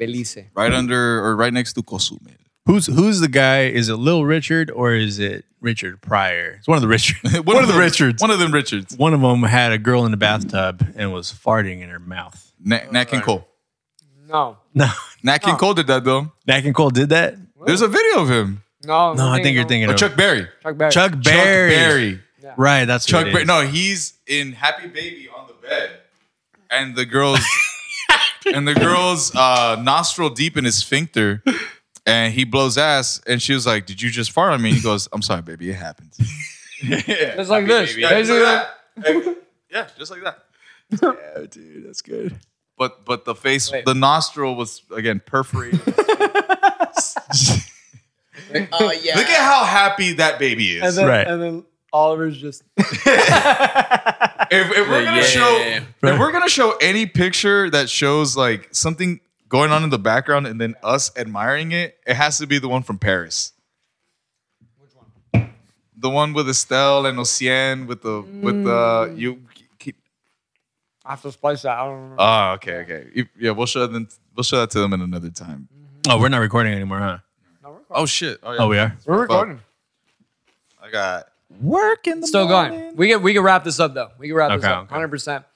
S2: Belize.
S3: Right under or right next to Cozumel.
S1: Who's who's the guy? Is it Lil Richard or is it Richard Pryor? It's one of the Richard. one, of the
S3: them-
S1: Richards.
S3: One of them Richards.
S1: One of them had a girl in the bathtub and was farting in her mouth.
S3: Na- Nat King Cole.
S2: No,
S1: No,
S3: Nat King Cole did that though.
S1: Nat King Cole did that.
S3: There's a video of him.
S2: no,
S1: No, I think you're thinking
S3: Oh,
S1: of
S3: Chuck Berry.
S2: Chuck Berry.
S1: Chuck
S3: Chuck
S1: Berry.
S3: Berry.
S1: Right, that's
S3: Chuck
S1: what it
S3: Berry.
S1: is.
S3: No, he's in Happy Baby on the bed, and the girls, and the girls, uh, nostril deep in his sphincter, and he blows ass. And she was like, "Did you just fart on me?" And he goes, "I'm sorry, baby. It happened."
S2: It's like this.
S4: baby.
S3: Yeah, just
S2: Basically,
S3: like that. Hey, yeah, just like that.
S1: Yeah, dude, that's good.
S3: But but the face,
S2: Wait.
S3: the nostril was again perforated.
S4: Oh, yeah.
S3: Look at how happy that baby
S2: and
S3: is.
S2: then,
S1: Right.
S2: and then Oliver's just
S3: if, if we're gonna
S4: Yeah.
S3: show,
S1: Right.
S3: if we're gonna show any picture that shows like something going on in the background and then us admiring it, it has to be the one from Paris. Which one? The one with Estelle and Ocean with the with the you.
S2: I have to splice that. I don't remember.
S3: Oh, okay, okay. You- Yeah, we'll show them. We'll show that to them in another time.
S1: Oh, we're not recording anymore, huh?
S2: No, we're recording.
S3: Oh shit! yeah.
S1: Oh, we are.
S2: We're recording.
S3: I got
S1: Work in the
S2: Still going. We can we can wrap this up though. We can wrap this
S1: Okay,
S2: up.
S1: okay.
S2: Hundred percent.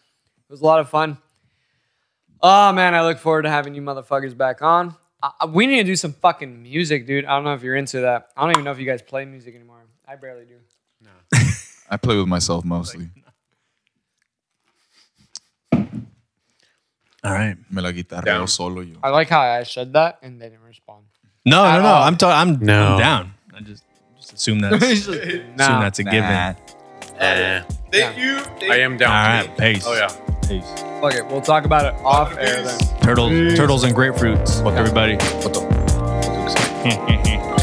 S2: It was a lot of fun. Oh man, I look forward to having you motherfuckers back on. Uh, we need to do some fucking music, dude. I don't know if you're into that. I don't even know if you guys play music anymore. I barely do.
S3: I play with myself mostly.
S1: All right.
S3: Me la guitarra
S4: Down.
S3: solo yo.
S2: I like how I said that and they didn't respond.
S1: No,
S2: At
S1: no, no.
S2: all.
S1: I'm ta- I'm,
S4: No.
S1: I'm down. I just just assume that's
S2: It's
S1: assume
S2: just, nah.
S1: that's a given.
S3: Nah.
S4: Thank you. I am down.
S1: All right, peace.
S4: Oh, yeah.
S1: Peace.
S2: Fuck it. We'll talk about it off air then.
S1: Turtles, turtles and grapefruits. Fuck everybody.
S4: What the? What the-
S1: Heh, heh, heh.